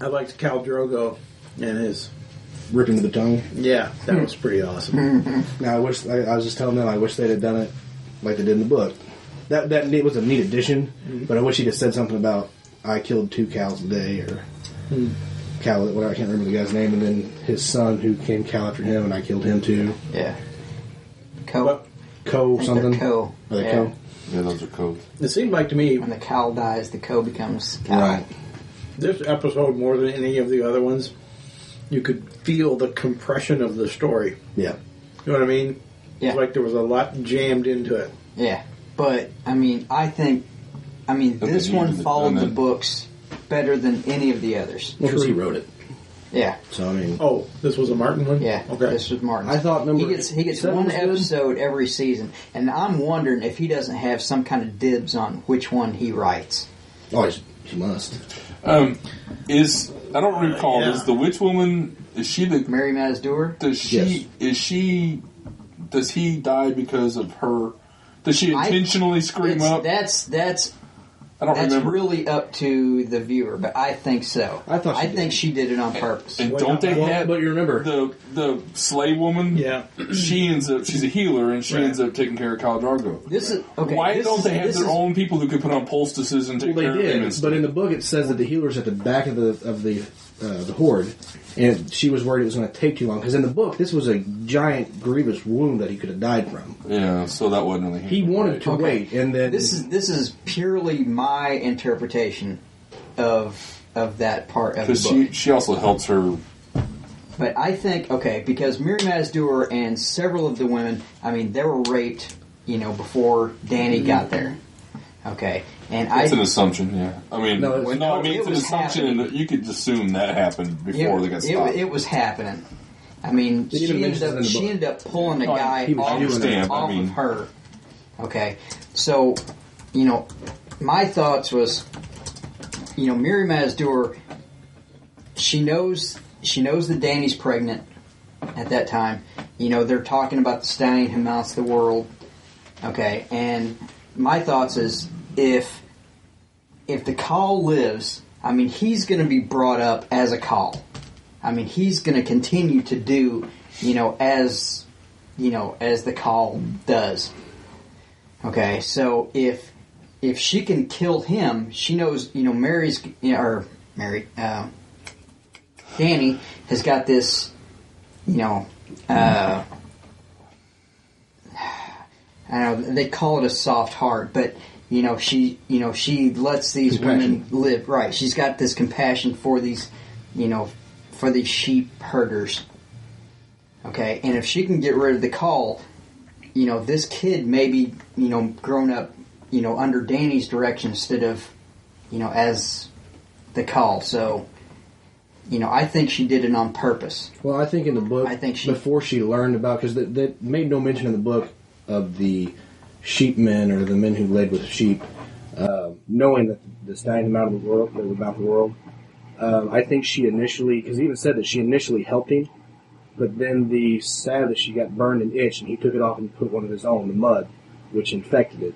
I liked Cal Drogo and his
Ripping to the tongue.
yeah, that was pretty awesome.
Now I wish I, I was just telling them I wish they'd have done it like they did in the book. That that ne- was a neat addition,
Mm-hmm.
but I wish he'd have said something about I killed two cows today or
Hmm.
cow. Well, I can't remember the guy's name, and then his son who came cow after him, and I killed him too.
Yeah. Co.
But-
Co
I think they're
something.
Co.
Are they
yeah.
co?
Yeah, those are codes.
It seemed like to me
When the cow dies, the co becomes cow.
Right.
this episode more than any of the other ones, you could feel the compression of the story.
Yeah.
You know what I mean?
Yeah.
It's like there was a lot jammed into it.
Yeah, but I mean, I think, I mean,
Okay,
this
you
one
did it,
followed
and
the
then-
books better than any of the others.
Because he wrote it.
Yeah,
So I mean,
Oh, this was a Martin one?
yeah.
Okay.
This was Martin.
I thought number
he gets he gets
seven
one
was good.
episode every season, and I'm wondering if he doesn't have some kind of dibs on which one he writes.
Oh, he, he must.
Um, is I don't recall.
yeah.
Is the witch woman? Is she the
Mary Mazdur.
Does she?
Yes.
Is she? Does he die because of her? Does she
I-
intentionally scream
It's-
up?
That's that's
I don't
that's
remember.
really up to the viewer, but I think so.
I thought she
I
did.
think she did it on purpose.
and
Well,
don't they
well,
have?
but you remember-
the the slave woman.
Yeah.
she ends up. She's a healer, and she
Right.
ends up taking care of Khal Drogo.
This is okay.
Why
this
don't
is-
they have
this
their
is-
own people who can put on poultices and
Well,
take
they
care of him?
did,
and
but
stuff?
in the book it says that the healer's at the back of the of the uh, the horde, and she was worried it was going to take too long because in the book this was a giant grievous wound that he could have died from.
yeah, so that wasn't really.
He wanted to
Okay.
wait, and then
This is this is purely my interpretation of of that part of the
because
book.
she she also helps her.
but I think okay because Miri Mazdur and several of the women, I mean, they were raped, you know, before Danny got there. Okay, and I
It's an assumption, yeah. I mean,
No,
no,
it's-
I mean
it
it's an
was
assumption,
happening.
and you could assume that happened
it,
before they got
it,
stopped.
it was happening. I mean,
They even
she ended
mentioned it in
up
the
she
book.
ended up pulling a
Oh,
guy
he was
off,
doing
of-
it. I
off
mean-
of her. Okay, so you know, my thoughts was, you know, Miri Mazdur, she knows she knows that Danny's pregnant at that time. You know, they're talking about the stallion who mounts the world. Okay, and my thoughts is if if the call lives, I mean, he's going to be brought up as a call. I mean, he's going to continue to do, you know, as you know, as the call does. Okay, so if if she can kill him, she knows, you know, Mary's you know, or Mary, uh, Danny has got this, you know, uh, I don't know. They call it a soft heart, but you know, she, you know, she lets these women live. Right? She's got this compassion for these, you know, for the sheep herders. Okay, and if she can get rid of the call, you know, this kid may be, you know, grown up, you know, under Danny's direction instead of, you know, as the call. So, you know, I think she did it on purpose.
Well, I think in the book,
I think she-
before she learned about because they, they made no mention in the book of the sheepmen or the men who led with sheep, uh, knowing that the stallion them out of the world, they were about the world. Um, I think she initially, because he even said that she initially helped him, but then the savage she got burned and itched, and he took it off and put one of his own, the mud, which infected it.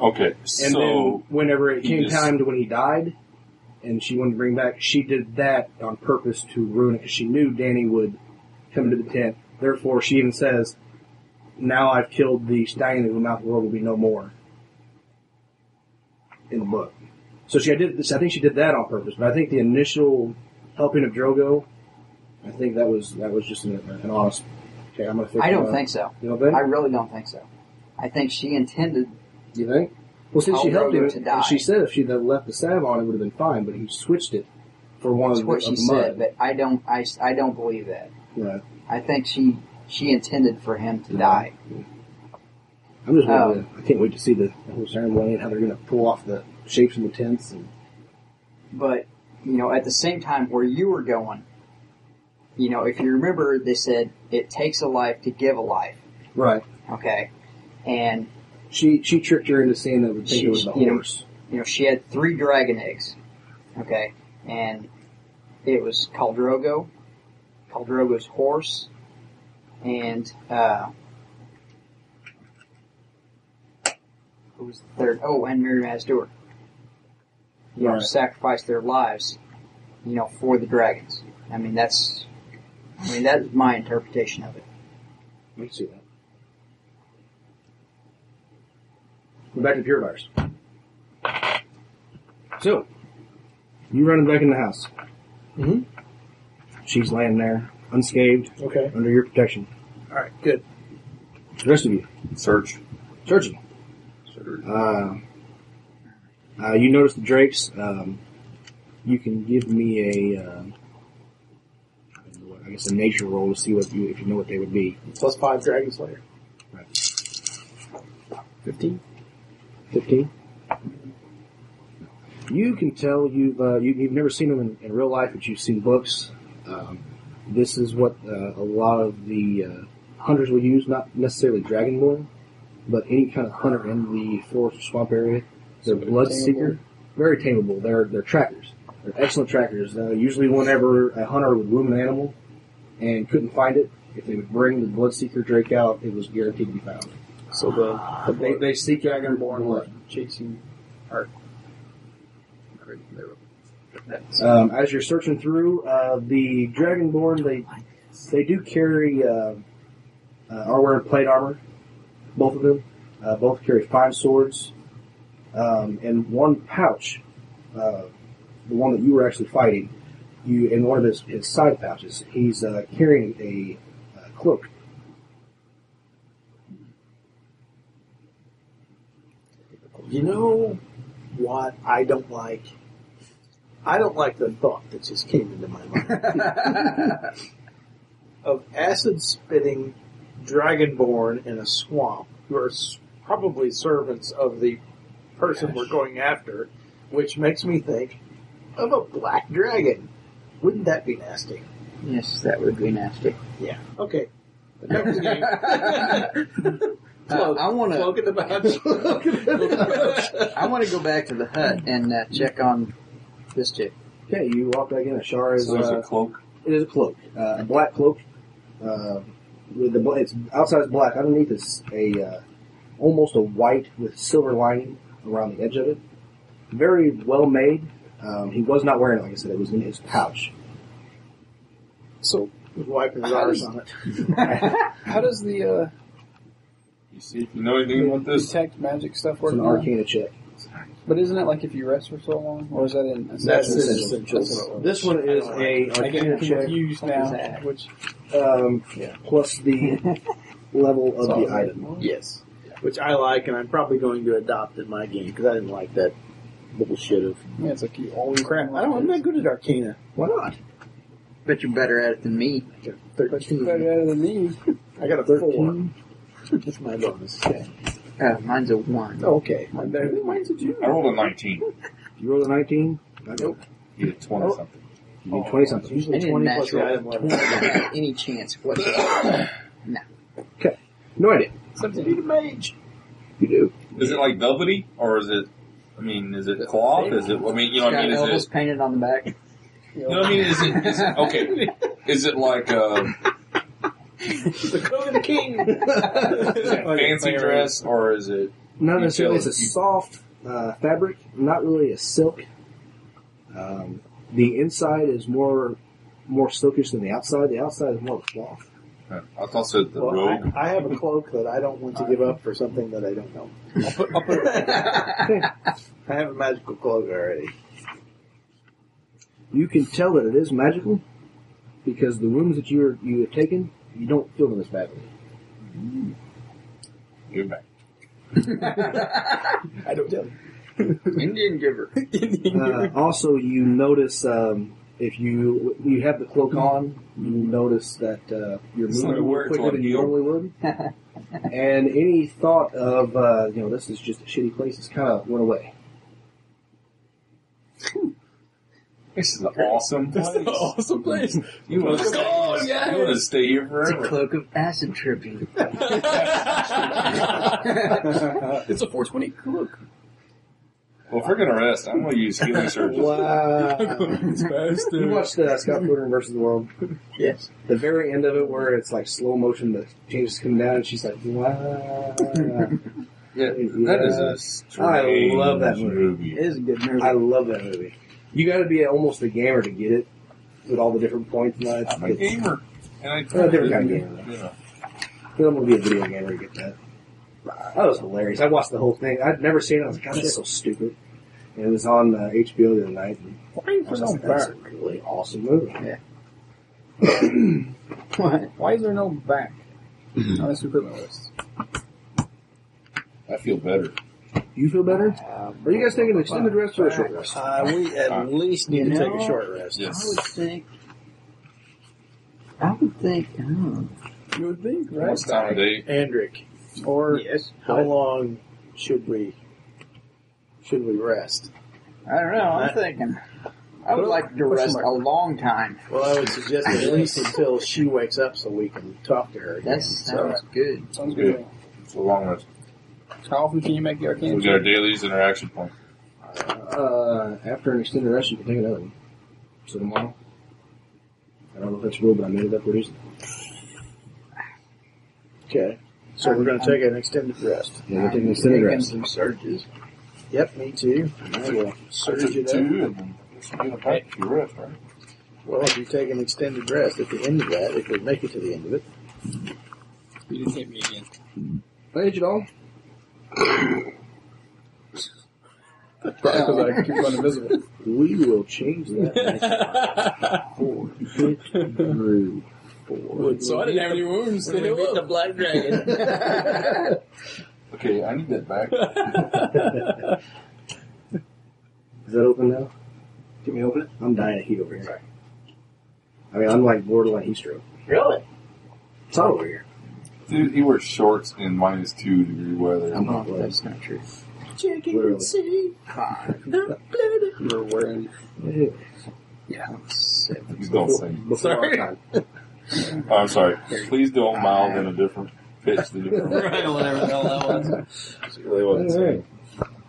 Okay,
And
so
then whenever it
he
came
just-
time to when he died, and she wanted to bring back, she did that on purpose to ruin it because she knew Danny would come into the tent. Therefore, she even says, "Now I've killed the stallion who out the world will be no more." In the book, so she I did this. I think she did that on purpose, but I think the initial helping of Drogo, I think that was that was just an, an honest. Okay, I'm gonna. Fix
I
it
don't
up.
think so.
You don't think?
I really don't think so. I think she intended.
You think? Well, since she helped
Told Grogu
him,
to die.
and she said if she'd have left the salve on, it would have been fine. But he switched it for one
That's
of the,
what
of
she
the mud.
said, but I don't. I, I don't believe that.
Right.
I think she she intended for him to die.
I'm just
Oh.
waiting. to- I can't wait to see the whole ceremony and how they're going to pull off the shapes and the tents. And
But you know, at the same time, where you were going, you know, if you remember, they said it takes a life to give a life.
right.
Okay, and
She she tricked her into saying that it would think
She-
it was the
you know-
horse.
you know, she had three dragon eggs. Okay, and it was Caldrogo, Caldrogo's horse, and uh, who was the third? Oh, and Mary Mazdur. You know,
Right.
sacrificed their lives, you know, for the dragons. I mean, that's, I mean, that is my interpretation of it.
Let me see that. We're back to purifiers. So, you running back in the house.
Mm-hmm.
Mhm.
She's laying there, unscathed,
Okay.
under your protection.
All right. Good.
The rest of you,
Search.
searching. Uh, uh, you notice the drakes. Um, you can give me a, uh, I don't know what- I guess a nature roll to see what you if you know what they would be.
Plus five Dragon Slayer.
Fifteen. Fifteen. You can tell you've uh, you, you've never seen them in, in real life, but you've seen books. Um, this is what uh, a lot of the uh, hunters will use, not necessarily dragonborn, but any kind of hunter in the forest or swamp area. They're blood seeker, very tameable. They're they're trackers. They're excellent trackers. Uh, usually, whenever a hunter would wound an animal and couldn't find it, if they would bring the blood seeker drake out, it was guaranteed to be found.
So the, the
They, they seek
Dragonborn
blood.
were chasing or they were that's
Um, as you're searching through, uh, the Dragonborn, they they do carry uh, uh, are wearing plate armor, both of them. Uh, both carry fine swords, um, and one pouch, uh, the one that you were actually fighting, you in one of his, his side pouches, he's uh, carrying a, uh cloak.
You know what I don't like? I don't like the thought that just came into my mind of acid spitting dragonborn in a swamp who are s- probably servants of the person we're going after, which makes me think of a black dragon. Wouldn't that be nasty?
Yes, that would be nasty.
Yeah. Okay. Enough of the game. Cloak.
I want to.
Cloak in the pouch.
I want to go back to the hut and uh, check on this chick.
Okay, you walk back in. Ashara is
so there's
uh,
a cloak.
It is a cloak, uh, a black cloak. Uh, with the bla- it's outside is black. Underneath is a uh, almost a white with silver lining around the edge of it. Very well made. Um, he was not wearing it, like I said. It was in his pouch.
so wiping his
How
arse
does-
on it.
How does the uh,
You see if you know anything about this.
detect magic stuff
It's
work?
an
now?
arcana check.
But isn't it like if you rest for so long, or is that in?
That's
that's
essential.
That's what it was.
This one is a
I
arcana
get
check
confused now. Which
um, plus the level of the item.
Yes. Which I like, and I'm probably going to adopt in my game because I didn't like that bullshit of
yeah, it's like you always
crap. I don't. I'm not good at Arcana.
Why not?
Bet you're better at it than me.
Thirteen. Better out of the league.
I got a
Thirteen.
four. That's my bonus.
Uh, mine's a one.
Okay. I'm better than mine's a two.
I rolled a 19.
You rolled a 19?
Nope.
You did 20
Oh.
something.
You need 20 something.
I
Usually
didn't
20 plus
match
your
up.
item level.
Not any chance whatsoever. no.
No idea.
Substitute a mage.
You do.
Is it like velvety or is it? I mean, is it cloth? Is it? I mean, you know what
It's
I
got
mean?
elbows
Is it?
painted on the back.
You know what I mean? Is it? Is it okay. Is it like uh, a
The Coven King.
is it
Like a
fancy
player.
dress or is it?
Not
You
necessarily. It's a
tell- you-
soft uh, fabric, not really a silk. Um, the inside is more more silkish than the outside. The outside is more cloth.
I thought it said the
Well,
rogue.
I, I have a cloak that I don't want to give up for something that I don't know.
I'll put, I'll put it.
I have a magical cloak already.
You can tell that it is magical because the wounds that you are, you have taken, you don't feel them as badly.
You're back.
I don't tell.
Indian giver.
Uh, also, you notice um, if you you have the cloak on, you notice that uh, you're
It's
moving a
like a
little
word
quicker
to
than you
unheal.
normally would, and any thought of uh, you know this is just a shitty place has kind of went away.
This is an awesome place.
That's an awesome place.
You want to stay?
Oh, yeah.
You want to stay here
It's a
forever?
cloak of acid tripping.
It's a 420 cloak.
Well, if we're gonna rest, I'm gonna use healing surges.
Wow!
it's fast.
you watched uh, Scott Pilgrim versus the World.
Yes.
The very end of it, where it's like slow motion, the changes come down, and she's like, "Wow!"
Yeah, that is a
I
strange
love that movie.
It is a good nerve.
I love that movie. You got to be almost a gamer to get it with all the different points. And all that.
I'm a
It's-
gamer. And I
Oh, different kind of gamer.
Yeah.
I'm gonna be a video gamer to get that. That was hilarious. I watched the whole thing. I'd never seen it. I was like, God, that's so stupid. And it was on uh, HBO the other night. And I was like, that's a really awesome movie.
What? Why is there no back? Unless we put my list.
I feel better.
You feel better?
Um,
Are you guys taking an extended rest or a short rest?
Uh, we at
Uh,
least need
you
to
know-
take a short rest.
I
Yes.
would think. I would think. I don't know.
You would think, right?
Almost time of day.
Andric, or
Yes.
how long should we should we rest?
I don't know. I'm
Uh,
thinking. I would
put-
like to
put
rest
some-
a long time.
Well, I would suggest at least until she wakes up so we can talk to her. again.
That sounds good.
Sounds
good.
good.
It's a long rest.
How often can you make your
So
arcane?
we got our dailies and our action point.
Uh, after an extended rest, you can take another one. So tomorrow. I don't know if that's real, but I made it up for a reason.
Okay. So we're going to take an extended rest.
Yeah, we'll take an extended
Taking
rest.
some surges.
Yep, me too. I will surge it up.
and then it's gonna be a pack if you rest, right?
Well, if you take an extended rest at the end of that, if we make it to the end of it,
You didn't hit me again.
Thank you, all.
Probably because I keep going invisible.
We will change that. Drew.
so I didn't have any wounds. to heal up.
black dragon.
Okay, I need that back.
Is that open now? Can we open it? I'm dying of heat over here. I mean, I'm like borderline heat stroke.
really?
It's hot over here.
Dude, he wears shorts in minus two degree weather.
I'm hot. blooded.
That's not true.
Literally.
You're wearing.
Yeah.
Yeah, I'm seven.
Please don't sing.
Before
Sorry.
our time.
Oh, I'm sorry. Please don't mouth in a different pitch than you
whatever the hell that was.
really wasn't singing.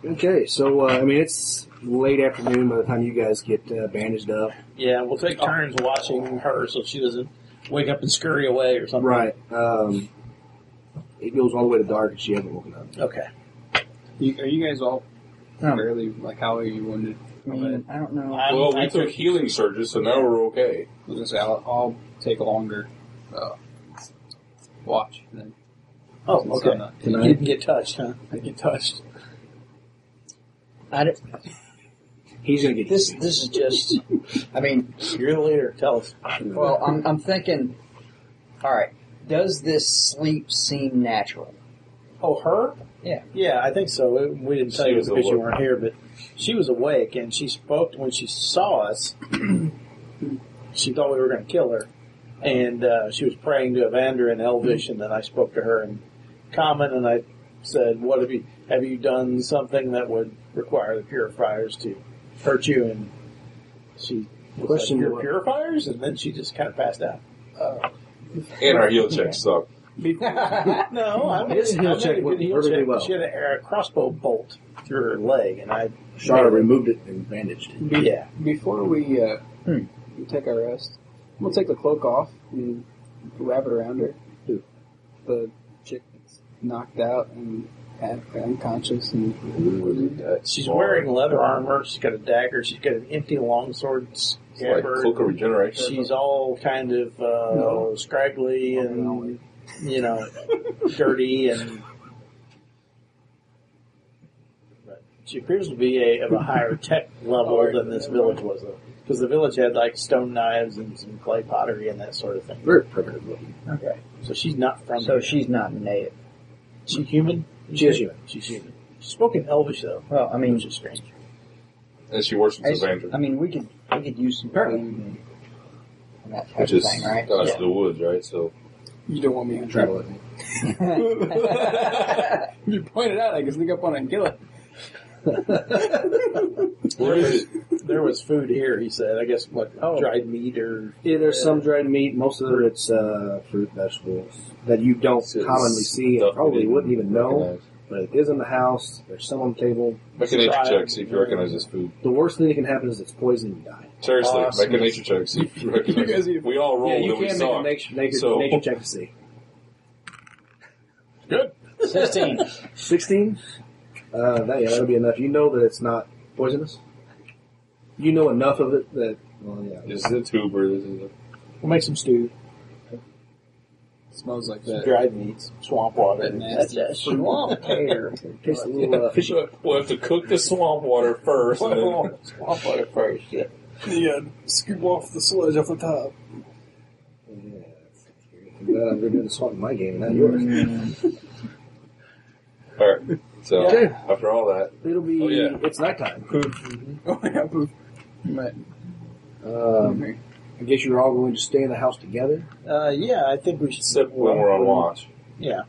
Okay, so uh, I mean, it's late afternoon by the time you guys get uh, bandaged up.
yeah, we'll take turns watching her so she doesn't wake up and scurry away or something.
Right. Um, it goes all the way to dark, and she hasn't woken up.
Okay.
You, are you guys all
No.
barely like how are you wounded?
I mean, I don't know.
I'm-
Well,
I
we took
took-
healing surges, so now we're okay.
I was gonna say I'll, I'll take a longer uh, watch. Then.
Oh,
Since I'm
okay.
not-
You didn't get touched, huh? I get touched.
I don't,
He's gonna get
this this is just. I mean,
You're the leader. Tell us.
well, I'm I'm thinking. All right. Does this sleep seem natural?
Oh, her?
Yeah.
Yeah, I think so. We- We didn't tell
She
you
was
because you
awake.
weren't here, but she was awake and she spoke when she saw us. she thought we were going to kill her, and uh, she was praying to Evander in Elvish, and then I spoke to her in Common, and I said, "What have you have you done something that would require the purifiers to hurt you?" And she was
Question
like, "Your
what-
purifiers," and then she just kind of passed out.
Uh, And our heel checks suck.
no, I mean,
His heel
I made
check
a good
went
heel
perfectly
check, but
well.
She had a, a crossbow bolt through her leg, and I
Shara removed it and bandaged it.
Be-
Yeah.
Before we, uh, we take our rest, I'm gonna take the cloak off and wrap it around her.
Who?
The chick that's knocked out and had- unconscious and
She's wearing leather armor. She's got a dagger. She's got an empty longsword
It's like
scabbard.
cloak of regeneration.
She's all kind of uh,
No.
scraggly and you know dirty, and but she appears to be a, of a higher tech level than this village was, though, because the village had like stone knives and some clay pottery and that sort of thing.
Very primitive looking.
Okay.
So she's not from.
So
here.
she's not native.
she human.
She is human.
She's human. She spoke in Elvish though,
Well, I mean,
which is strange.
And she
I,
worships
just-
Evander.
I mean, we could we could use some
Apparently.
food and, and that type
Which
of
is
thing, right?
uh, it's the woods, right? So
you don't want me to
Travel with me.
you point it out, I can sneak up on it and kill it.
There was, there was food here, he said. I guess what
Oh.
dried meat or
Yeah, there's some dried meat. Most of it's uh, fruit, vegetables that you don't
It's- it's
commonly see and
stuff we
probably
didn't
wouldn't even know.
recognize.
But it is in the house. There's some on the table.
Make a nature
Try
check,
it.
see if you recognize this food.
The worst thing that can happen is it's poison and you die.
Seriously,
Awesome.
make a nature check, see if you recognize
guys
it.
eat-
We all rolled
yeah,
and
you
Oh, we
can
saw it.
make a nature, nature,
So-
nature check to see.
Good.
16.
16? Uh, that, yeah, that'll be enough. You know that it's not poisonous. You know enough of it that, well, yeah.
this is a tuber. This is a
we'll make some stew,
smells like
some
that.
dried meats, swamp water.
That nasty.
swamp hair.
Tastes a little, uh,
We'll- We'll have to cook the swamp water first. and then-
swamp water first. Yeah.
Yeah, uh, scoop off the sludge off the top.
yeah. I'm glad I'm going to do the swap in my game and not yours.
all right. So
Yeah.
after all that,
It'll be,
Oh, yeah.
it's nighttime.
Oh yeah, poof. But Oh,
Um, I guess you're all going to stay in the house together.
Uh, yeah, I think we should.
Except when we're on watch.
Yeah.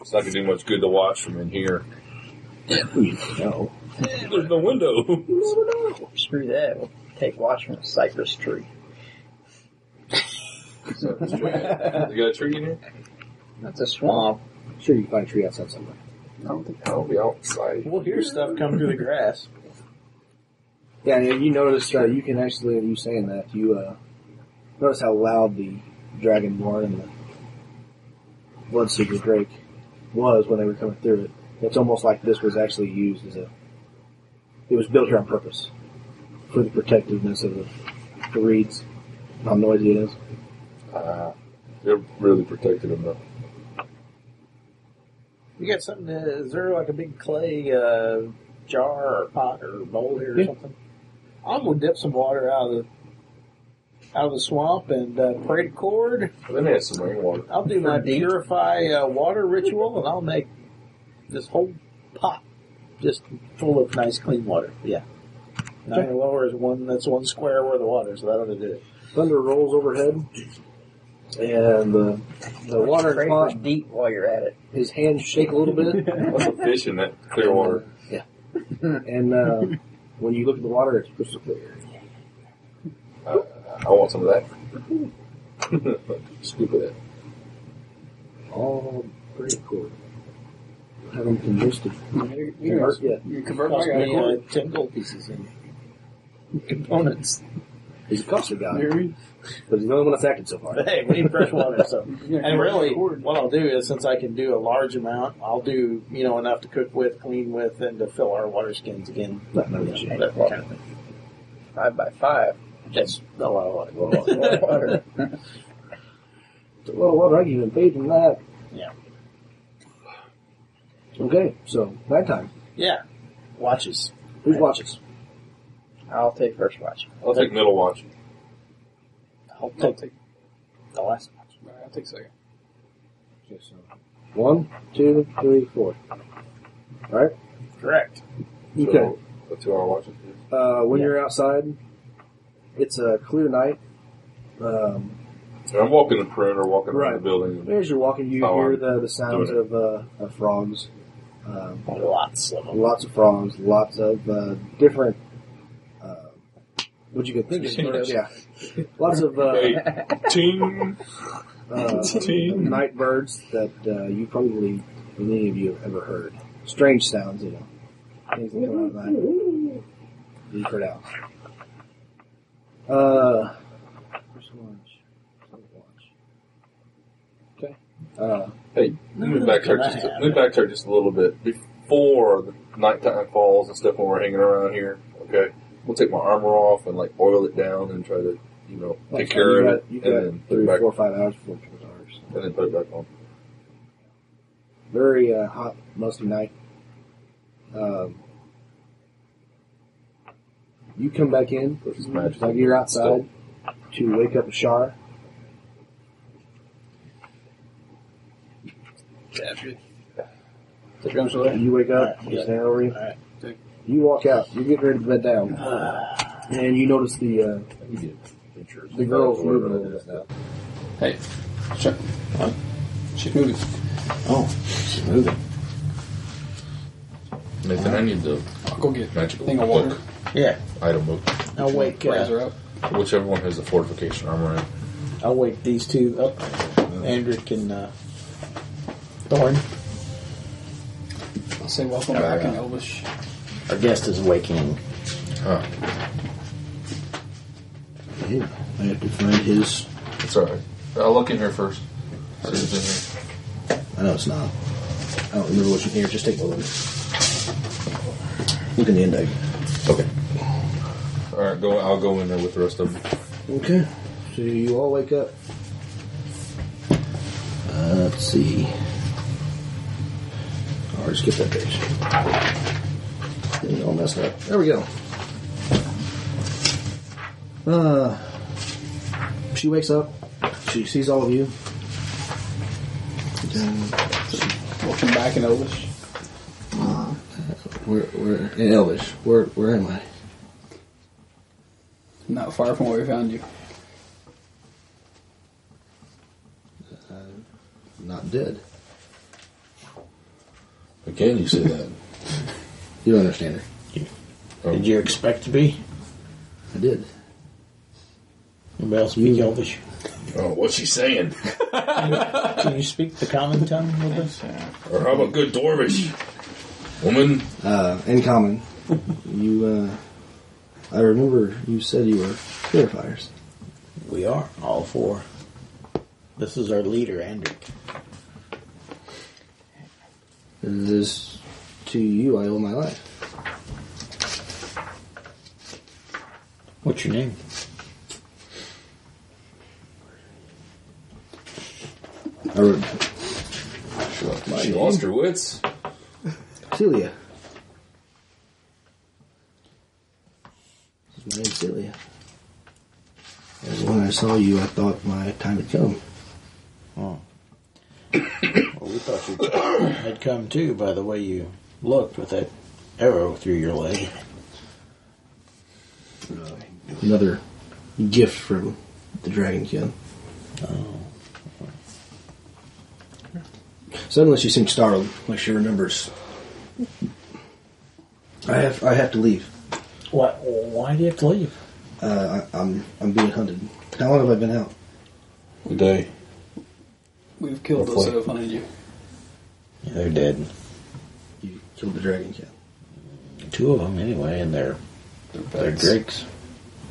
it's not gonna do much good to watch from in here.
No.
There's no window.
Screw that. We'll take watch from a cypress tree.
so, you got a tree in here?
That's a swamp.
Sure, you can find a tree outside somewhere.
I don't think I'll be outside.
We'll hear stuff come through the grass.
Yeah, and you notice uh, you can actually, you saying that, you uh, notice how loud the Dragonborn and the Bloodseeker Drake was when they were coming through it. It's almost like this was actually used as a. It was built here on purpose for the protectiveness of the, the reeds. How noisy it is.
Uh, they're really protected them though.
You got something? To, is there like a big clay uh, jar or pot or bowl here or
Yeah.
something? I'm gonna dip some water out of the out of the swamp and uh, pray to cord.
Then they have some rainwater.
I'll do my purify uh, water ritual, and I'll make this whole pot just full of nice clean water. Yeah. Nine or lower is one. That's one square worth of water, so that ought to do it.
Thunder rolls overhead, and uh, the, the water
Pray
clock,
for deep while you're at it.
his hands shake a little bit.
Lots of fish in that clear water.
And uh, when you look at the water, it's crystal clear.
Uh, I want some of that. Scoop of that.
All pretty cool. Have them congested.
you, you,
Convert yet.
you convert my
Cost
guy to
me uh,
cord.
ten gold pieces and components.
He's a costly guy,
Hear me?
but he's the only one that's acted so far.
But hey, we need fresh water, so.
Yeah,
And really,
cord.
what I'll do is, since I can do a large amount, I'll do you know enough to cook with, clean with, and to fill our water skins again.
Not no
You know,
shit.
that kind of thing.
Five by five.
That's a lot of water.
Water.
Well, what are you even paid in that?
Yeah.
Okay, so nighttime.
Yeah, watches.
Who watches?
I'll take first watch.
I'll take middle watch.
I'll take,
I'll take,
the last one.
I'll take second.
Okay, so one, two, three, four. All right.
Correct.
So,
Okay.
A two hour watch.
Uh, when you're outside, It's a clear night. Um,
So I'm walking the perimeter, walking around the
Right.
building.
As you're walking, you
Oh,
hear
I'm
the, the sounds
doing it.
of, uh, of frogs. Um,
Lots of them.
Lots of frogs. Lots of uh, different. Uh, what you could think of. yeah. Lots of uh,
Ting.
uh,
Ting.
night birds that uh, you probably, many of you have ever heard. Strange sounds, you know. Things that come out of the night. You've heard out. Uh, first lunch. First lunch. Okay. Uh,
Hey, let me back here just let me back here just a little bit before the nighttime falls and stuff when we're hanging around here. Okay, we'll take my armor off and like oil it down and try to you know take care
you got,
of it
You
and
got
then put
three,
it back
four, or five hours before it comes ours.
and then put it back on.
Very uh, hot, musty night. Um, you come back in,
magic.
like you're outside, to wake up Ashara.
Take your arms away.
You wake up, he's down over you. You walk out, you're getting ready to bed down. And you notice the uh, the girl's moving a little bit now.
Hey, check. What? She's moving.
Oh, she's moving.
Nathan, I need the
I'll go get
magical
Thing of water.
book,
Yeah,
item book,
I'll wake.
Raise
Uh,
her up.
whichever one has the fortification armor in it.
I'll wake these two up. Andrick and uh, Thorn.
I'll say welcome back in Elvish.
Our guest is waking.
Huh.
Yeah, I have to find his.
It's alright. I'll look in here first. See what's in here.
I know it's not. I don't remember what's in here. Just take a look. Look in the index.
Okay. Alright, go. I'll go in there with the rest of them.
Okay. So you all wake up. Uh, let's see. All right, skip that page. It's all messed up. There we go. Uh, she wakes up. She sees all of you.
Welcome back in Elvish.
Where, where Uh, in Elvish? Where, where am I?
Not far from where we found you.
Not dead.
Again, you say that.
You don't understand her.
Did you expect to be?
I did.
Anybody else speak Elvish?
Oh, what's she saying?
Can you speak the common tongue with us?
Or how about good Dorvish? Woman,
Uh, in common, you. Uh, I remember you said you were purifiers.
We are all four. This is our leader, Andrick.
It is to you I owe my life.
What's your name?
I wrote
she lost, she lost her wits.
Celia. My name's Celia. And when I saw you, I thought my time had come.
Oh. well, we thought you had come too by the way you looked with that arrow through your leg.
Another gift from the Dragonkin.
Oh.
Suddenly, she seems startled, like she remembers. I have, I have to leave.
Why, why do you have to leave?
Uh, I, I'm, I'm being hunted. How long have I been out?
Good day.
We've killed those that have hunted you.
Yeah, they're dead.
You killed the dragon cat.
Two of them, anyway, and they're, they're drakes.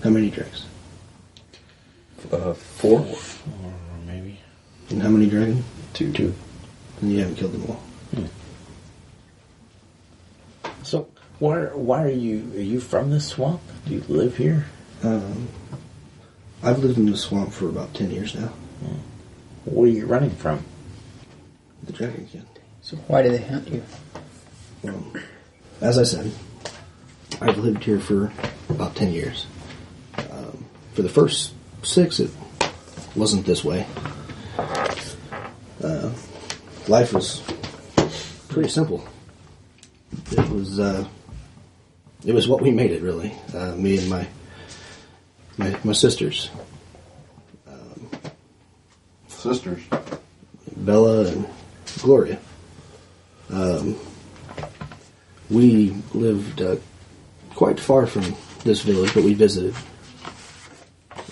How many drakes?
Uh, four.
Or maybe.
And how many dragon?
Two. Two.
And you haven't killed them all.
So, why, why are you, are you from this swamp? Do you live here?
Um, I've lived in the swamp for about ten years now.
Where are you running from?
The dragon cat.
So why do they hunt you?
Well, as I said, I've lived here for about ten years. Um, for the first six, it wasn't this way. Uh, life was pretty simple. It was uh, it was what we made it really. Uh, me and my
my, my sisters,
Sisters.
Bella and Gloria. Um, we lived uh, quite far from this village, but we visited.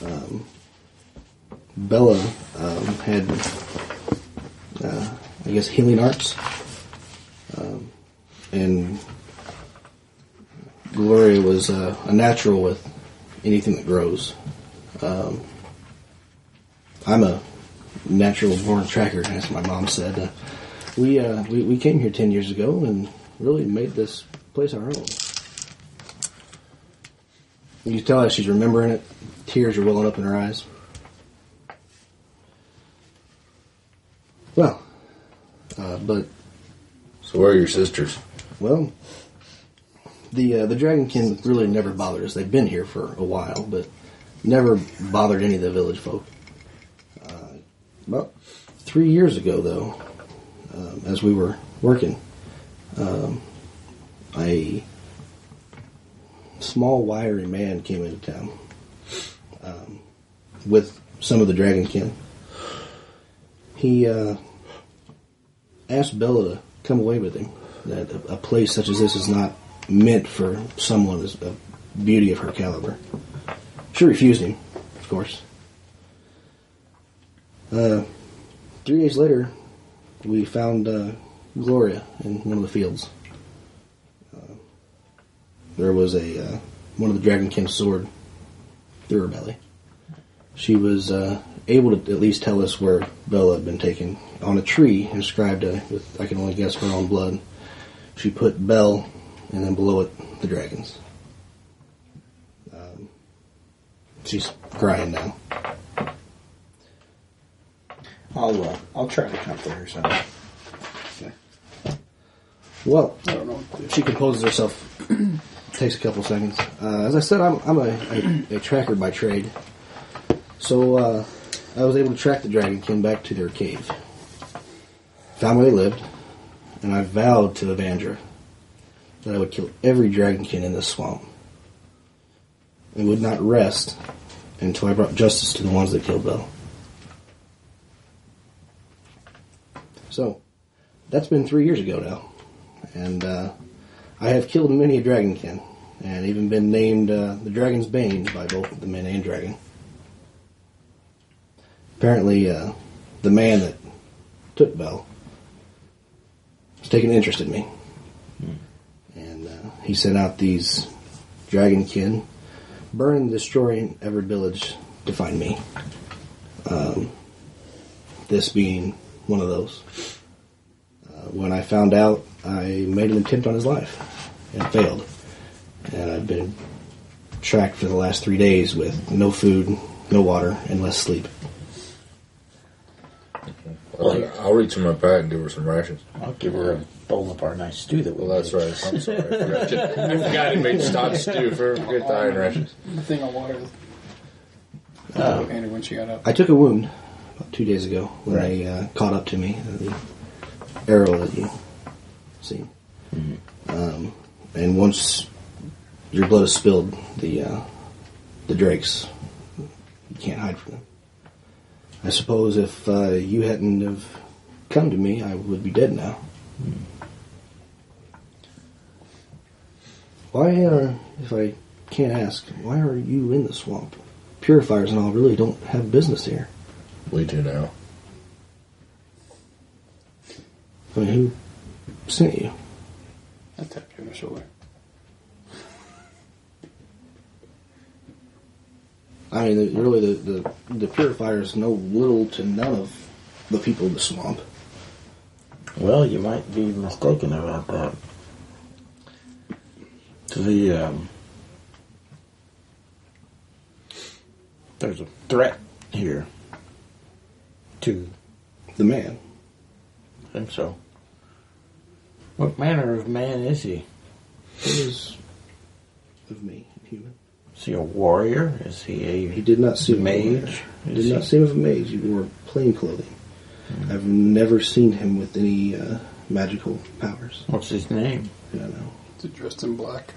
Um, Bella um, had, uh, I guess, healing arts, um, and Gloria was uh, a natural with anything that grows. Um, I'm a natural born tracker, as my mom said. Uh, we, uh, we we came here ten years ago and really made this place our own. You can tell as she's remembering it, tears are welling up in her eyes. Well, uh, but
So where are your sisters?
well, the uh, the dragonkin really never bothered us. They've been here for a while, but never bothered any of the village folk. Uh, about three years ago, though, um, as we were working, um, a small, wiry man came into town um, with some of the dragonkin. He uh, asked Bella to come away with him. That a, a place such as this is not meant for someone as- of beauty of her caliber. She refused him, of course. Uh, three days later, we found uh, Gloria in one of the fields. Uh, there was a uh, one of the dragonkin's sword through her belly. She was uh, able to at least tell us where Bella had been taken on a tree inscribed uh, with I can only guess her own blood. She put Bell, and then below it the dragons. Um, she's crying now.
I'll uh, I'll try to comfort her some.
Well, she composes herself. takes a couple seconds. Uh, as I said, I'm, I'm a, a, a tracker by trade, so uh, I was able to track the dragonkin back to their cave. Found where they lived, and I vowed to Evandra that I would kill every dragonkin in this swamp, and would not rest until I brought justice to the ones that killed Bell. So, that's been three years ago now and uh, I have killed many a dragonkin, and even been named uh, the Dragon's Bane by both the men and dragon. Apparently, uh, the man that took Bell has taken an interest in me, and uh, he sent out these dragonkin, burning and destroying every village to find me. Um, this being one of those. Uh, when I found out, I made an attempt on his life and failed. And I've been tracked for the last three days with no food, no water, and less sleep.
I'll, I'll reach in my pack and give her some rations.
I'll give her a bowl of our nice stew that we
Well, that's right. I'm sorry. I forgot, to, I forgot to make stock stew for good iron rations.
The thing on water.
Uh,
Andy, when she got up.
I took a wound about two days ago when they uh, caught up to me. uh, The arrow that you seen, um, and once your blood is spilled, the uh, the drakes you can't hide from them. I suppose if uh, you hadn't have come to me, I would be dead now. Why, uh, if I can't ask, why are you in the swamp? Purifiers and all really don't have business here.
We do now.
I mean, who sent you?
I tapped you on the shoulder.
I mean, the, really, the, the, the purifiers know little to none of the people of the swamp.
Well, you might be mistaken about that. The um, there's a threat here to
the man.
I think so. What manner of man is he?
He is of me, human.
Is he a warrior? Is he a
He did not seem
mage?
He
Is
did not seem of a mage. He wore plain clothing. I've never seen him with any uh, magical powers.
What's his name?
I don't know.
Is it dressed in black?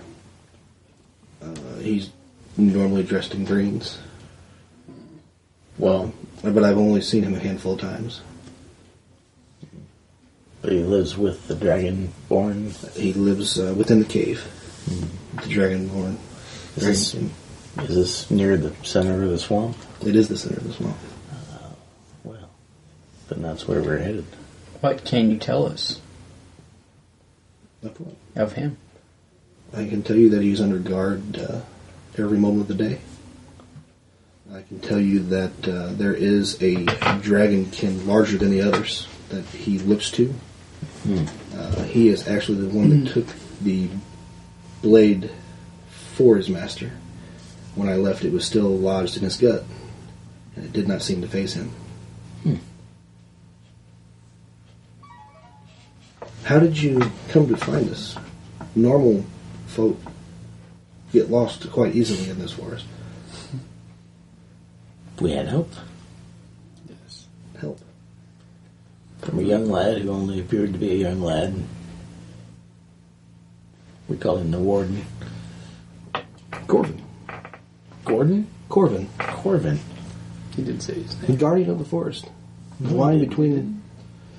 Uh, he's
normally dressed in greens.
Well,
but I've only seen him a handful of times.
But he lives with the dragonborn.
He lives uh, within the cave.
Mm-hmm.
The dragonborn.
Is this, is this near the center of the swamp?
It is the center of the swamp.
well, then that's where we're headed.
What can you tell us of him?
I can tell you that he's under guard uh, every moment of the day. I can tell you that uh, there is a dragonkin larger than the others that he looks to.
Hmm.
Uh, he is actually the one that took the blade for his master. When I left, it was still lodged in his gut, and it did not seem to phase him.
Hmm.
How did you come to find us? Normal folk get lost quite easily in this forest.
We had help.
Yes. Help.
From a young lad who only appeared to be a young lad. We call him the Warden.
Corvin.
Gordon?
Corvin.
Corvin.
He didn't say his name.
The guardian of the forest. The line between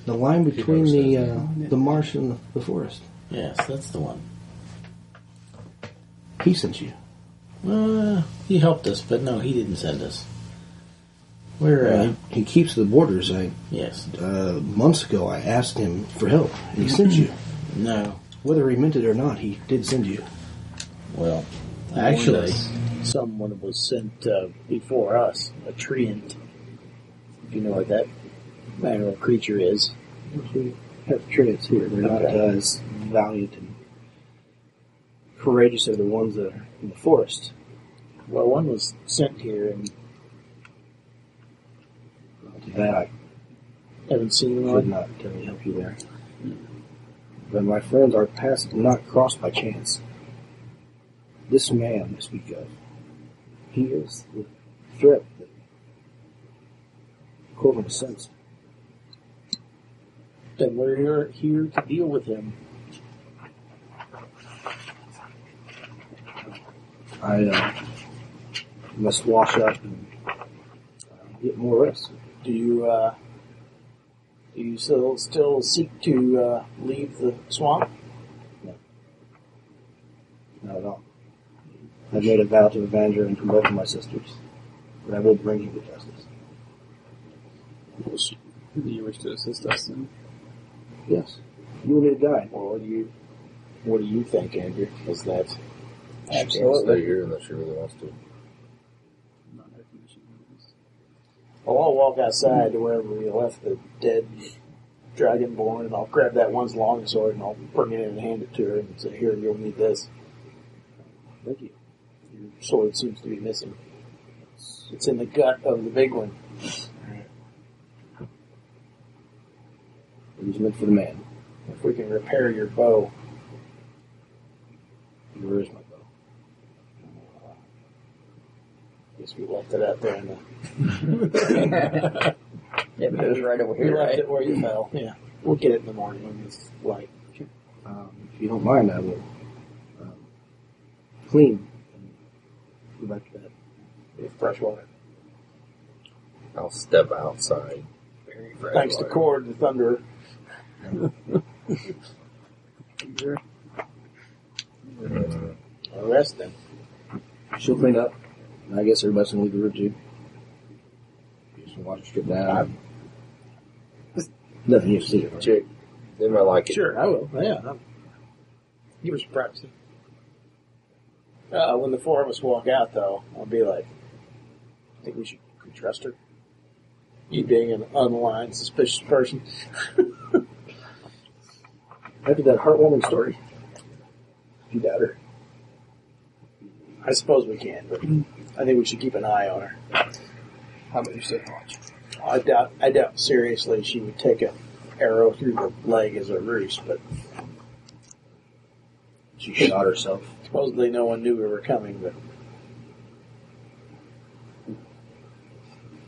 the line between the uh, the marsh and the forest.
Yes, that's the one.
He sent you.
Uh, he helped us, but no, he didn't send us. Where, uh,
he, he keeps the borders. I
yes.
uh, months ago I asked him for help, and he sent you.
No.
Whether he meant it or not, he Mm-hmm. did send you.
Well, actually, someone was sent uh, before us, a treant. If you know what that manner of creature is.
We have trinkets here. They're not uh, as valiant and courageous as the ones that are in the forest.
Well, one was sent here, and
That I
haven't
could
seen one.
not really help you there. But my friends, our paths did not cross by chance. This man I speak of, he is the threat that Corbin sensed.
Then we're here, here to deal with him.
I uh, must wash up and uh, get more rest.
Do you, uh, do you still, still seek to uh, leave the swamp?
Not at all. I made a vow to avenge her and to both of my sisters, but I will bring him to justice.
Do you wish to assist us in?
Yes, you will need a guide.
Or what do you, what do you think, Andrew? Is that
Absolutely. Stay here unless she really wants to.
Not air conditioning.
Well, I'll walk outside to wherever we left the dead dragonborn, and I'll grab that one's long sword and I'll bring it in and hand it to her and say, "Here, you'll need this.
Thank you.
Your sword seems to be missing. It's in the gut of the big one."
It was meant for the man.
If we can repair your bow,
Where is my bow?
I guess we left it out there. In the,
Yeah, but it was right over
we
here,
left
right?
it where you fell. Yeah, we'll get it in the morning when it's light.
Um, if you don't mind, I will um, clean and go back to bed.
We have fresh water.
I'll step outside.
Very
Thanks to Cord the Thunderer. I'll rest then.
She'll clean up. And I guess everybody's gonna leave the room too. Just watch her strip down. Nothing you see. Right?
Chick, they might like it.
Sure, I will. Yeah. I'm- You were surprised. Uh, when the four of us walk out, though, I'll be like, I think we should we trust her. You being an unaligned, suspicious person.
After that heartwarming story, you doubt her.
I suppose we can, but I think we should keep an eye on her.
How about you say watch?
I doubt, I doubt seriously she would take an arrow through the leg as a ruse, but
She shot herself.
supposedly no one knew we were coming, but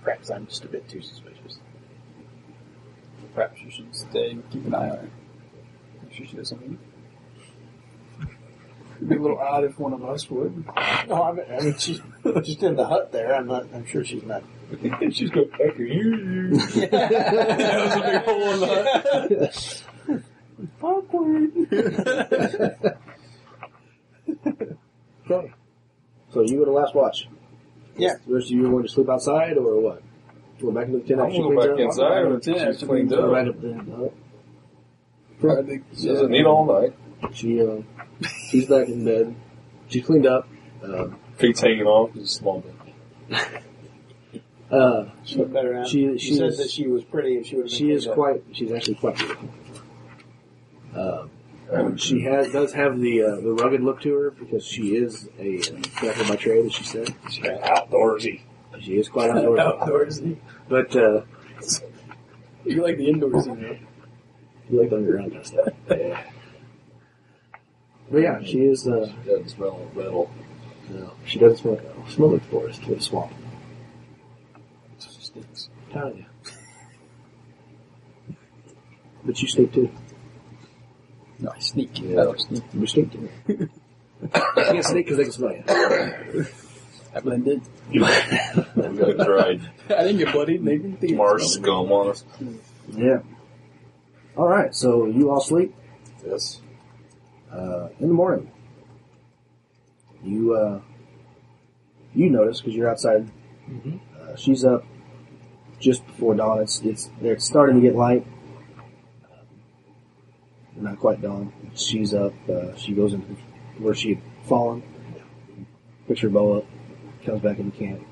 perhaps I'm just a bit too suspicious.
Perhaps you should stay and keep an eye on her. Make sure she doesn't leave. It'd be a little odd if one of us would.
No, I mean, I mean she's, she's in the hut there. I'm not. I'm sure she's not.
she's going back here. You.
that
was a big hole in the
Okay. So you go to last watch.
Yeah.
The rest of you are going to sleep outside or what? Going back into the tent
I'm
after she
gonna
cleans
go
up?
back inside after she's cleaned up.
Right up there. All right.
She doesn't need all night.
She uh, she's back in bed. She's cleaned up. Um,
Feet's hanging off. It's a small bit.
uh,
She looked better now.
She-
You
she
said
is-
that she was pretty. and She would.
she is quite. She's actually quite beautiful. Um, she has does have the uh, the rugged look to her because she is a uh, backer by trade, as she said.
She's very outdoorsy.
She is quite outdoorsy.
Outdoorsy.
But uh,
You like the indoorsy, though.
you like the underground kind of stuff. Yeah. But yeah, she is. Uh,
She doesn't smell of metal.
No, she doesn't smell like that. Smell like forest or the swamp.
Stinks.
Telling you. But you sneak too.
No, I sneak.
Yeah.
I don't sneak.
You sneak too. you can't sneak because they can smell you.
I blended.
we got dried
I didn't get bloodied. and They didn't think it
Mars
smelled
scum on us.
Yeah. All right, so you all sleep
Yes.
uh, in the morning. You uh, you notice because you're outside. Uh, she's up just before dawn. It's it's it's starting to get light. Uh, Not quite dawn. She's up. Uh, she goes into where she had fallen. Picks her bow up. Comes back into camp.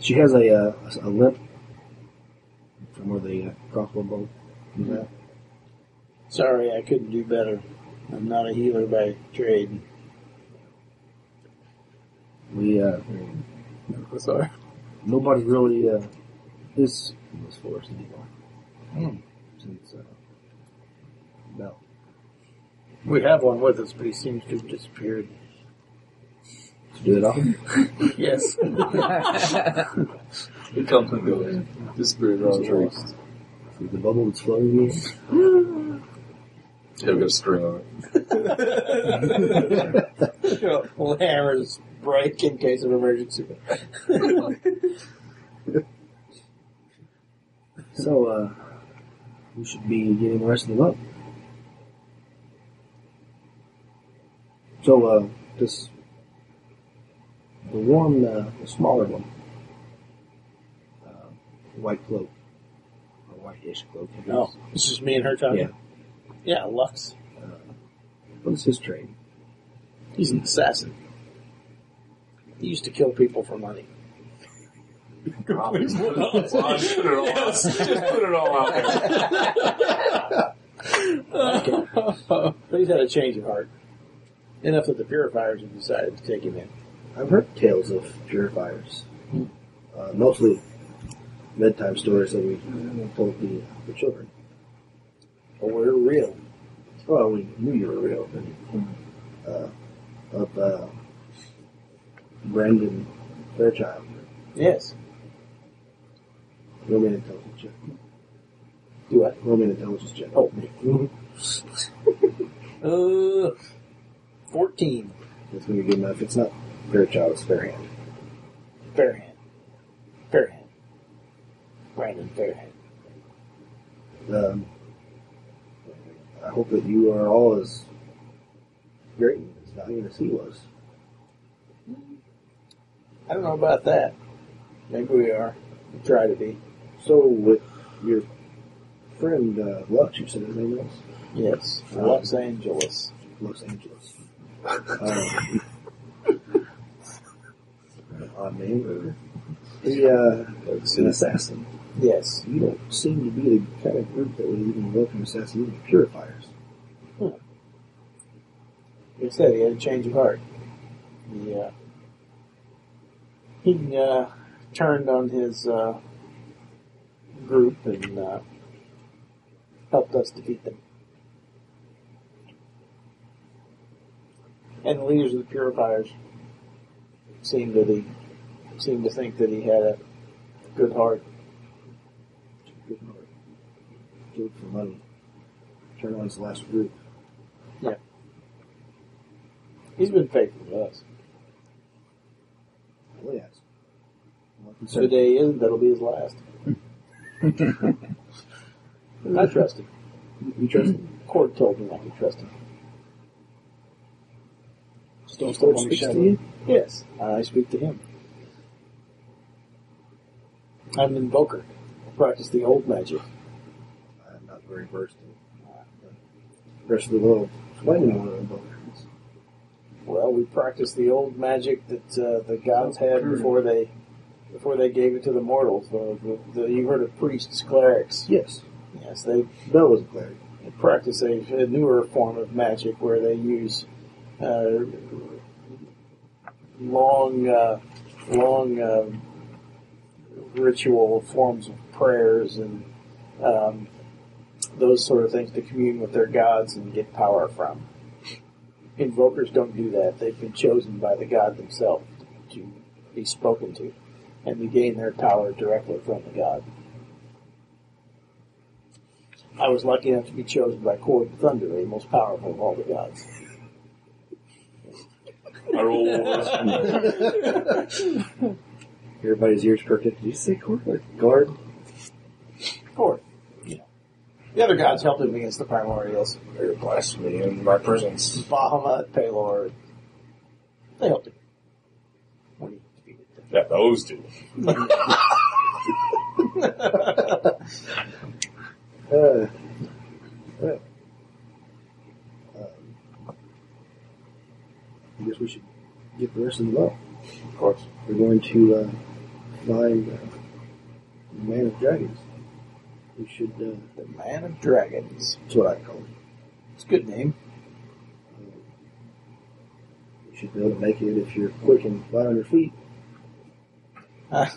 She has a uh, a limp from where the uh, crossbow bolt was at.
Sorry, I couldn't do better. I'm not a healer by trade.
We uh,
Sorry.
nobody really uh, is in this forest anymore.
Hmm.
Since uh, no,
We have one with us, but he seems to have disappeared.
Did you do it all.
Yes.
It comes and goes. Disappears around trees.
the bubble that's floating in.
He'll get a string on it.
well, hammers break in case of emergency.
So uh, we should be getting the rest of the month. So uh, this the one, uh, the smaller one, uh, white cloak or whitish cloak. I guess.
Oh, it's just me and her talking.
Yeah.
Yeah, Lux.
What's his trade?
He's an assassin. He used to kill people for money.
Please put it all out. Put it all out. Just put it all out there.
But he's had a change of heart. Enough that the purifiers have decided to take him in.
I've heard tales of purifiers, uh, mostly bedtime stories that we told the, the children.
But we're real. Hmm.
Well, we knew you were real, but uh, of uh, Brandon Fairchild,
Yes.
Roman intelligence check.
Do what?
Roman intelligence check.
Oh, me. uh, 14.
That's gonna be good enough. It's not Fairchild, it's Fairhand.
Fairhand. Fairhand. Brandon Fairhand.
Um, I hope that you are all as great and as valiant as he was.
I don't know about that. Maybe we are. We try to be.
So with your friend uh, Lux, you said his name was?
Yes. Los Angeles.
Los Angeles. um, odd name. but He, uh, is an assassin.
Yes.
You don't seem to be the kind of group that would even welcome assassins and purifiers.
Like I said, he had a change of heart. He, uh, he uh, turned on his uh, group and uh, helped us defeat them. And the leaders of the purifiers seemed that he seemed to think that he had a good heart.
Good heart. Killed for money. Turn on his last group.
Yeah. He's been faithful to us. Oh,
Well, yes.
So the day is, that'll be his last. I trust him.
You trust him?
Court told me I could trust him.
Just don't step on his shadow.
Yes, I speak to him. I'm an invoker. I practice the old magic.
I'm not very versed in uh, the rest of the world. Explain to me what an invoker is.
Well, we practice the old magic that uh, the gods had before they before they gave it to the mortals. uh, The, the, the, you heard of priests, clerics.
Yes.
Yes, they
Bell was a cleric.
they practice a, a newer form of magic where they use uh, long, uh, long uh, ritual forms of prayers and um, those sort of things to commune with their gods and get power from. Invokers don't do that. They've been chosen by the god themselves to be spoken to, and they gain their power directly from the god. I was lucky enough to be chosen by Cord Thunder, the most powerful of all the gods.
I roll.
Everybody's ears perked up. Did you say court? Like guard?
Cord. The other gods helped him against the primordials.
You're blasphemy in my presence.
Bahamut, Pelor. They helped him. When he defeated them.
Yeah, those two.
Uh, well, um, I guess we should get the rest of them up.
Of course.
We're going to uh, find uh, the Man of Dragons. We should. Uh,
The Man of Dragons.
that's what I call him.
It's a good name.
We should be able to make it if you're quick and light on your feet.
I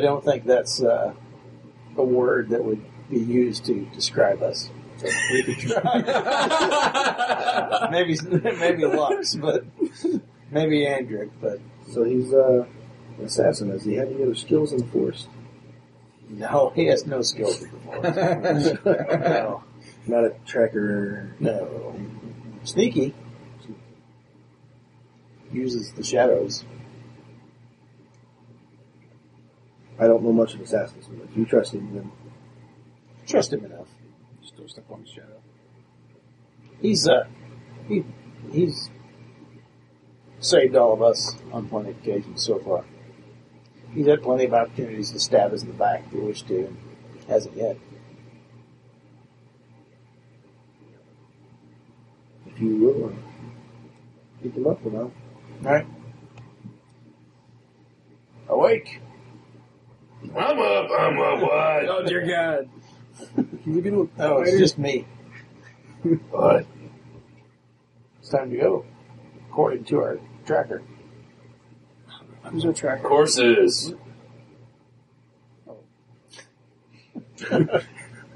don't think that's uh, a word that would be used to describe us. So we could try. maybe maybe Lux, but maybe Andric, but
So he's uh, an assassin. Does he have any other skills in the force?
no, he has no skill for the force. No,
Not a tracker.
no. Sneaky uses the shadows.
I don't know much of assassins, but if you trust him, then
Trust him enough.
Just don't step on his shadow.
He's uh, he he's saved all of us on plenty of occasions so far. He's had plenty of opportunities to stab us in the back if he wished to, and hasn't yet.
if you will, uh, get them up and I'll
All right. Awake.
I'm up, I'm up, why?
Oh dear God!
You can do No, Oh, it's just me.
What?
It's time to go, according to our tracker.
Who's our tracker?
Courses.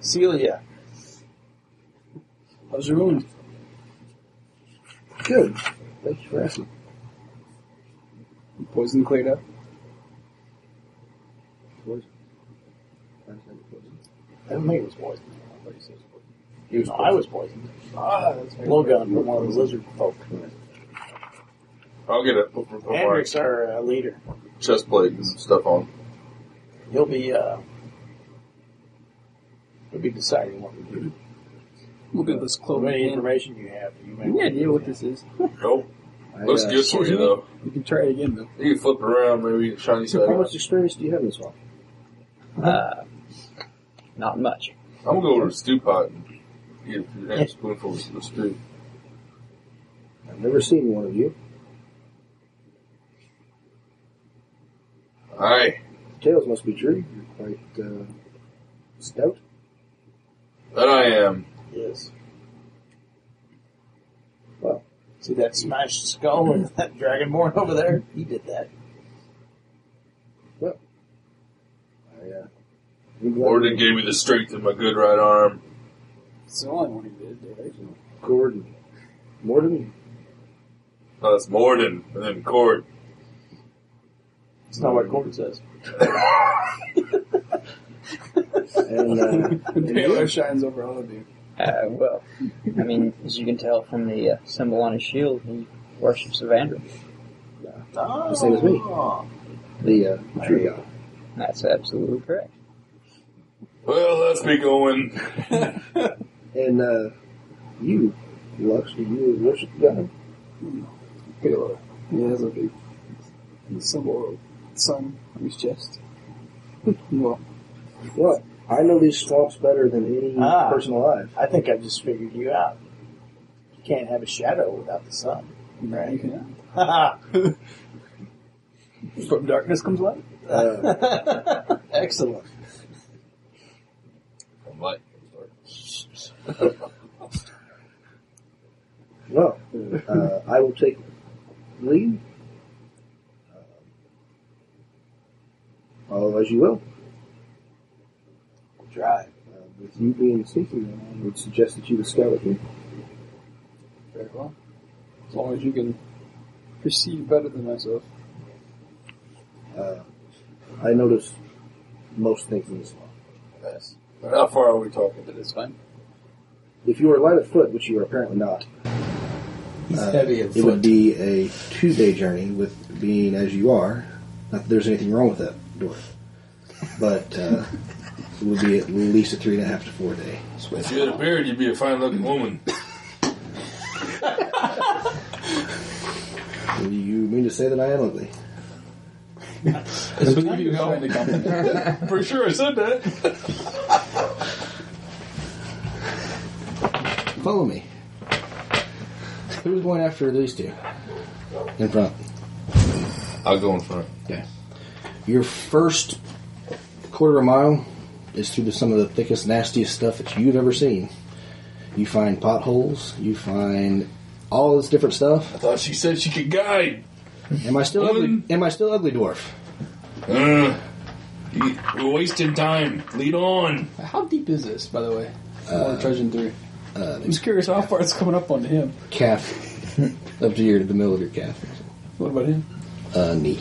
Celia.
How's your wound?
Good. Thank you for asking.
Poison cleared up.
I understand the question.
I don't think it was poisoned.
He was
No, I was poisoned.
Ah, that's very
Blowgun from one of the lizard folk.
I'll get a put- put my
Hendricks, our uh, leader.
chest plate and stuff on.
He'll be uh, he'll be deciding what we do.
Look at this
So
cloak.
any
man.
information you have, you may
Any
want to
idea what this is?
Nope.
I,
Looks
uh,
good for you though.
You can try it again though.
You can flip it around, maybe shiny side.
How
up.
much experience do you have in this one?
Uh, not much.
I'm gonna go over to the stew pot and get a few damn spoonfuls of the stew.
I've never seen one of you.
Aye.
Tales must be true. You're quite uh, stout.
That I am.
Yes.
Well.
see that smashed skull and that dragonborn over there? He did that.
I, uh, I'm glad
Gordon gave me the strength in my good right arm.
It's the only one he did. Dave.
Gordon. Morden?
No, that's Morden and then Cord.
It's not what Gordon says.
And, uh,
The halo shines over all of you.
Uh, well, I mean, as you can tell from the uh, symbol on his shield, he worships of Andrew.
Ah.
The same as me. The uh, true God.
That's absolutely correct.
Well, let's be going.
And uh, you, Lux, do you worship God?
Halo. He has a big symbol of sun on his chest. well,
What? I know these swamps better than any
Ah.
person alive.
I think I just figured you out. You can't have a shadow without the sun.
you can.
Haha.
From darkness comes light.
Uh,
Excellent.
I'm like,
well, uh, I will take leave. Follow as you will.
Dry.
Uh, with you being seeking, I would suggest that you would scout with me.
Very well. As long as you can perceive better than myself.
Uh, I notice most things in this law.
yes. How far are we talking?
But it's fine.
If you are light of foot, which you are apparently not,
He's
Uh,
heavy of
it would
foot.
be a two day journey with being as you are. Not that there's anything wrong with that, dwarf. But uh, it would be at least a three and a half to four day.
If you had a beard, you'd be a fine looking woman.
Do You mean to say that I am ugly?
That's what you trying to compliment.
Pretty sure I said that.
Follow me. Who's going after these two? In front.
I'll go in front.
Your first quarter of a mile is through the, some of the thickest, nastiest stuff that you've ever seen. You find potholes. You find all this different stuff.
I thought she said she could guide.
Am I still ugly?
Woman.
Am I still ugly, dwarf?
Uh, you- we're wasting time. Lead on.
How deep is this, by the way?
Uh,
Uh, Trojan 3.
Uh,
I'm just curious how far it's coming up onto him.
calf up to your the middle of your calf.
What about him?
Uh, knee.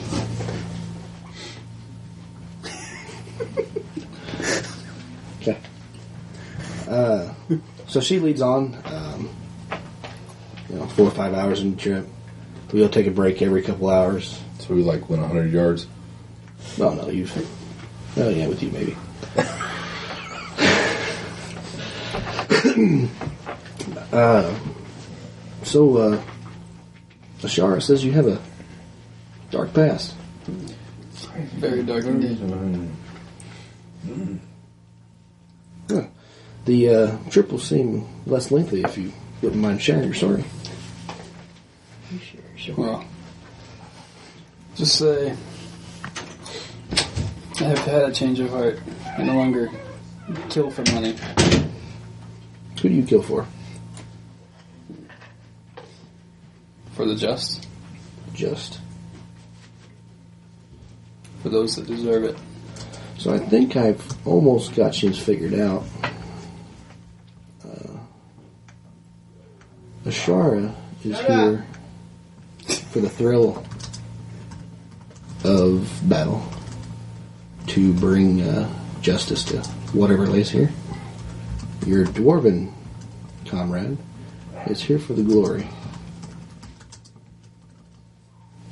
okay. Uh, so she leads on. Um, you know, four or five hours in the trip. We'll take a break every couple hours.
So we like went 100 yards.
Well, no, you've. Oh yeah, with you maybe. uh, so, uh, Ashara says you have a dark past.
Very dark indeed.
The uh, trip will seem less lengthy if you wouldn't mind sharing your story.
Well, just say I have had a change of heart. I no longer kill for money.
Who do you kill for?
For the just.
Just.
For those that deserve it.
So I think I've almost got you figured out. Uh, Ashara is here for the thrill of battle to bring uh, justice to whatever lays here. Your dwarven comrade is here for the glory.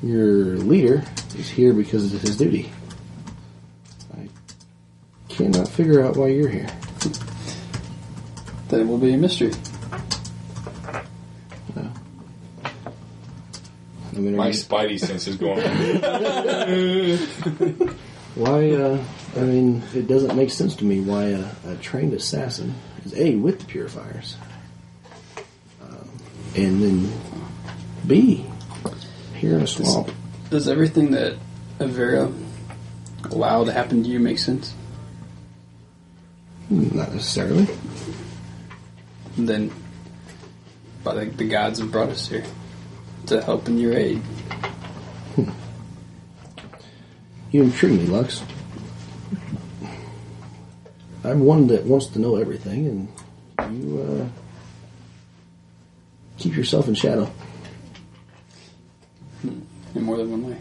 Your leader is here because of his duty. I cannot figure out why you're here.
Then it will be a mystery.
I mean, are
My
you-
spidey sense is going.
Why? Uh, I mean, it doesn't make sense to me why a, a trained assassin is a with the purifiers, um, and then b here in a swamp.
Does everything that Avera allowed to happen to you make sense?
Hmm, Not necessarily.
And then, by the, the gods have brought us here to help in your aid.
You intrigue me, Lux. I'm one that wants to know everything, and you uh, keep yourself in shadow.
in more than one way.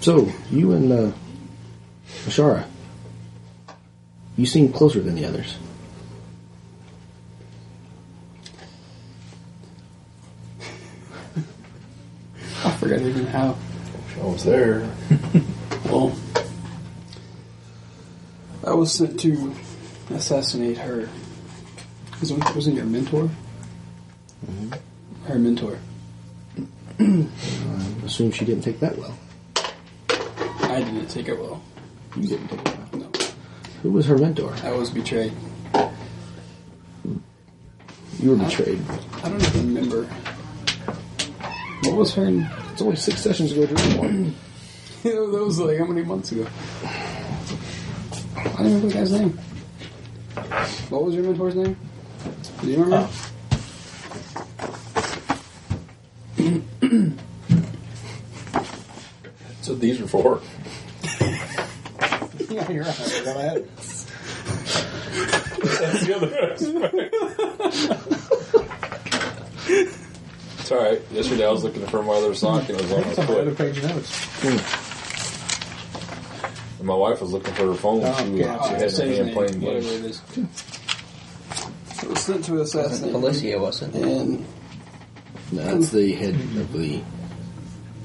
So you and uh, Ashara, you seem closer than the others.
forgot even how.
I was there.
Well, I was sent to assassinate her. Was it, wasn't your mentor?
Mm-hmm.
Her mentor.
I assume she didn't take that well.
I didn't take it well.
You didn't take that well. Who was her mentor?
I was betrayed.
You were betrayed.
I don't even remember. What was her?
It's only six sessions ago. Drew. One.
that was like how many months ago? I don't remember the guy's name. What was your mentor's name? Do you
Uh,
remember?
So these are for.
yeah, you're right. I forgot I had it.
That's the other aspect. it's all right. Yesterday I was looking for my other sock and it was on my foot.
page notes.
And my wife was looking for her phone. she was,
God.
she had
Same
her hand
name,
playing
whatever
games.
it is. I was sent to assassinate.
Felicia wasn't.
her, And
No, that's the head of the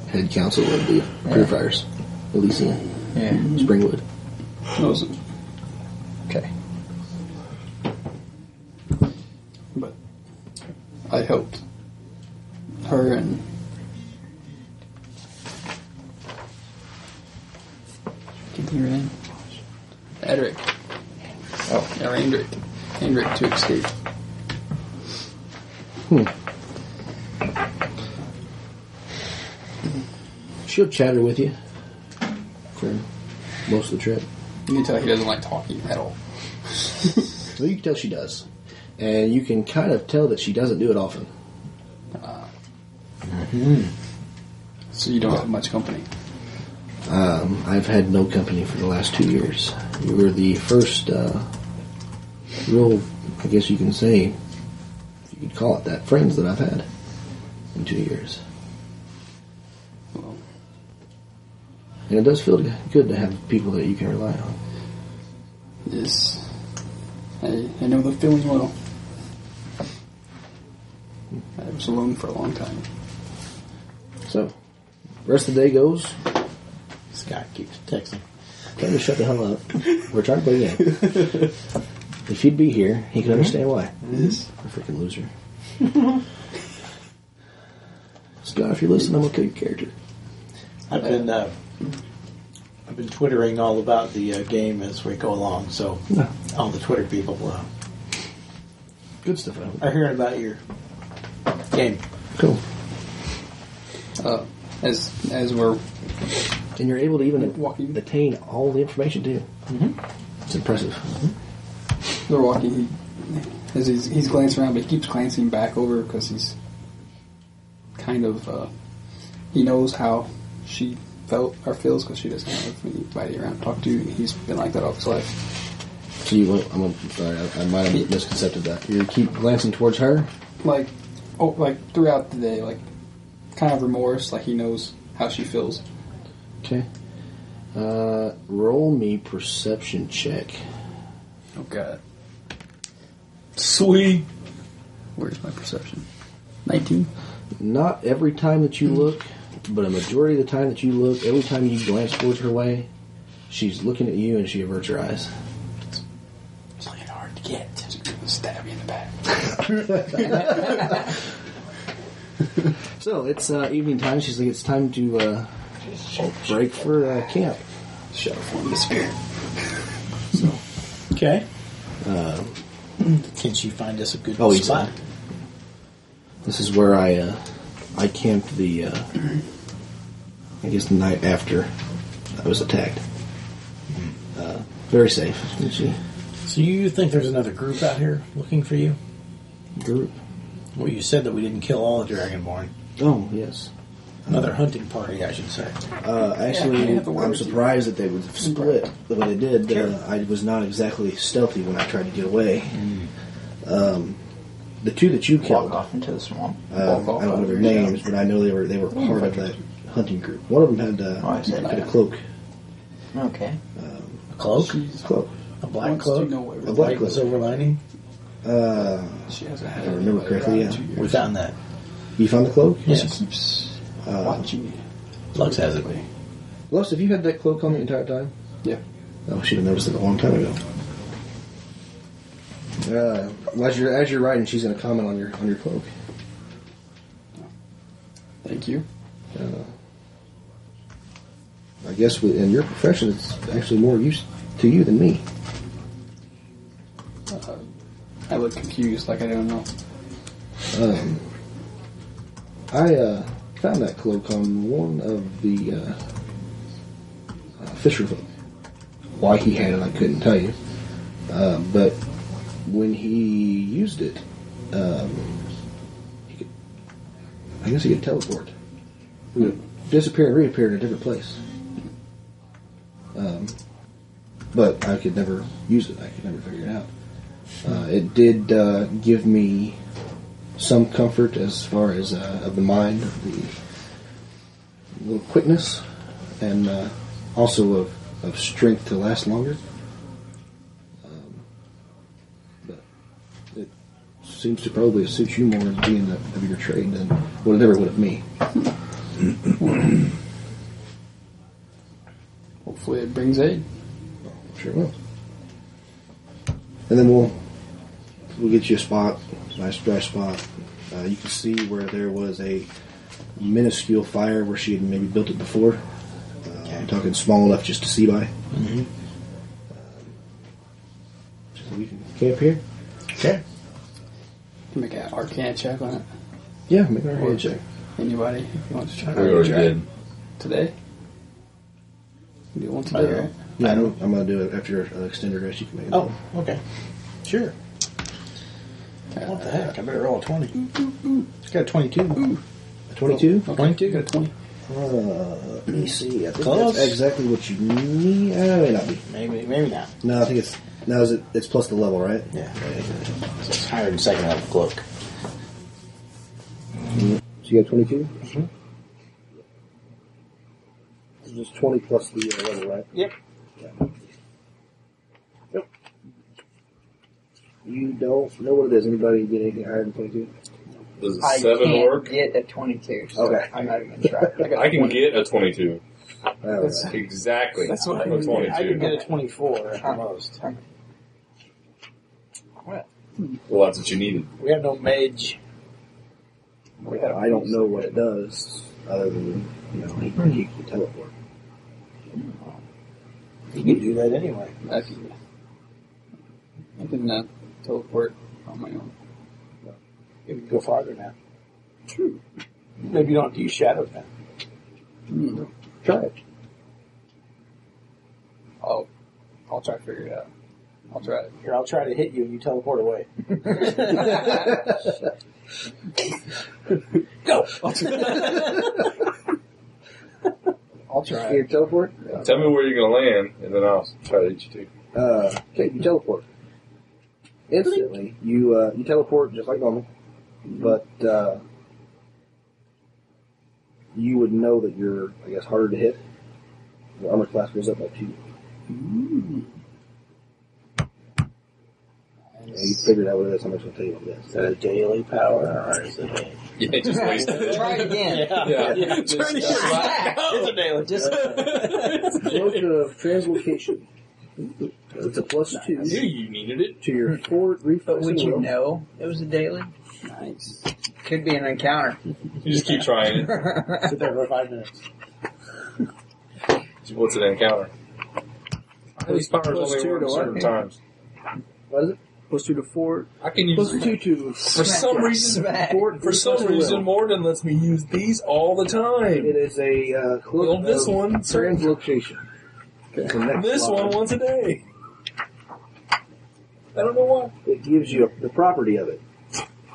head council of the purifiers, Elysian
Yeah.
Springwood.
no, it wasn't.
Okay.
But I helped her and can't think of her name. Edric. Oh, or Andric. Andric to escape.
She'll chatter with you for most of the trip.
You can tell he doesn't like talking at all.
Well, you can tell she does, and you can kind of tell that she doesn't do it often.
So you don't have much company.
Um, I've had no company for the last two years. You were the first uh, real, I guess you can say, if you could call it that, friends that I've had in two years. And it does feel good to have people that you can rely on.
Yes. I, I know the feeling well. I was alone for a long time.
So, rest of the day goes.
Scott keeps texting.
Tell him to shut the hell up. We're trying to play a game. if he'd be here, he could understand why.
Yes.
A freaking loser. Scott, if you're listening, I'm gonna kill your character.
I've been uh, I've been twittering all about the uh, game as we go along, so
Yeah.
all the Twitter people uh,
Good stuff. I hope.
are hearing about your game.
Cool.
Uh, as as we're
And you're able to even
walking
attain all the information too. It's impressive.
They're walking. He, as he's, he's glancing around, but he keeps glancing back over because he's kind of uh, he knows how she felt or feels because she doesn't have anybody around to talk to. He's been like that all his life.
So you, went, I'm, I'm sorry, I, I might have misconcepted that. You keep glancing towards her.
Like oh, like throughout the day, like kind of remorse. Like he knows how she feels.
Okay. Uh, roll me perception check.
Oh God,
Sweet.
where's my perception? Nineteen.
Not every time that you look, but a majority of the time that you look, every time you glance towards her way, she's looking at you and she averts her eyes.
It's looking hard to get. It's gonna stab you in the back.
So it's uh, evening time. She's like, it's time to uh, break for uh, camp.
Shut up, one disappear.
Okay. Uh, Can she find us a good
Oh,
spot?
exactly. This is where I uh, I camped the uh, I guess the night after I was attacked. Uh,
Mm-hmm.
very safe. Did she
So you think there's another group out here looking for you?
group?
Well, you said that we didn't kill all the Dragonborn.
Oh yes.
Another hunting party, I should say.
Uh, actually,
have the
I'm
words.
surprised that they would have split the way they did. Uh, I was not exactly stealthy when I tried to get away. Um, the two that you killed,
Mm. Walk off into the swamp.
Uh,
Walk off
I don't know
over
their
here.
names, but I know they were they were part of that hunting group. One of them had, uh,
Oh, I see.
had a cloak,
Okay.
A cloak?
cloak,
A black
Wants to
cloak?
know where
a
A
black
black
with
cloak.
silver lining?
Uh,
She has a
I
head.
remember correctly. Yeah,
We found that.
you found the cloak.
Yes.
Keeps
Uh, Watching.
Lux has it.
Lux, have you had that cloak on the entire time?
Yeah.
Oh, she noticed it a long time ago. Uh, as you're as you're riding, she's going to comment on your on your cloak.
Thank you.
Uh, I guess with, in your profession, it's actually more use to you than me.
Uh, I look confused, like I don't know.
Um, I uh, found that cloak on one of the uh, uh, fisherfolk. Why he had it, I couldn't tell you. Uh, but when he used it, um, he could, I guess he could teleport. He would disappear and reappear in a different place. Um, but I could never use it. I could never figure it out. Uh, it did uh, give me some comfort as far as uh, of the mind, of the little quickness, and uh, also of, of strength to last longer. Um, but it seems to probably suit you more as being of, of your trade than well, it never would of me.
Hopefully, it brings aid.
Sure will. And then we'll we'll get you a spot, a nice dry spot. Uh, you can see where there was a minuscule fire where she had maybe built it before. Uh, I'm talking small enough just to see by. Mm-hmm. so we can camp here. Okay.
Can make an arcana check on it.
Yeah, make an arcana check.
Anybody who wants to try
We already
try it
did.
Today? You do one
I
today,
don't know.
right?
Yeah, I don't, I'm going to do it after uh, extended rest. You can make it.
Oh, okay. Sure. What the heck? I better roll a 20. It's got a 22.
A 22?
Okay. 22. Got a 20.
Uh, let me see. I think
Close.
that's exactly what you need. Uh, it may not be.
Maybe, maybe not.
No, I think it's. No, is it, it's plus the level, right?
Yeah. So it's higher than second level cloak.
So you got 22? Mm-hmm. Just 20 plus the uh, level, right?
Yep.
You don't know what it is. Anybody get anything higher than 22?
Does a
I
seven
can't
work?
get a 22, so
Okay.
I'm not even trying.
I can get a 22.
That's,
Exactly.
that's what I
I'm
can
a
get. I can
22.
get a 24 at the most.
Well, that's what you needed.
We have no mage.
I don't know what it does, other than, you know, he, he can teleport.
You can do that anyway.
I can, I can uh, teleport on my own.
You can go farther now.
True.
Maybe you don't have to use shadows now.
Hmm.
Try it.
I'll, I'll try to figure it out. I'll try it.
Here, I'll try to hit you and you teleport away. go!
I'll try
Here,
it.
teleport?
Tell me where you're going to land, and then I'll try to hit you too.
Uh, okay, you teleport. Instantly, you uh, you teleport just like normal, but uh, you would know that you're, I guess, harder to hit. Your armor class goes up by two. Yeah, you figured out what it is. I'm just gonna tell you what it is.
Is that a daily power or is it a.
Yeah, just wasted it.
Try again.
Yeah.
Trying to shut back. It's a daily.
Just
Cloak of translocation. It's a plus two
I knew you needed it.
to your forward
But
reflex.
would you
will.
know it was a daily?
Nice.
Could be an encounter.
You just keep trying it.
Sit there for five minutes.
What's an encounter? These powers only work at certain times.
What is it?
Plus two to four.
I can use
Plus two to
For some reason,
Smack.
forward
for some
reflex will.
reason, Morden lets me use these all the time.
It is a uh, cloak
Well, this
of
one, sir.
translocation. It's the next
This
level.
one once a day. I don't know why.
It gives you the property of it.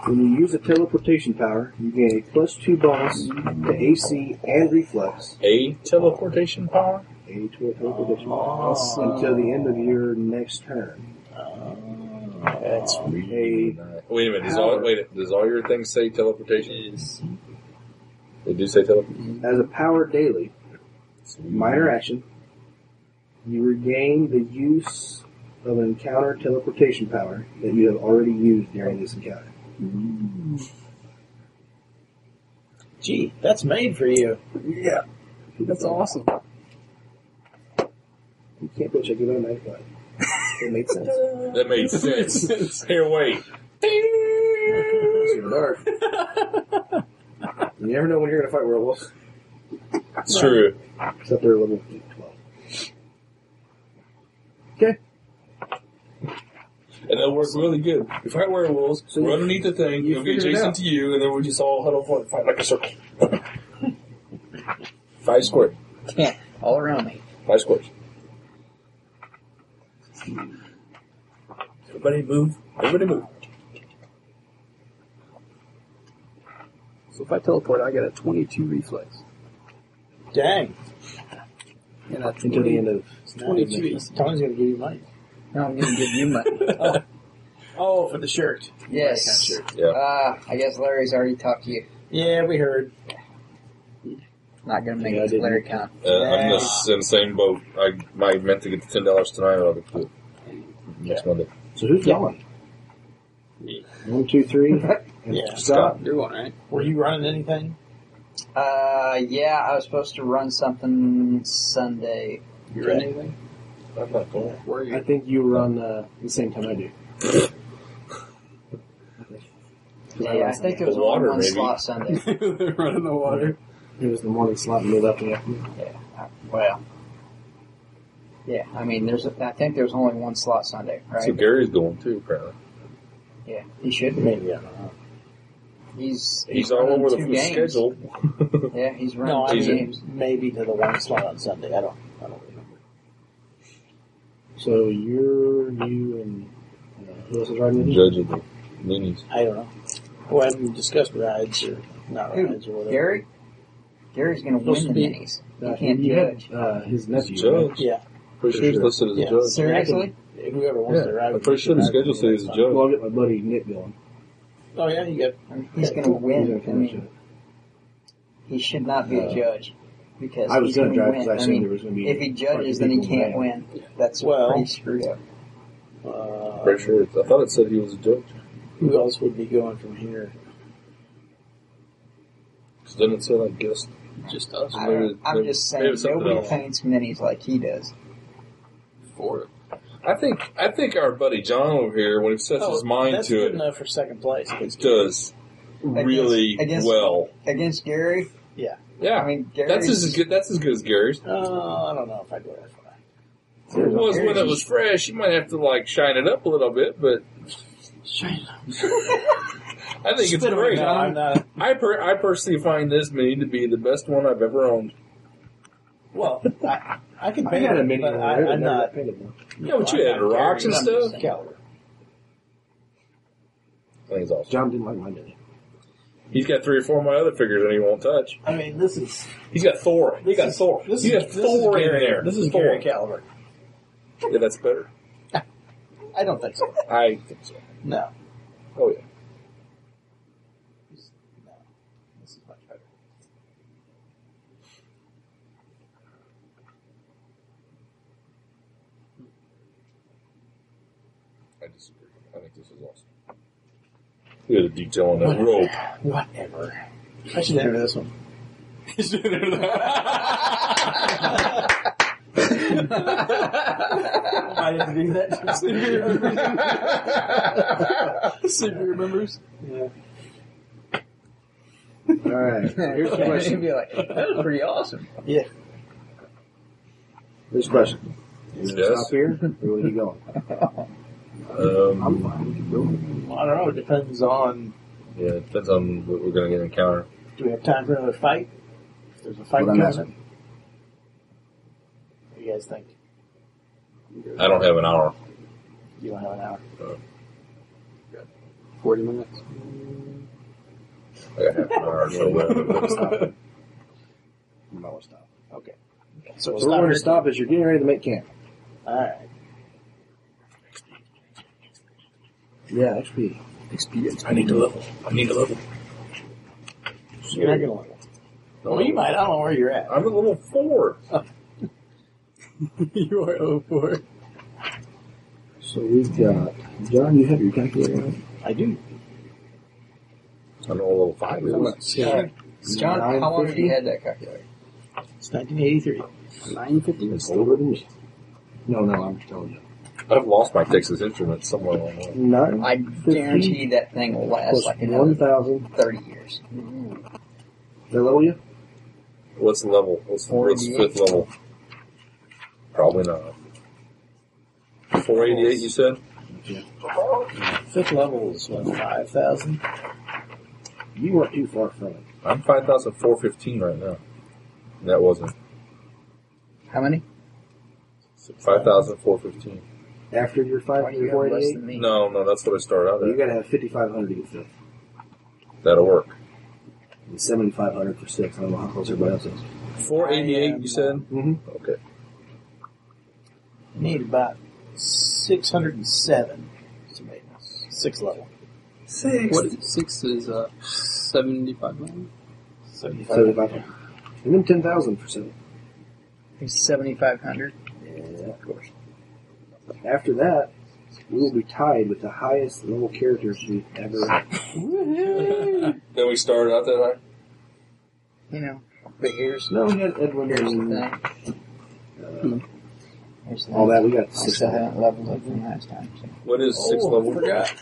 When you use a teleportation power, you gain a plus two bonus to AC and reflex.
A teleportation power.
A to a teleportation until the end of your next turn.
That's
really
Wait a minute. Does all,
Power.
wait, a- does all your things say teleportation? They do say teleportation.
As a power daily, minor action, you regain the use of an encounter teleportation power that you have already used during this encounter.
Gee, that's made for you.
Yeah. That's awesome.
You can't bitch. I give it a night fight. It made sense.
That made sense. Here, wait.
It's even dark. you never know when you're going to fight werewolves,
It's true.
except they're level 12. Okay.
And that worked really good. We fight werewolves,
So
we're
you-
underneath the thing,
you
you'll get
figured it
Jason
out.
to you, and then we just all huddle forward and fight like a circle. Five squares.
Can't. All around me.
Five squares.
Everybody move. Everybody move.
So if I teleport, I get a 22 reflex.
Dang.
And a
Until
20,
the end of
22.
Tony's gonna give you money.
No, I'm going to give you money.
Oh, for the shirt.
yes.
Yeah.
Uh, I guess Larry's already talked to you.
Yeah, we heard.
Not going to make
Yeah, I
it to
didn't.
Larry count.
Uh, I'm the s- in the same boat. I, I meant to get the ten dollars tonight, but I'll get it next Monday.
So who's going? One, two, three.
Yeah.
Stop.
You're going, right?
Were you running anything?
Uh, yeah, I was supposed to run something Sunday.
You read anything?
I'm not going.
Where are
I
you?
think you run uh, the same time I do.
Yeah, I think it was
The
only
water,
one
maybe.
slot Sunday.
They're running the water.
It was the morning slot and the left and afternoon.
Well, yeah, I mean, there's. A, I think there's only one slot Sunday,
So
right?
Gary's going too, apparently.
Yeah, he should be.
Maybe. I don't know.
He's
He's all
running
over the
two
the
games.
schedule.
Yeah, he's running
No, I
two
Jesus.
games.
mean maybe to the one slot on Sunday. I don't. I don't remember.
So you're you and uh, who else is riding with you?
Judge of the loonies.
I don't know. Well, have not discussed rides or not
Who?
rides or whatever?
Gary? Gary's going to
Supposed
win the
to be-
minis.
Uh,
He can't
you
judge.
had uh, his nephew.
Judge.
Yeah.
Pretty sure he's
Sure.
listed as
Yeah.
a judge.
Seriously?
Whoever wants
Yeah,
to ride.
I'm
with
pretty
you
sure the
can ride
schedule
with
says
me,
he's a
that's
Right?
judge.
Well, I'll get my buddy Nick going.
fine. Oh yeah, you got.
I mean, he's going
He's
to
gonna
win. I
finish
mean, he should not be a
Uh,
judge
it.
because
I was
he's
going
going
to drive
to
because
win.
I
I
assumed there
mean,
was going to be.
if he judges, then he can't win. That's
Well-
pretty screwed up.
Uh,
Pretty sure. it's- I thought it said he was a judge.
Who else would be going from here?
Cause then it said, I guess.
Just us.
I
Maybe-
don't, I'm
maybe-
just
maybe
saying,
something
nobody
else.
paints minis like he does.
Four.
I think I think our buddy John over here, when he sets
Oh,
his mind
that's
to
good
it,
enough for second place. Against
does really
I guess-
well.
Against Gary,
Yeah,
I mean, Gary's,
that's as good. That's as good as Gary's.
Oh, I don't know if I go that far.
It was when it
Gary's-
was fresh. You might have to like shine it up a little bit, but I think it's great.
No, I'm not.
I per- I personally find this mini to be the best one I've ever owned.
Well, I, I can
I
paint
had a
it,
mini
but
one.
I,
I
I'm
never
not.
got painted one.
Yeah, but you
I'm
had
not
rocks and
Gary's
stuff.
Caliber.
I think it's awesome.
John didn't like my mini.
He's got three or four of my other figures that he won't touch.
I mean, this is
He's got Thor. He
This
got
is-
Thor.
this
he
is
got Thor
Gary,
in there.
This is
Thor.
Gary Caliber.
Yeah, that's better.
I don't think so.
I think so.
No,
Oh yeah.
no, this is much better.
I disagree. I think this is awesome. Look at the detail on that rope.
Whatever. I should enter this one. I didn't do that.
See if he remembers.
All right. Here's the
Yeah,
question.
he'd be like, that was pretty awesome.
Here's the question. You gonna
Yes.
Stop here. Or where are you going?
Um,
I'm fine. Keep going.
Well, I don't know. It depends on.
yeah, it depends on what we're going to get encounter.
Do we have time for another fight? If there's a fight
What I'm
coming up,
asking.
what do you guys think?
I don't have an hour.
You don't have an hour.
Forty minutes.
I got half an hour or so left.
I'm not gonna stop.
So
So we're going to stop as you're getting ready to make camp.
All right.
Yeah, XP.
I need to level. I need to level.
You're not gonna level. Well, you might. I don't know where you're at.
I'm at level four.
you are 04.
So we've got John. You have your calculator. on?
I do.
I know level five
I'm
is.
not sure.
John, how long have you had that calculator?
It's 1983.
950 was
older than me. No, no, I'm just telling you.
I've lost my Texas Instruments somewhere along the way.
Nine
I guarantee that thing will last
plus
like
one
another
thousand.
30 years.
They level you?
What's the level? What's the what's the fifth level? Probably not. 488, you said?
Fifth level is what, 5,000?
You weren't too far from it.
I'm 5,415 right now. That wasn't.
How many?
5,415.
After your five,
Why do
your
you have less
488,
than me?
No, no, that's what I started out
you
at.
got to have 5,500 to get fifth.
That'll work.
And 7,500 for sixth. I don't know how close everybody else is.
488, you said?
Mm-hmm.
Okay.
Need about 607 to make sixth level.
Six. What, six is uh, 75 million?
75.
7,500. And then 10,000 for seventh.
It's 7,500.
Yeah, of course. After that, we will be tied with the highest level characters we've ever.
Then we started out that high?
You know, but here's,
No, we had Edwin
here's the
and
thing. Here's the
all
thing.
that. We got
I
six.
still haven't leveled up from last time. So.
What is sixth
Oh,
level?
I forgot.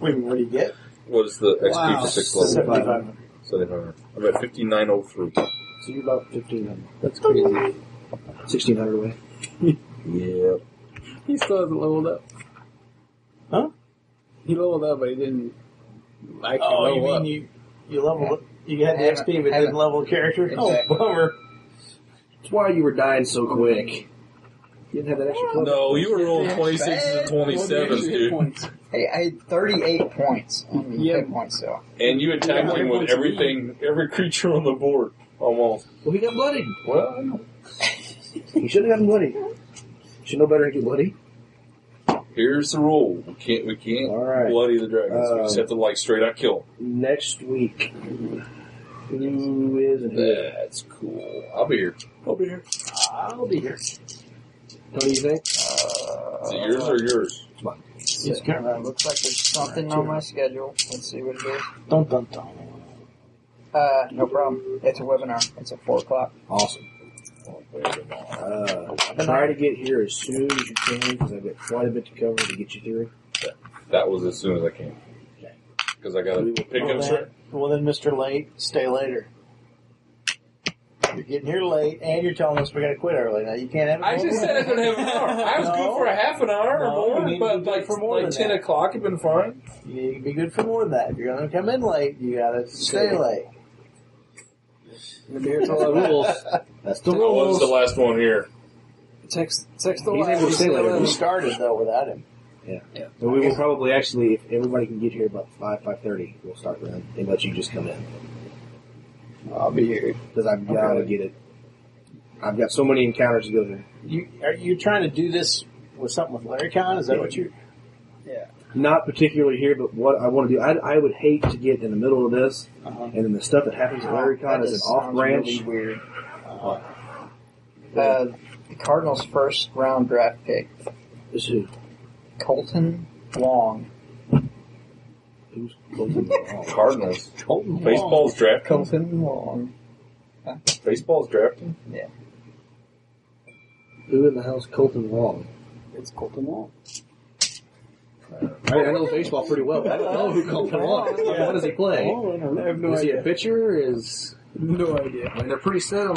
Wait, what do you get?
What is the XP
Wow.
for sixth level?
7,500.
7,500. I'm at 5,903.
So you're about 1,500,
That's crazy.
1,600 away.
Yeah.
He still hasn't leveled up.
Huh?
He leveled up, but he didn't actually
Oh, you mean
level up.
you, you leveled You had the
Haven't-
XP but didn't
haven't.
level a character?
Exactly.
Oh, bummer.
That's why you were dying so quick. You didn't have that extra plus.
No, you were rolling 26s and 27s, dude.
Hey, I had 38 points on the
Yeah.
hit points, so. uh,
And you attacked him with everything, every creature on the board, almost.
Well, he got bloody.
Well, I know.
He should have gotten bloody. Should know better than to get bloody.
Here's the rule: we can't we can't
All right.
bloody the dragons. we just
Uh,
have to like straight out kill.
Next week, who is and who isn't?
That's cool. I'll be here. I'll be here.
I'll be here.
What do you think?
Is it yours or yours?
It's kind
It looks like there's something on my schedule. Let's see what it is.
Dun dun dun.
Uh, no problem. It's a webinar. It's at 4 o'clock.
Awesome. Uh, try to get here as soon as you can because I've got quite a bit to cover to get you through.
That was as soon as I came. Because I got to pick
Well
up.
then, well then, Mr. Late, stay later. You're getting here late, and you're telling us we got to quit early. Now you can't have. it
I just
both
said I
ways.
could have an hour. I was good for a half an hour
No,
or
we
more,
need to
but
do it
like
for more
like
than
ten
that.
o'clock, it'd been fine.
You need to be good for more than that. If you're going to come in late, you got to stay late.
That's all the rules. That's the
I was the
rules.
last one here.
Text, text the
He's able to stay later.
We started though without him.
But we will probably actually, if everybody can get here about five five thirty, we'll start then and let you just come in
I'll be here.
because I've got to get it. I've got so many encounters to go through.
You are you trying to do this with something with Larry Con? Is that what you?
Not particularly here, but what I want to do, I, I would hate to get in the middle of this
Uh-huh.
and then the stuff that happens at
Uh, Oh, That
LarryCon is an
just
off
sounds
branch.
really weird. Uh, the Cardinals' first round draft pick,
Is who?
Colton Long.
Who's closing the hall?
Cardinals. Baseball's drafting.
Colton Long.
Baseball's drafting.
Who in the hell's Colton Long?
It's Colton Wall.
I, I know baseball pretty well. But I don't know who Colton Long is. What does he play?
I have no
is he
idea.
a pitcher? Is
No idea.
I mean, they're pretty set on